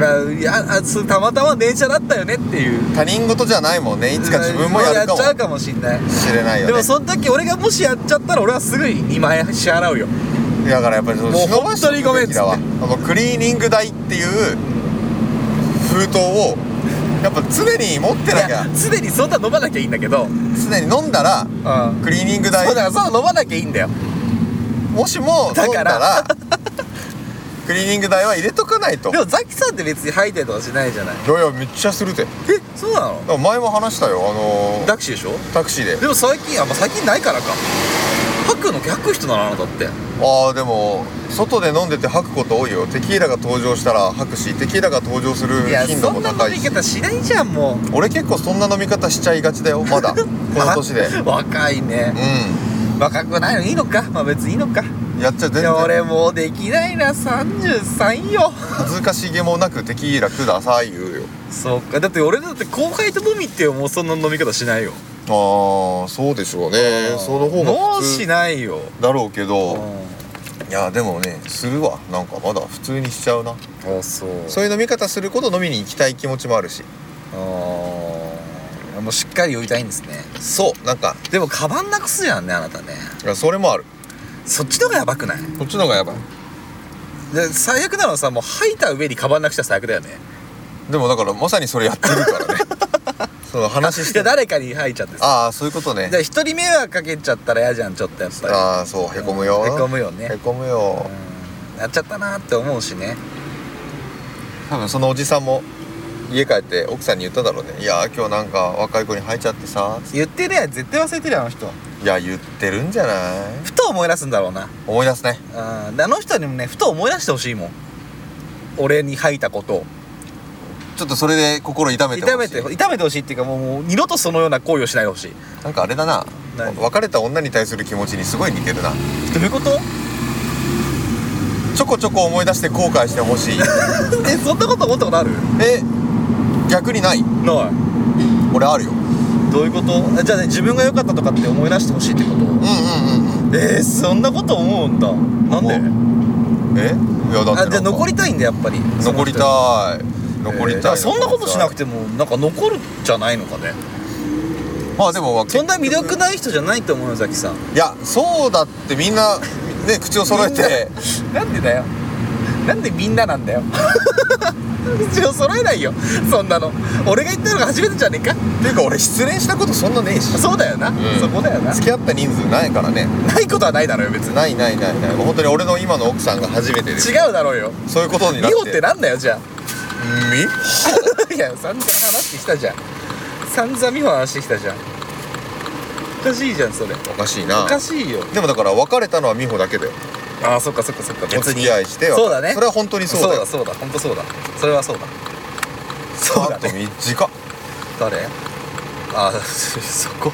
[SPEAKER 2] まあいやあそうたまたま電車だったよねっていう
[SPEAKER 1] あ他人事じゃないもんねいつか自分もやるか
[SPEAKER 2] っ
[SPEAKER 1] も
[SPEAKER 2] ちゃうかもしんない
[SPEAKER 1] しれないよ
[SPEAKER 2] でも
[SPEAKER 1] ね
[SPEAKER 2] その時俺がもしやっちゃったら俺はすぐに2万円支払うよ
[SPEAKER 1] だからやっぱりその
[SPEAKER 2] もう
[SPEAKER 1] 忍ばしておくべきだわあ
[SPEAKER 2] 本当
[SPEAKER 1] のクリーニング代っていう封筒をやっぱ常に持って
[SPEAKER 2] い
[SPEAKER 1] なきゃ
[SPEAKER 2] やすでにそんな飲まなきゃいいんだけど、うん、
[SPEAKER 1] 常に飲んだら
[SPEAKER 2] そうだ
[SPEAKER 1] クリーニング代
[SPEAKER 2] からそんな飲まなきゃいいんだよ
[SPEAKER 1] もしも飲んだ
[SPEAKER 2] だ
[SPEAKER 1] ら
[SPEAKER 2] から
[SPEAKER 1] クリーニング代は入れとかない と
[SPEAKER 2] でもザキさんって別に吐いてるとかしないじゃない
[SPEAKER 1] いやいやめっちゃするて
[SPEAKER 2] えそうなの
[SPEAKER 1] だから前も話したよあのー
[SPEAKER 2] タクシーでしょ
[SPEAKER 1] タクシーで
[SPEAKER 2] でも最近あんま最近ないからか吐くの吐く人なのあなたって
[SPEAKER 1] ああでも外で飲んでて吐くこと多いよテキーラが登場したら吐くしテキーラが登場する
[SPEAKER 2] いや
[SPEAKER 1] 頻
[SPEAKER 2] そ
[SPEAKER 1] 度も
[SPEAKER 2] んな
[SPEAKER 1] 高
[SPEAKER 2] 飲
[SPEAKER 1] い
[SPEAKER 2] み
[SPEAKER 1] し
[SPEAKER 2] 方しないじゃんも
[SPEAKER 1] 俺結構そんな飲み方しちゃいがちだよま だこの年で
[SPEAKER 2] う若いね
[SPEAKER 1] う
[SPEAKER 2] 若くないのいいのかまあ別にいいのか
[SPEAKER 1] んやっちゃ全
[SPEAKER 2] い
[SPEAKER 1] 然
[SPEAKER 2] や俺もうできないな33よ
[SPEAKER 1] 恥ずかしげもなくテキーラください言うよ
[SPEAKER 2] そうかだって俺だって後輩と飲み行ってよもうそんな飲み方しないよ
[SPEAKER 1] ああそうでしょうねその方
[SPEAKER 2] も
[SPEAKER 1] が
[SPEAKER 2] う
[SPEAKER 1] 普
[SPEAKER 2] し
[SPEAKER 1] 通
[SPEAKER 2] ないよ
[SPEAKER 1] だろうけ
[SPEAKER 2] あ
[SPEAKER 1] どいやでもねするわなんかまだ普通にしちゃうな
[SPEAKER 2] あそう
[SPEAKER 1] そういう飲み方すること飲みに行きたい気持ちもあるし
[SPEAKER 2] ああもうしっかり酔いたいんですね
[SPEAKER 1] そうなんか
[SPEAKER 2] でもカバンなくすやんねあなたね
[SPEAKER 1] いやそれもある
[SPEAKER 2] そっちの方がやばくない
[SPEAKER 1] こっちの方がやばい
[SPEAKER 2] で最悪なのはさもう吐いた上にカバンなくしたら最悪だよね
[SPEAKER 1] でもだからまさにそれやってるからね その話
[SPEAKER 2] い
[SPEAKER 1] し
[SPEAKER 2] や
[SPEAKER 1] て
[SPEAKER 2] 誰かに吐いちゃってさ
[SPEAKER 1] ああそういうことね
[SPEAKER 2] で一人迷惑かけちゃったら嫌じゃんちょっとやっぱり
[SPEAKER 1] ああそうへこむよ
[SPEAKER 2] へこむよね
[SPEAKER 1] へこむよ
[SPEAKER 2] うんやっちゃったなって思うしね
[SPEAKER 1] 多分そのおじさんも家帰って奥さんに言っただろうね「いやー今日なんか若い子に入っちゃってさ
[SPEAKER 2] 言ってね絶対忘れてるよあの人」
[SPEAKER 1] いや言ってるんじゃない
[SPEAKER 2] ふと思い出すんだろうな
[SPEAKER 1] 思い出すね
[SPEAKER 2] うんであの人にもねふと思い出してほしいもん俺に吐いたことを
[SPEAKER 1] ちょっとそれで心痛めてほしい
[SPEAKER 2] 痛めて痛めてほしいっていうかもうもう二度とそのような行為をしないでほしい
[SPEAKER 1] なんかあれだな
[SPEAKER 2] 何
[SPEAKER 1] 別れた女に対する気持ちにすごい似てるな
[SPEAKER 2] どういうこと
[SPEAKER 1] ちょこちょこ思い出して後悔して ほしい
[SPEAKER 2] えそんなこと思ったことある
[SPEAKER 1] え逆にない
[SPEAKER 2] ない
[SPEAKER 1] 俺あるよ
[SPEAKER 2] どういうことえじゃあね自分が良かったとかって思い出してほしいってこと
[SPEAKER 1] うんうんうん
[SPEAKER 2] えー、そんなこと思うんだなんで
[SPEAKER 1] うんえいやだって
[SPEAKER 2] あじゃあ
[SPEAKER 1] なんか
[SPEAKER 2] 残りたいんだやっぱり
[SPEAKER 1] 残りた
[SPEAKER 2] い
[SPEAKER 1] い残りたい、
[SPEAKER 2] そんなことしなくて
[SPEAKER 1] て
[SPEAKER 2] もなんか残るじゃないのかね
[SPEAKER 1] まあでもまあ
[SPEAKER 2] そんな魅力ない人じゃないと思うよザキさん
[SPEAKER 1] いやそうだってみんなね口を揃えて
[SPEAKER 2] なんでだよなんでみんななんだよ 口を揃えないよそんなの俺が言ったのが初めてじゃねえか
[SPEAKER 1] っていうか俺失恋したことそんなねえし
[SPEAKER 2] そうだよな、
[SPEAKER 1] ん
[SPEAKER 2] そこだよな
[SPEAKER 1] 付き合った人数ないからね
[SPEAKER 2] ないことはないだろうよ別に
[SPEAKER 1] ないないないないもう本当に俺の今の奥さんが初めてです
[SPEAKER 2] 違うだろうよ
[SPEAKER 1] そういうことになっ
[SPEAKER 2] リ
[SPEAKER 1] て
[SPEAKER 2] オってなんだよじゃ
[SPEAKER 1] み
[SPEAKER 2] あ いや散々話してきたじゃん散々美穂話してきたじゃんおかしいじゃんそれ
[SPEAKER 1] おかしい
[SPEAKER 2] お
[SPEAKER 1] な
[SPEAKER 2] かしいよ
[SPEAKER 1] でもだから別れたのは美穂だけだよ
[SPEAKER 2] ああそっかそっかそっか
[SPEAKER 1] お付き合いして
[SPEAKER 2] そうだね
[SPEAKER 1] それは本当にそう
[SPEAKER 2] そう
[SPEAKER 1] だ
[SPEAKER 2] だ
[SPEAKER 1] よ
[SPEAKER 2] そうだ本当そうだそれはそうだそうだ
[SPEAKER 1] あと
[SPEAKER 2] ね
[SPEAKER 1] 短っ
[SPEAKER 2] 誰あ そこ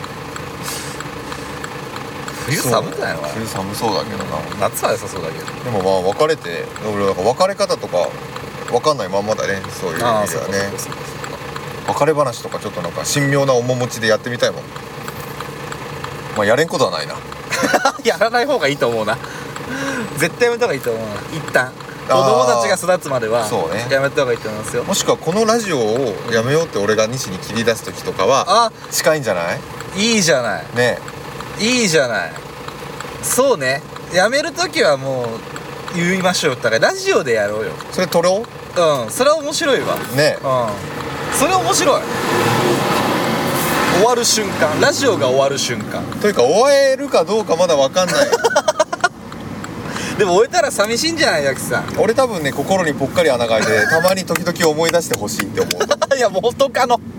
[SPEAKER 2] 冬
[SPEAKER 1] そう
[SPEAKER 2] 寒くないの
[SPEAKER 1] 冬寒そうだけどな
[SPEAKER 2] 夏は良さそうだけど
[SPEAKER 1] でもまあ別れて俺なんか別れ方とか分かんないまんまだねそういう意味では
[SPEAKER 2] ーそっか
[SPEAKER 1] ね
[SPEAKER 2] そっかそっか
[SPEAKER 1] 別れ話とかちょっとなんか神妙な面持ちでやってみたいもんまあやれんことはないな
[SPEAKER 2] そっか やらない方がいいと思うな 絶対やめた方がいいと思うな一旦子供
[SPEAKER 1] あー
[SPEAKER 2] たちが育つまでは
[SPEAKER 1] そうね
[SPEAKER 2] やめた方がいいと思いますよ
[SPEAKER 1] もしくはこのラジオをやめようって俺が西に切り出す時とかは
[SPEAKER 2] あ
[SPEAKER 1] 近いんじゃない
[SPEAKER 2] いいじゃない
[SPEAKER 1] ね
[SPEAKER 2] いいじゃないそうねやめる時はもう言いましょうよお互いラジオでやろうよ
[SPEAKER 1] それ撮ろ
[SPEAKER 2] うんそれは面白いわ
[SPEAKER 1] うね
[SPEAKER 2] うんそれ面白い終わる瞬間ラジオが終わる瞬間
[SPEAKER 1] というか終えるかどうかまだ分かんない
[SPEAKER 2] でも終えたら寂しいんじゃないヤキさん
[SPEAKER 1] 俺多分ね心にぽっかり穴が開いてたまに時々思い出してほしいって思う
[SPEAKER 2] いや元カノ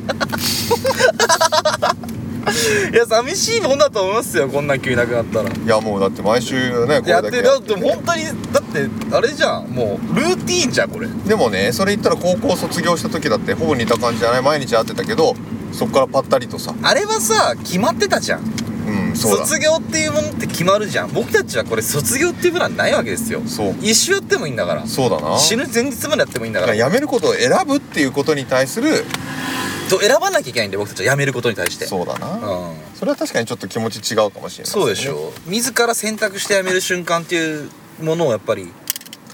[SPEAKER 2] いや寂しいもんだと思いますよこんな急いなくなったら
[SPEAKER 1] いやもうだって毎週ねこれ
[SPEAKER 2] や
[SPEAKER 1] だ
[SPEAKER 2] って
[SPEAKER 1] け
[SPEAKER 2] るだって本当にだってあれじゃんもうルーティーンじゃんこれ
[SPEAKER 1] でもねそれ言ったら高校卒業した時だってほぼ似た感じじゃない毎日会ってたけどそっからパッタリとさ
[SPEAKER 2] あれはさ決まってたじゃん
[SPEAKER 1] うんそうだ
[SPEAKER 2] 卒業っていうものって決まるじゃん僕たちはこれ卒業っていうプランないわけですよ
[SPEAKER 1] そう
[SPEAKER 2] 一周やってもいいんだから
[SPEAKER 1] そうだな
[SPEAKER 2] 死ぬ前日までやってもいいんだ
[SPEAKER 1] だ
[SPEAKER 2] か
[SPEAKER 1] からら辞めることを選ぶっていうことに対する
[SPEAKER 2] と選ばなきゃいけないんで僕たちは辞めることに対して
[SPEAKER 1] そうだな、
[SPEAKER 2] うん
[SPEAKER 1] それは確かにちょっと気持ち違うかもしれない、
[SPEAKER 2] そうでしょ自ら選択して辞める瞬間っていうものをやっぱり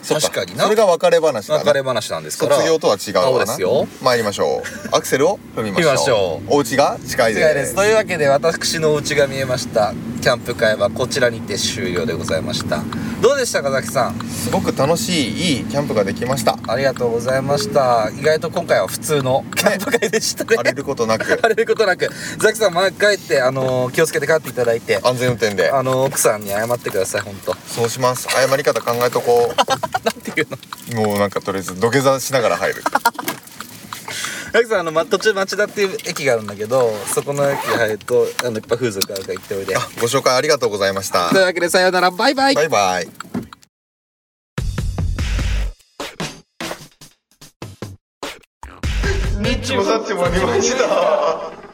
[SPEAKER 1] そっ
[SPEAKER 2] 確かにな
[SPEAKER 1] それが別れ話だな
[SPEAKER 2] 別れ話なんですから
[SPEAKER 1] 卒業とは違うわな
[SPEAKER 2] そうですよ
[SPEAKER 1] 参りましょうアクセルを踏みましょ
[SPEAKER 2] 踏み
[SPEAKER 1] う
[SPEAKER 2] ましょ
[SPEAKER 1] お家が近
[SPEAKER 2] 違
[SPEAKER 1] い
[SPEAKER 2] い
[SPEAKER 1] です
[SPEAKER 2] ですというわけで私のお家が見えましたキャンプ会はこちらにて終了でございましたどうでしたかザキさん
[SPEAKER 1] すごく楽しいいいキャンプができました
[SPEAKER 2] ありがとうございました意外と今回は普通のキャンプ会でしたね
[SPEAKER 1] 荒れることなく
[SPEAKER 2] 荒れることなくザキさん毎回帰ってあのー気をつけて帰っていただいて
[SPEAKER 1] 安全運転で
[SPEAKER 2] あのー奥さんに謝ってください 本当
[SPEAKER 1] そうします謝り方考えとこ
[SPEAKER 2] なんていうの
[SPEAKER 1] うもうなんかとりあえず土下座しながら入る
[SPEAKER 2] ザキさんあのま途中町田っていう駅があるんだけどそこの駅入るとあのいっぱい風俗あるから行っておいで
[SPEAKER 1] あご紹介ありがとうございました
[SPEAKER 2] というわ けでさようならバイバイ
[SPEAKER 1] バイバイニッチもサッチもありました